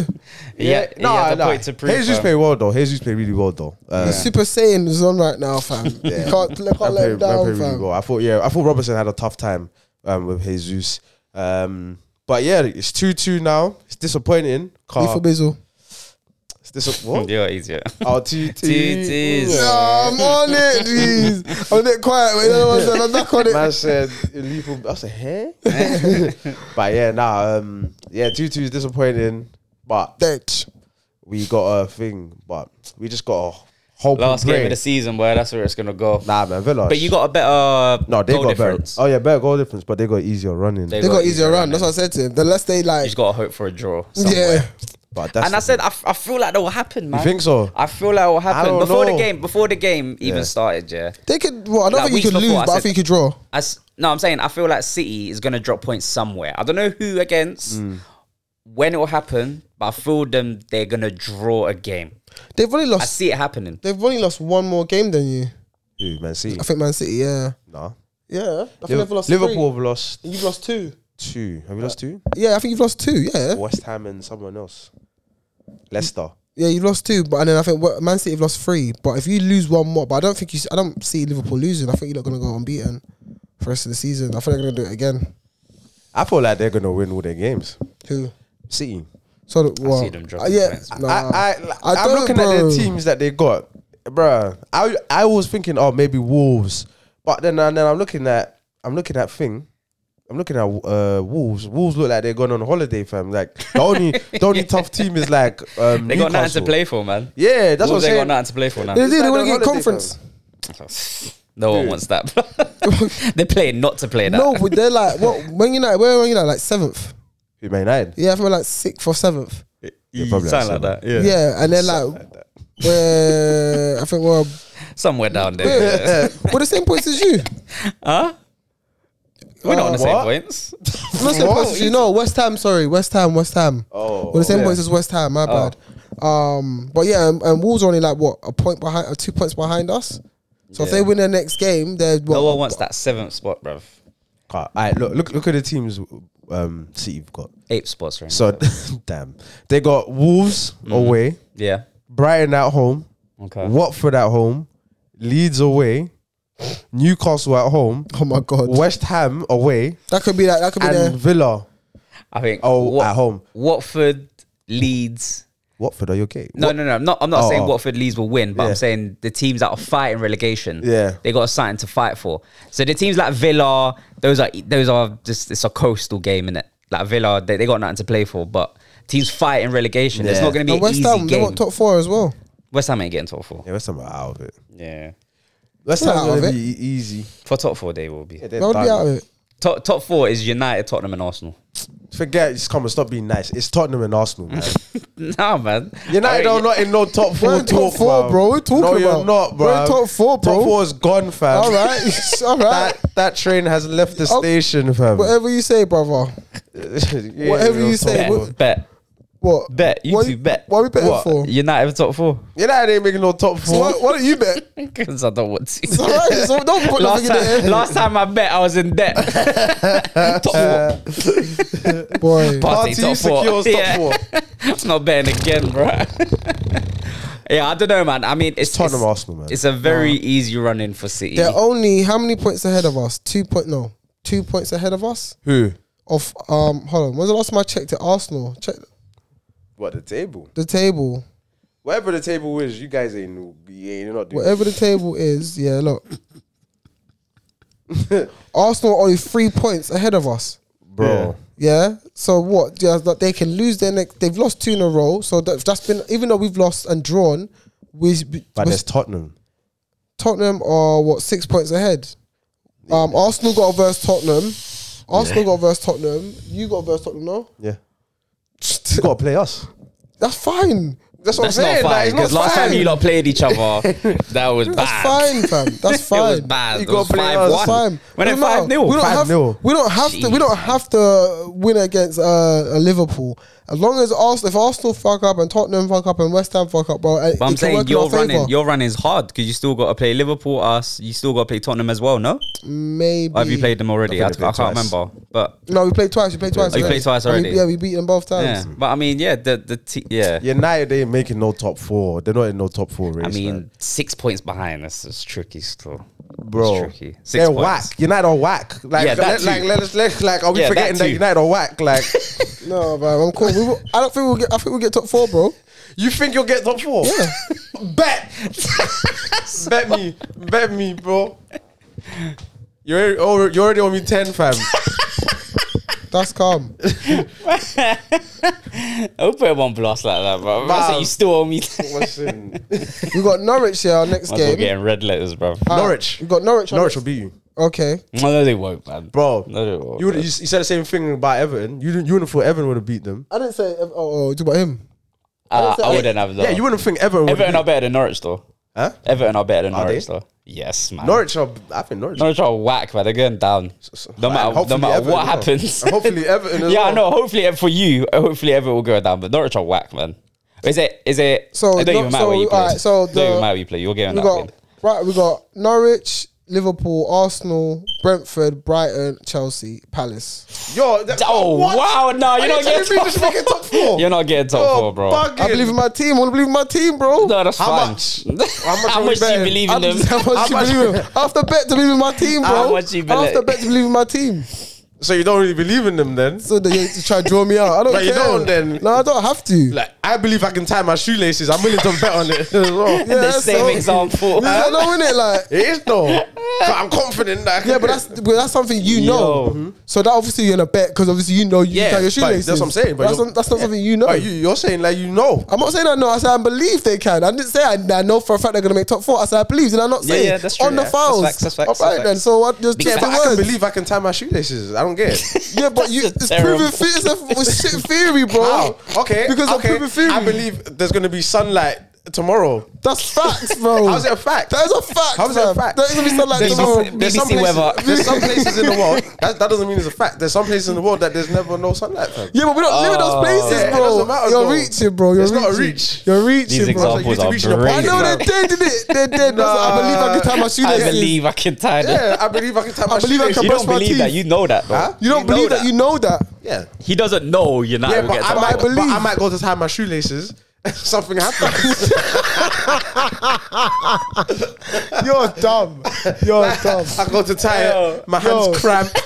S1: yeah, he had a point to prove.
S3: Jesus
S1: fam.
S3: played well though. Jesus played really well though. Uh,
S2: The Super Saiyan is on right now, fam. You can't, you can't let him
S3: Rampe- Rampe
S2: down,
S3: really
S2: fam.
S3: well. I thought, yeah, I thought Robertson had a tough time um, with Jesus. Um, but yeah, it's two two now. It's disappointing.
S2: Leave for
S3: Car,
S2: Bizzle.
S3: it's disappointing.
S1: Yeah, easier.
S3: Oh, two
S1: Two-twos.
S2: No, I'm on it, jeez. I'm a bit quiet, but you know what I'm saying? I'm back on it.
S3: Man said lethal. I said, hey. but yeah, nah. Um, yeah, two two is disappointing, but
S2: Dead.
S3: we got a thing. But we just got a hope.
S1: Last
S3: and
S1: game
S3: pray.
S1: of the season, where that's where it's gonna go.
S3: Nah, man, Villa.
S1: But you got a better
S3: no. They
S1: goal
S3: got
S1: difference.
S3: better. Oh yeah, better goal difference, but they got easier running.
S1: They
S2: They got easier
S1: run.
S2: run. That's what I said to him. Unless they
S1: You
S2: like,
S1: just gotta hope for a draw. somewhere.
S2: yeah.
S3: but that's
S1: and I said, I, f- I feel like that will happen, man.
S3: think so?
S1: I feel like it will happen
S3: don't
S1: before
S3: know.
S1: the game. Before the game even
S3: Yeah.
S1: started, yeah.
S2: They could, well, I don't
S1: Like,
S2: think
S1: weeks
S2: you could
S1: before,
S2: lose,
S1: I
S2: but I
S1: said-
S2: think you could draw.
S1: As no, I'm saying I feel like City is gonna drop points somewhere. I don't know who against,
S3: Hmm.
S1: when it will happen, but I feel them they're gonna draw a game.
S2: They've only
S1: I
S2: lost,
S1: see it happening.
S2: they've only lost one more game than you.
S3: Ooh, Man City.
S2: I think Man City, yeah.
S3: No.
S2: Yeah, I think they've
S3: Liverpool,
S2: lost three.
S3: have lost
S2: And You've lost two.
S3: two. Have we lost two?
S2: Yeah, I think you've lost two. Yeah,
S3: West Ham and someone else. Leicester.
S2: yeah, you've lost two. But and then I think what- Man City have lost three. But if you lose one more, but I don't think you. s- I don't see Liverpool losing. I think you're not going to go unbeaten for the rest of the season. I think they're going to do it again.
S3: I feel like they're gonna win all their games.
S2: Who?
S3: City.
S2: So the, well,
S1: see them dropping
S2: uh, yeah,
S1: points.
S2: nah.
S3: I, I,
S2: I
S3: I am
S2: don't,
S3: looking at
S2: bro.
S3: the teams that they got, bruh. I I was thinking, oh, maybe Wolves, but then and then I'm looking at I'm looking at thing. I'm looking at uh, Wolves. Wolves look like they're going on holiday, fam. Like the only the only tough team is like um,
S1: They got nothing
S3: Newcastle.
S1: to play for, man.
S3: Yeah,
S1: Wolves
S3: that's what I'm
S1: ain't
S3: saying.
S1: got nothing to play for
S2: they
S1: now.
S2: do. They
S3: It's
S2: want
S3: like
S2: to
S3: a
S2: get
S3: holiday,
S2: conference.
S1: No one wants that. They're playing not to play that.
S2: No, but they're like what? When United, where are United? Like seventh.
S3: With Man United.
S2: Yeah, I think we're like sixth or seventh.
S3: Yeah, probably
S1: Something like
S3: like
S1: that.
S2: Yeah,
S1: Yeah.
S2: and they're like, where I think we're
S1: Somewhere down there.
S2: we're, we're the same points as you.
S1: Huh? We're not on the same
S3: What?
S1: points.
S2: We're not the same points as you. No, West Ham. Sorry, West Ham. West Ham.
S3: Oh,
S2: We're the same
S3: yeah.
S2: points as West Ham.
S1: Oh.
S2: My bad. Um, but yeah, and, and Wolves are only like what a point behind, or two points behind us. So if
S1: Yeah.
S2: they win their next game, they're what,
S1: No one wants that seventh spot, bruv.
S3: All right, look, look, look at the teams um, City've got.
S1: Eight spots, right?
S3: So, damn, they got Wolves away,
S1: yeah.
S3: Brighton at home,
S1: Okay.
S3: Watford at home, Leeds away, Newcastle at home,
S2: Oh my god,
S3: West Ham away,
S2: that could be that. That could be
S3: and
S2: there.
S3: Villa.
S1: I think.
S3: Oh,
S1: Wat-
S3: at home.
S1: Watford, Leeds.
S3: Watford, are you okay?
S1: No, no, no. I'm not. I'm not
S3: Oh,
S1: saying
S3: oh.
S1: Watford, Leeds will win, but
S3: Yeah.
S1: I'm saying the teams that are fighting relegation.
S3: Yeah.
S1: they got something to fight for. So the teams like Villa, those are those are just it's a coastal game, innit? Like Villa, they, they got nothing to play for, but teams fighting relegation. It's
S3: Yeah.
S1: not going to be
S2: And
S1: an
S2: West
S1: easy
S2: Ham, they
S1: game.
S2: want top four as well.
S1: West Ham ain't getting top four.
S3: Yeah, West Ham are out of it.
S1: Yeah,
S3: West
S2: They're
S3: Ham
S2: out of
S3: going to be e- easy.
S1: for top four they will be.
S2: They
S3: Yeah, they're
S2: would be
S3: done.
S2: out of it.
S1: Top top four is United, Tottenham, and Arsenal.
S3: Forget, just come and stop being nice. It's Tottenham and Arsenal, man.
S1: nah, man.
S3: United
S1: I
S3: are
S1: mean,
S3: not in no top
S2: We're
S3: four
S2: in top
S3: talk,
S2: four,
S3: fam.
S2: bro. We're talking
S3: no, you're
S2: about-
S3: not, bro.
S2: we're in top four, bro.
S3: Top four is gone,
S1: Um,
S3: fam.
S2: All right, all right.
S3: That that train has left the
S2: Oh,
S3: station, fam.
S2: Whatever you say, brother.
S3: Yeah,
S2: whatever
S3: you're
S2: you
S3: top
S2: say,
S1: Bet,
S3: four.
S2: what-
S1: bet.
S2: What?
S1: Bet, you
S2: what,
S1: two bet.
S2: What are we betting
S3: What?
S2: for?
S1: United top four.
S3: United ain't making no top
S2: So
S3: four.
S2: why, why don't you bet?
S1: Because I don't want
S2: It's
S1: to.
S2: all right. So don't put
S1: Last
S2: nothing in the
S1: time,
S2: air.
S1: last time I bet, I was in debt. top
S3: Uh,
S1: four. Party,
S2: Boy.
S3: Party
S1: top four.
S3: secures top four.
S1: I'm not betting again, bro. yeah, I don't know, man. I mean, it's
S3: Tottenham
S1: it's,
S3: Arsenal, man.
S1: it's a very easy run in for City.
S2: They're only how many points ahead of us? Two point no. Two points ahead of us?
S3: Who?
S2: Of um hold on. When's the last time I checked at Arsenal? Check
S3: What the table?
S2: the table.
S3: Whatever the table is, you guys ain't you ain't you're not doing.
S2: Whatever the table is, yeah, look. Arsenal are only three points ahead of us.
S3: bro.
S2: Yeah. So what? Yeah, that they can lose their next. They've lost two in a row. So that, that's been even though we've lost and drawn, we
S3: But
S2: we-
S3: there's Tottenham.
S2: Tottenham are what six points ahead. Um, Arsenal got a verse Tottenham. Arsenal got a verse Tottenham. You got a verse Tottenham. No,
S3: Yeah, you gotta play us.
S2: that's fine. That's what
S1: That's
S2: I'm saying.
S1: not
S2: like,
S1: fine
S2: it's
S1: because
S2: not
S1: last
S2: fine.
S1: time you lot played each other, that was bad.
S2: that's fine, fam. That's fine.
S1: It was bad.
S3: You
S1: it
S3: gotta
S1: was
S3: play
S1: five
S2: That's
S1: one.
S2: fine.
S1: When it
S2: Doesn't matter.
S1: five 0
S2: we don't have
S3: 5-0.
S2: we don't have to we don't have to win against uh, uh, Liverpool. As long as Arsenal, if Arsenal fuck up and Tottenham fuck up and West Ham fuck up, bro.
S1: But I'm saying your running, your running is hard because you still got to play Liverpool, us. You still got to play Tottenham as well, no?
S2: maybe.
S1: Or have you played them already? I, I
S3: I think they
S1: can't
S3: played twice.
S1: remember. But
S2: No, we played twice. We played twice.
S1: Oh, you
S2: already.
S1: played twice
S2: And we-
S1: already?
S2: yeah, we beat them both times.
S1: yeah, but I mean, yeah, the the te- yeah.
S3: United they ain't making no top four. They're not in no top four race.
S1: I mean,
S3: man.
S1: six points behind. That's, that's tricky still, It's
S3: bro,
S1: tricky. Six
S3: they're
S1: points.
S3: whack. United are whack. Like,
S1: Yeah, that
S3: let, like,
S1: too.
S3: let us, let, like, are we
S1: Yeah, that
S3: forgetting that,
S1: too.
S3: United are whack? Like,
S2: No, bro, I'm cool. We will, I don't think we'll get. I think we'll get top four, bro.
S3: you think you'll get top four?
S2: Yeah.
S3: bet, bet me, bet me, bro. You're already, you're already on me ten, fam.
S2: That's calm.
S1: I'll put him on blast like that, bro.
S3: Wow.
S1: So you still owe me.
S3: Listen,
S2: We got Norwich here. Our next
S1: I'm
S2: game.
S1: getting red letters, bro.
S2: Uh,
S3: Norwich.
S2: We got Norwich. on-
S3: Norwich will beat you.
S2: Okay.
S1: No, they won't, man.
S3: Bro,
S1: No, they won't.
S3: you, would, you, s- you said the same thing about Everton. You didn't, you wouldn't thought Everton would have beat them.
S2: I didn't say. Oh, oh it's about him.
S1: Uh,
S2: say-
S1: I wouldn't have that.
S3: Yeah, you wouldn't think Everton would.
S1: Everton
S3: beat,
S1: are better than Norwich, though.
S3: huh?
S1: Everton are better than
S3: Are
S1: Norwich,
S3: they?
S1: though. Yes, man.
S3: Norwich are. I think Norwich.
S1: Norwich are whack, man. They're going down. No
S3: And
S1: matter, no
S3: hopefully
S1: matter
S3: Everton
S1: what
S3: as well.
S1: happens.
S3: And hopefully Everton. As
S1: yeah,
S3: well.
S1: I know. Hopefully, ev- for you, hopefully Everton will go down. But Norwich are whack, man. Is it? Is it?
S2: So
S1: it don't
S2: no-
S1: even matter
S2: so,
S1: where you play.
S2: alright, so
S1: it
S2: the-
S1: don't even matter where you play. You're getting
S2: We
S1: that
S2: got
S1: win.
S2: right. We got Norwich, Liverpool, Arsenal, Brentford, Brighton, Chelsea, Palace.
S3: Yo, that,
S4: Oh
S3: what?
S4: wow! No,
S3: Are
S4: you're not
S3: you telling
S4: getting
S3: me
S4: top
S3: this fucking top four?
S4: You're not getting top
S3: Yo,
S4: four, bro.
S3: bugging.
S2: I believe in my team. I want to believe in my team, bro.
S4: No, that's
S3: How
S4: fine.
S3: much?
S4: How
S3: much are
S4: much,
S3: we
S4: do you
S3: betting?
S4: believe
S2: How
S4: in them?
S2: much, how much
S3: How
S2: you
S3: much-
S2: believe in? I have to bet to believe in my team, bro.
S4: How much you
S2: I have to
S4: believe-
S2: bet to believe in my team.
S3: So you don't really believe in them then?
S2: So they you try to draw me out. I don't
S3: But you
S2: care.
S3: don't then.
S2: No, I don't have to.
S3: Like, I believe I can tie my shoelaces. I'm willing to bet on it as well.
S4: the
S2: that's
S4: same
S2: all.
S4: example.
S2: Yeah, I know, innit? Like,
S3: It is though. But I'm confident that I can
S2: yeah, but that's but that's something you know.
S4: Yo.
S2: So that obviously you're in a bet because obviously you know you yeah,
S3: Yeah,
S2: your
S3: but
S2: shoelaces.
S3: that's what I'm saying, but
S2: That's,
S3: you're-
S2: not- that's not something you know.
S3: But you, you're saying like you know.
S2: I'm not saying I know. I said I believe they can. I didn't say I, I know for a fact they're gonna make top four. I said I believe. Did I not
S4: Yeah,
S2: say
S4: yeah, that's true,
S2: on the
S4: yeah. That's
S2: files?
S4: facts, that's facts,
S2: All
S4: that's
S2: right then.
S4: facts.
S2: So what? Just
S4: Because
S2: check
S3: Yeah,
S2: the
S3: but I can
S2: words.
S3: believe I can tie my shoelaces. I don't get it.
S2: yeah, but you,
S4: That's
S2: it's
S4: terrible.
S2: proven theory. It's a it's shit theory, bro.
S3: Wow. Okay.
S2: because
S3: okay.
S2: of proven theory.
S3: I believe there's gonna be sunlight tomorrow.
S2: that's facts, bro.
S3: How's it a fact?
S2: That is a fact.
S3: How's that a
S2: bruv.
S3: fact?
S2: That is gonna be something like
S3: There's
S2: tomorrow.
S3: some, there's some
S4: BBC
S3: places,
S4: weather.
S3: there's some places in the world that, that doesn't mean it's a fact. There's some places in the world that there's never no sunlight. Fam.
S2: Yeah, but we don't live in those places,
S3: Yeah, it
S2: bro.
S3: doesn't matter,
S2: You're
S3: though.
S2: reaching, bro. You're
S3: It's
S2: reaching.
S3: not a reach.
S2: You're reaching,
S4: These
S2: bro.
S3: Like, you need
S4: examples
S3: to
S4: are
S3: reach the point.
S2: I know
S4: crazy.
S2: they're dead, did it? They're dead. That's what I believe I can tie my
S4: I
S2: shoelaces.
S4: believe I can tie them.
S3: Yeah, I believe I can tie my
S2: I believe I
S3: shoelaces.
S2: can
S4: You
S2: brush
S4: don't
S2: my
S4: believe that.
S2: teeth.
S4: You know that, bro.
S3: Huh?
S2: You don't
S3: You know
S2: believe that.
S3: that.
S2: You know that.
S3: Yeah.
S4: He doesn't know you're not.
S3: Yeah,
S4: gonna
S3: but
S4: get
S3: I,
S4: top
S3: might,
S4: four.
S2: believe-
S3: but I might go to tie my shoelaces. Something happens.
S2: You're dumb. You're dumb.
S3: I go to tie
S4: Yo.
S3: it. My
S2: Yo.
S3: hands cramp.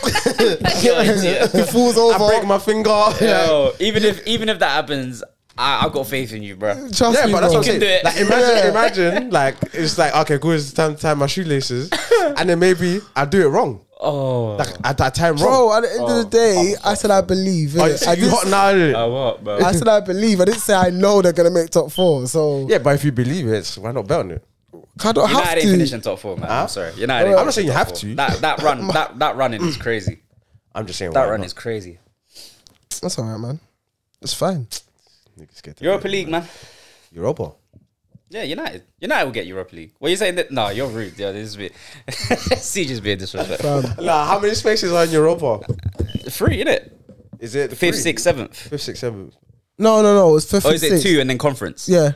S2: It falls
S3: I break
S2: over.
S3: my finger. Yeah.
S1: Yo, even if even if that happens, I, I've got faith in you, bro.
S2: Trust
S3: Yeah,
S2: me,
S3: but that's
S2: bro.
S3: what I'm
S1: You can do
S3: saying.
S1: it.
S3: Like, imagine, imagine, like it's like okay, cool. It's time to tie my shoelaces, and then maybe I do it wrong.
S4: Oh,
S3: Like I, I tie 'em wrong.
S2: Bro, at the end of the day, I said I believe.
S3: Oh,
S2: innit?
S3: so
S2: I,
S3: you
S2: didn't,
S3: hot now? innit?
S4: uh,
S1: Uh,
S4: what, bro?
S2: I said I believe. I didn't say I know they're gonna make top four. So
S3: yeah, but if you believe it, why not bet on it?
S2: I don't have
S1: United ain't
S2: to.
S1: finishing top four, man. I'm sorry. United.
S3: I'm
S1: ain't
S3: not saying you
S1: finishing top
S3: have
S1: four.
S3: to.
S1: That that run, that that running is crazy.
S3: I'm just saying
S1: That
S3: why
S1: run
S3: not?
S1: is crazy.
S2: That's alright, man. It's fine.
S3: Niggas get to
S1: Europa
S3: bet.
S1: League, man.
S3: Europa.
S1: Yeah, United. United will get Europa League. What are you saying? That no, you're rude. Yeah, this is a bit. CJ's being disrespectful.
S2: Um,
S3: Nah, how many spaces are in Europa?
S1: Three, innit?
S3: Is it the
S1: Fifth,
S3: three?
S1: sixth, seventh.
S3: fifth, sixth, seventh?
S2: no, no, no. It's
S3: Oh,
S2: fifth
S1: Or
S2: and
S1: is it
S2: sixth.
S1: two and then conference?
S2: Yeah.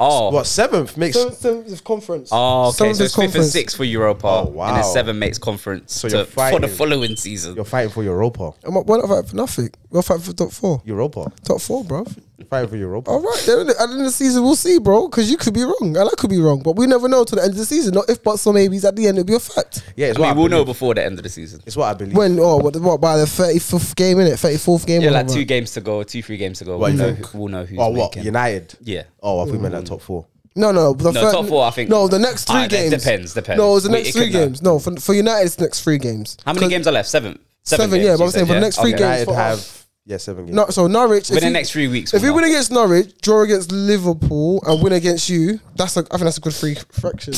S1: Oh,
S3: What seventh makes?
S2: Seventh, seventh of conference.
S1: Oh, okay.
S2: Seventh
S1: So
S2: is
S1: it's fifth and
S2: conference.
S1: sixth for Europa,
S3: Oh,
S1: and
S3: wow.
S1: then seven makes conference
S3: So
S1: to-
S3: you're
S1: for the
S3: fighting.
S1: following season.
S3: You're fighting for Europa.
S2: I'm not, we're not fighting for nothing. We're fighting for top four.
S3: Europa.
S2: Top four, bro.
S3: You're fighting for Europa.
S2: All right, then at the end of the season, we'll see, bro. Because you could be wrong, and I could be wrong, but we never know till the end of the season. Not if, but so maybe at the end it'll be a fact.
S3: Yeah, it's
S1: I
S3: what I
S1: mean, we'll know
S3: believe.
S1: before the end of the season.
S3: It's what I believe.
S2: When or what, what by the thirty fifth game in it, thirty fourth game.
S1: Yeah,
S2: or
S1: like
S2: whatever.
S1: two games to go, two three games to go.
S3: What,
S1: We'll
S3: you
S1: know,
S3: think?
S1: who- we'll know who's
S3: oh, what
S1: making.
S3: United?
S1: Yeah.
S3: Oh, I think we meant that top four.
S2: No, no, the
S1: No,
S2: fir-
S1: top four, I think-
S2: No, the next three
S1: Ah, that
S2: games.
S1: depends, depends.
S2: No, it's the
S1: We-
S2: next
S1: it
S2: three
S1: could not.
S2: games. No, for, for United, it's the next three games.
S1: How many
S2: 'Cause
S1: games are left? Seven.
S2: Seven,
S1: games,
S2: yeah, but
S1: you
S2: I'm saying
S1: said,
S2: for the
S1: yeah?
S2: next three
S1: Okay.
S2: games
S3: United
S2: for
S3: have
S2: us.
S3: yeah seven games.
S2: No, so Norwich.
S1: Within
S2: if
S1: the
S2: you-
S1: next three weeks,
S2: If
S1: we'll
S2: we win
S1: know.
S2: against Norwich, draw against Liverpool, and win against you, that's a, I think that's a good free fraction.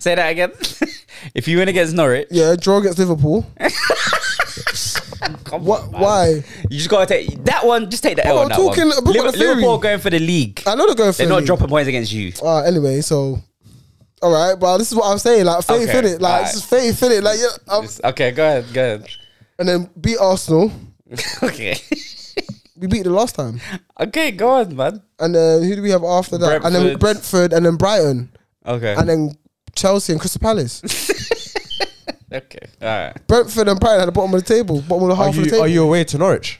S1: say that again. if you win against Norwich,
S2: Yeah, draw against Liverpool.
S1: come
S2: What?
S1: on, man.
S2: Why?
S1: You just gotta take that one. Just take the L
S2: I'm
S1: on that
S2: talking
S1: one.
S2: about
S1: Liver-
S2: the theory.
S1: Liverpool are going for the league.
S2: I know they're going for.
S1: They're
S2: the
S1: not
S2: league.
S1: dropping points against you.
S2: Uh, anyway, so all right, but this is what I'm saying. Like faith
S1: Okay,
S2: in it, like
S1: alright.
S2: just faith in it. Like yeah, um,
S1: It's- Okay, go ahead, go ahead.
S2: and then beat Arsenal.
S1: okay,
S2: We beat the last time,
S1: okay, go on, man.
S2: and then who do we have after that? And then
S1: Brentford.
S2: Brentford, and then Brighton,
S1: Okay,
S2: and then Chelsea and Crystal Palace.
S1: okay, all right.
S2: Brentford and Brighton at the bottom of the table, bottom of the
S3: Are
S2: half of the
S3: you
S2: table.
S3: are you away to Norwich?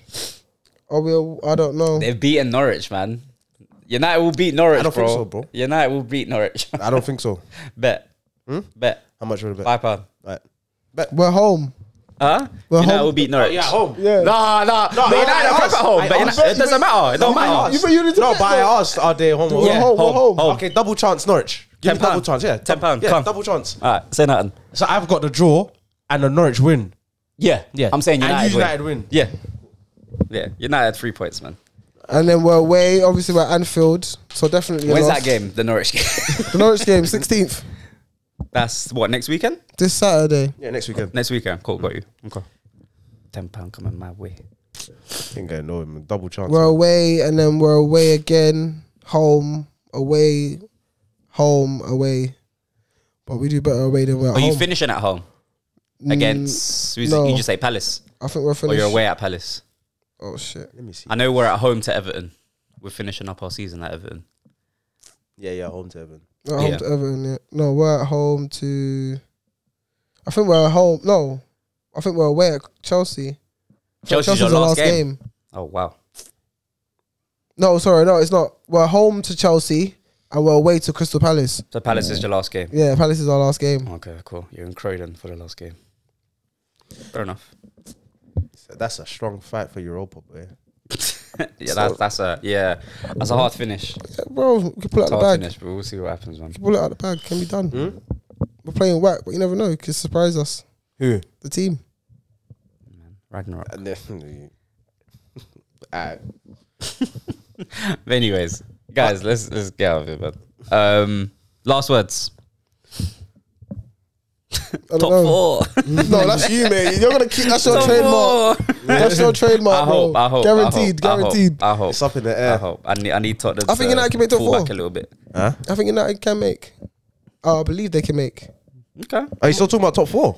S2: Are we? I don't know.
S1: They've beaten Norwich, man. United will beat Norwich,
S3: I don't
S1: bro.
S3: think so, bro.
S1: United will beat Norwich.
S3: I don't think so.
S1: bet,
S2: Hmm?
S1: bet
S3: How much would it be?
S1: five pound.
S3: Right.
S2: We're home.
S1: Huh?
S2: Well,
S1: United
S2: home-
S1: will beat Norwich.
S3: home.
S2: Yeah.
S1: Nah, nah, no,
S3: I-
S1: United
S3: I
S1: are crap
S3: asked.
S1: at home,
S3: I
S1: but
S3: asked.
S1: United, it doesn't matter. It don't
S3: I
S1: matter.
S3: asked.
S2: You- but you need to
S3: no,
S2: bet,
S3: but I
S2: though.
S3: asked, are they home? or
S2: We're
S3: away?
S2: home. We're
S1: home,
S2: home.
S1: home.
S3: Okay, double chance Norwich. Give
S1: Ten
S3: me double
S1: pound.
S3: chance. Yeah,
S1: Ten pound,
S3: Yeah,
S1: come.
S3: double chance.
S1: All right, say nothing.
S3: So I've got the draw and the Norwich win.
S1: Yeah,
S3: Yeah.
S1: I'm saying
S3: And
S1: United.
S3: United
S1: win.
S3: win.
S1: Yeah, yeah. United three points, man.
S2: And then we're away. Obviously, we're at Anfield, so definitely. a
S1: When's
S2: loss.
S1: that game? The Norwich game.
S2: The Norwich game, sixteenth
S1: That's what next weekend.
S2: this Saturday.
S3: Yeah, next weekend.
S1: Next weekend. Cool, got you. Okay. Ten pound coming my way.
S3: Ain't gonna know him. Double chance.
S2: We're away, and then we're away again. Home, away, home, away. But we do better away than we're at
S1: Are you
S2: home.
S1: finishing at home against? who's-
S2: no.
S1: You just say Palace,
S2: I think we're
S1: or
S2: finished.
S1: you're away at Palace.
S2: Oh shit!
S3: Let me see.
S1: I know we're at home to Everton. We're finishing up our season at Everton.
S3: Yeah, yeah, home to heaven.
S2: We're at home
S1: Yeah.
S2: to Everton. Yeah. No, we're at home to. I think we're at home. No, I think we're away at Chelsea. I think
S1: Chelsea's your
S2: our
S1: last game.
S2: game.
S1: Oh wow.
S2: No, sorry, no, it's not. We're home to Chelsea and we're away to Crystal Palace.
S1: So Palace is your last game.
S2: Yeah, Palace is our last game.
S1: Okay, cool. You're in Croydon for the last game. Fair enough.
S3: That's a strong fight for Europa, boy.
S1: Yeah, that's that's a yeah. That's a hard finish.
S2: Yeah, bro, we can pull out
S1: It's a
S2: the
S1: hard
S2: bag.
S1: finish, but we'll see what happens, man.
S2: can pull it out the bag. Can be done.
S1: Hmm?
S2: We're playing whack, but you never know. Could surprise us.
S3: Who?
S2: The team.
S1: Ragnarok.
S3: Definitely. Alright.
S1: But anyways, guys, let's let's get out of here, man. Um, last words.
S2: I don't
S1: Top
S2: know.
S1: four.
S2: No, that's you, mate. You're gonna keep. That's your
S1: Top
S2: trademark.
S1: four.
S2: That's your trademark,
S1: I hope.
S2: bro.
S1: I hope.
S2: guaranteed.
S1: I hope,
S2: guaranteed.
S1: I hope.
S3: It's up in the
S1: I hope. I,
S3: air.
S1: hope. I need. I need Tottenham.
S2: I think
S1: to
S2: United can make top
S1: pull back
S2: four.
S1: a little bit.
S3: Huh?
S2: I think United can make. Oh, I believe they can make.
S1: Okay.
S3: Are you still talking about top four?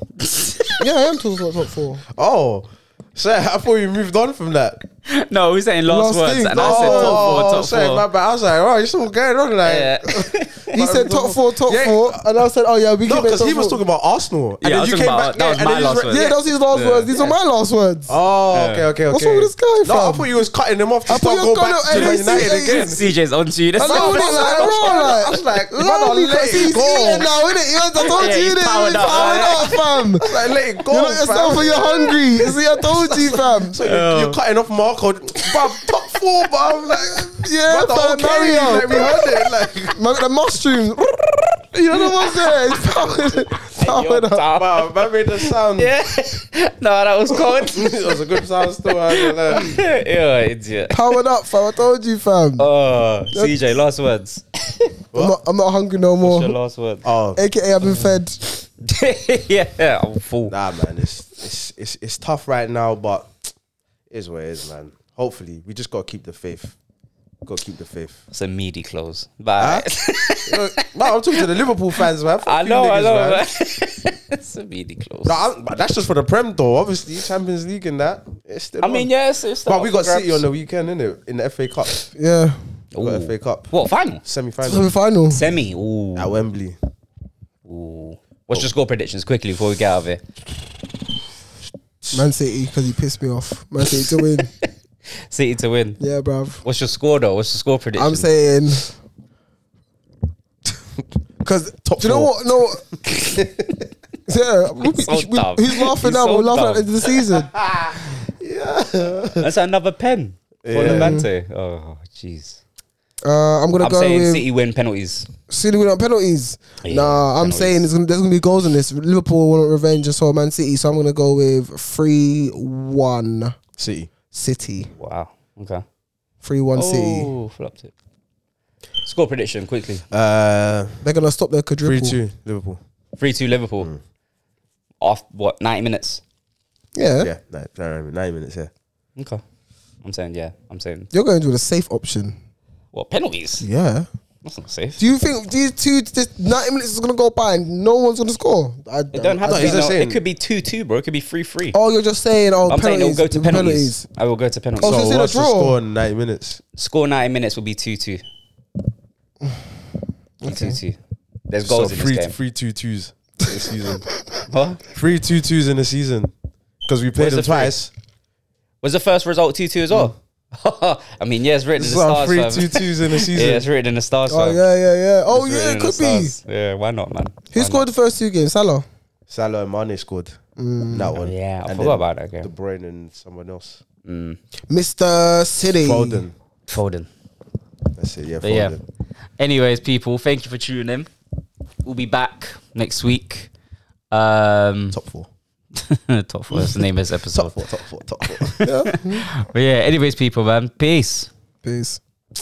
S2: Yeah, I am talking about top four.
S3: Oh. Sir, I thought you moved on from that. Oh,
S1: No, we're saying last,
S2: Last
S1: words,
S2: thing. Oh,
S1: and I said top four. Top
S3: sir,
S1: four.
S3: my bad. I was like, oh, it's all going on. Like,
S1: yeah.
S2: He said top four, top
S3: Yeah.
S2: four, and I said, oh yeah, we can
S3: No,
S2: make
S3: because
S2: top
S3: he was
S2: four.
S3: talking about Arsenal.
S1: Yeah, I was talking about- that was
S3: and
S1: my
S3: then you
S1: last
S3: re-
S1: word.
S2: Yeah, those are his last words. These are my last words.
S3: Oh, okay, okay, okay.
S2: What's wrong with this guy,
S3: No, I
S2: fam?
S3: thought you was cutting him off to
S2: I thought
S3: start
S2: you
S3: going
S2: was
S3: back to
S2: cutting
S3: Man
S2: off
S3: United
S2: AC.
S3: again.
S1: CJ's onto you. That's
S2: I
S1: fine.
S2: know what it's like, bro. Like,
S3: I was like, man,
S2: Love
S3: I'll
S2: me 'cause
S3: let
S2: he's
S3: it
S2: eating
S3: go.
S2: now, innit? You know, I told
S1: Yeah,
S2: you,
S1: he's
S2: innit?
S1: powered
S2: He's
S1: up,
S2: powered up, fam.
S3: I was like, let it go.
S2: You know yourself
S3: fam.
S2: when you're hungry. You see, I told you, fam.
S3: So you, you're cutting off Marco, bruv, top four, bruv. Like,
S2: Yeah, fam,
S3: brother, okay,
S2: Mario.
S3: like, we heard it. Like,
S2: Man, the mushroom. You know what I'm saying? It's powered- powered up.
S3: wow, that made the sound.
S1: Yeah. no, that was cold.
S3: it was a good sound still. I don't know.
S1: You're an idiot.
S2: Powered up, fam. I told you, fam.
S3: Uh,
S1: Oh, CJ, last words.
S2: I'm, not, I'm not hungry no
S1: What's your
S2: more.
S1: last words?
S3: Oh,
S2: AKA, I've been fed.
S1: yeah, Oh, I'm full.
S3: nah, man, it's, it's it's it's tough right now, but it is what it is, man. Hopefully, we just gotta keep the faith. Gotta keep the faith.
S1: It's a meaty close. Bye.
S3: no, I'm talking to the Liverpool fans, man. Fuck
S1: I
S3: you
S1: know, I
S3: niggas,
S1: know.
S3: man.
S1: Man. it's a meaty close.
S3: No, I'm- but that's just for the Prem, though. Obviously, Champions League and that. It's still
S1: I mean,
S3: on.
S1: yes, it's
S3: But we got City on the weekend, innit? In the FA Cup.
S2: Yeah.
S3: We got FA Cup.
S1: What final?
S3: Semi final.
S2: Semi final.
S1: Semi. Ooh.
S3: At Wembley.
S1: Ooh. What's your score predictions quickly before we get out of here?
S2: Man City, because he pissed me off. Man City to win.
S1: City to win.
S2: Yeah, bruv.
S1: What's your score though? What's your score prediction?
S2: I'm saying. Because do
S3: Top
S2: you know
S3: four.
S2: what? No. yeah, we- we-
S1: so
S2: we-
S1: dumb.
S2: who's laughing
S1: He's
S2: now?
S1: so
S2: We're laughing at the
S1: dumb.
S2: end of the season.
S1: that's another pen for
S3: Yeah.
S1: Levante. Oh, jeez.
S2: Uh, I'm gonna
S1: I'm
S2: go
S1: saying
S2: with
S1: City win penalties.
S2: City without penalties.
S1: Yeah,
S2: nah, I'm
S1: penalties.
S2: saying there's gonna, there's gonna be goals in this. Liverpool want revenge and so Man City, so I'm gonna go with three one
S3: City.
S2: City,
S1: Wow. Okay.
S2: three one City.
S1: Oh, flopped it. Score prediction quickly.
S3: Uh,
S2: They're gonna stop their
S3: 3
S2: quadruple.
S3: 2, Liverpool.
S1: Three two Liverpool.
S2: Hmm.
S1: Off what ninety minutes?
S2: Yeah.
S3: Yeah, nine, nine, nine minutes, yeah.
S1: Okay. I'm saying yeah. I'm saying
S2: you're going to the safe option.
S1: what penalties?
S2: Yeah.
S1: That's not safe.
S2: Do you think these two, this 90 minutes is gonna go by and no one's gonna score? I,
S1: It don't have
S3: No,
S1: to
S3: he's
S1: be. No,
S3: just saying-
S1: it could be two two, bro. It could be three three.
S2: Oh, you're just saying. Oh,
S1: I'm saying it will
S2: penalties.
S1: go to
S2: the
S1: penalties. I will go to penalties.
S2: Oh, so it's in a
S3: what's the
S2: draw.
S3: score in nine minutes?
S1: Score ninety minutes will be two two. Two two. There's goals
S3: so
S1: in
S3: three,
S1: this game.
S3: three 2 twos in the season.
S1: Huh?
S3: three 2 twos in the season. Because we
S1: Where's
S3: played them
S1: the three?
S3: twice.
S1: Was the first result two two as well? I mean, yeah, it's written in the
S3: So
S1: stars.
S3: three
S1: fam.
S3: 2 twos in the
S1: Yeah,
S3: season.
S1: it's written in the stars.
S2: Oh
S1: fam.
S2: yeah, yeah, yeah. Oh
S1: It's
S2: yeah,
S1: written
S2: it
S1: in the
S2: could be.
S1: stars. Yeah, why not, man?
S2: Who
S1: Why
S2: scored the first two games? Salah.
S3: Salah and Mane scored
S2: Mm.
S3: that one.
S1: yeah, I
S3: And
S1: forgot
S3: then
S1: about that game.
S3: De Bruyne and someone else.
S2: Mr. City.
S3: Foden.
S1: not? Foden.
S3: That's it. Yeah,
S1: But yeah.
S3: Foden.
S1: Anyways, people, thank you for tuning in. We'll be back next week. Um,
S3: Top four.
S1: top four. That's the name of this episode.
S3: Top four. Top four. Top four.
S1: But yeah. Anyways, people, man. Peace.
S2: Peace.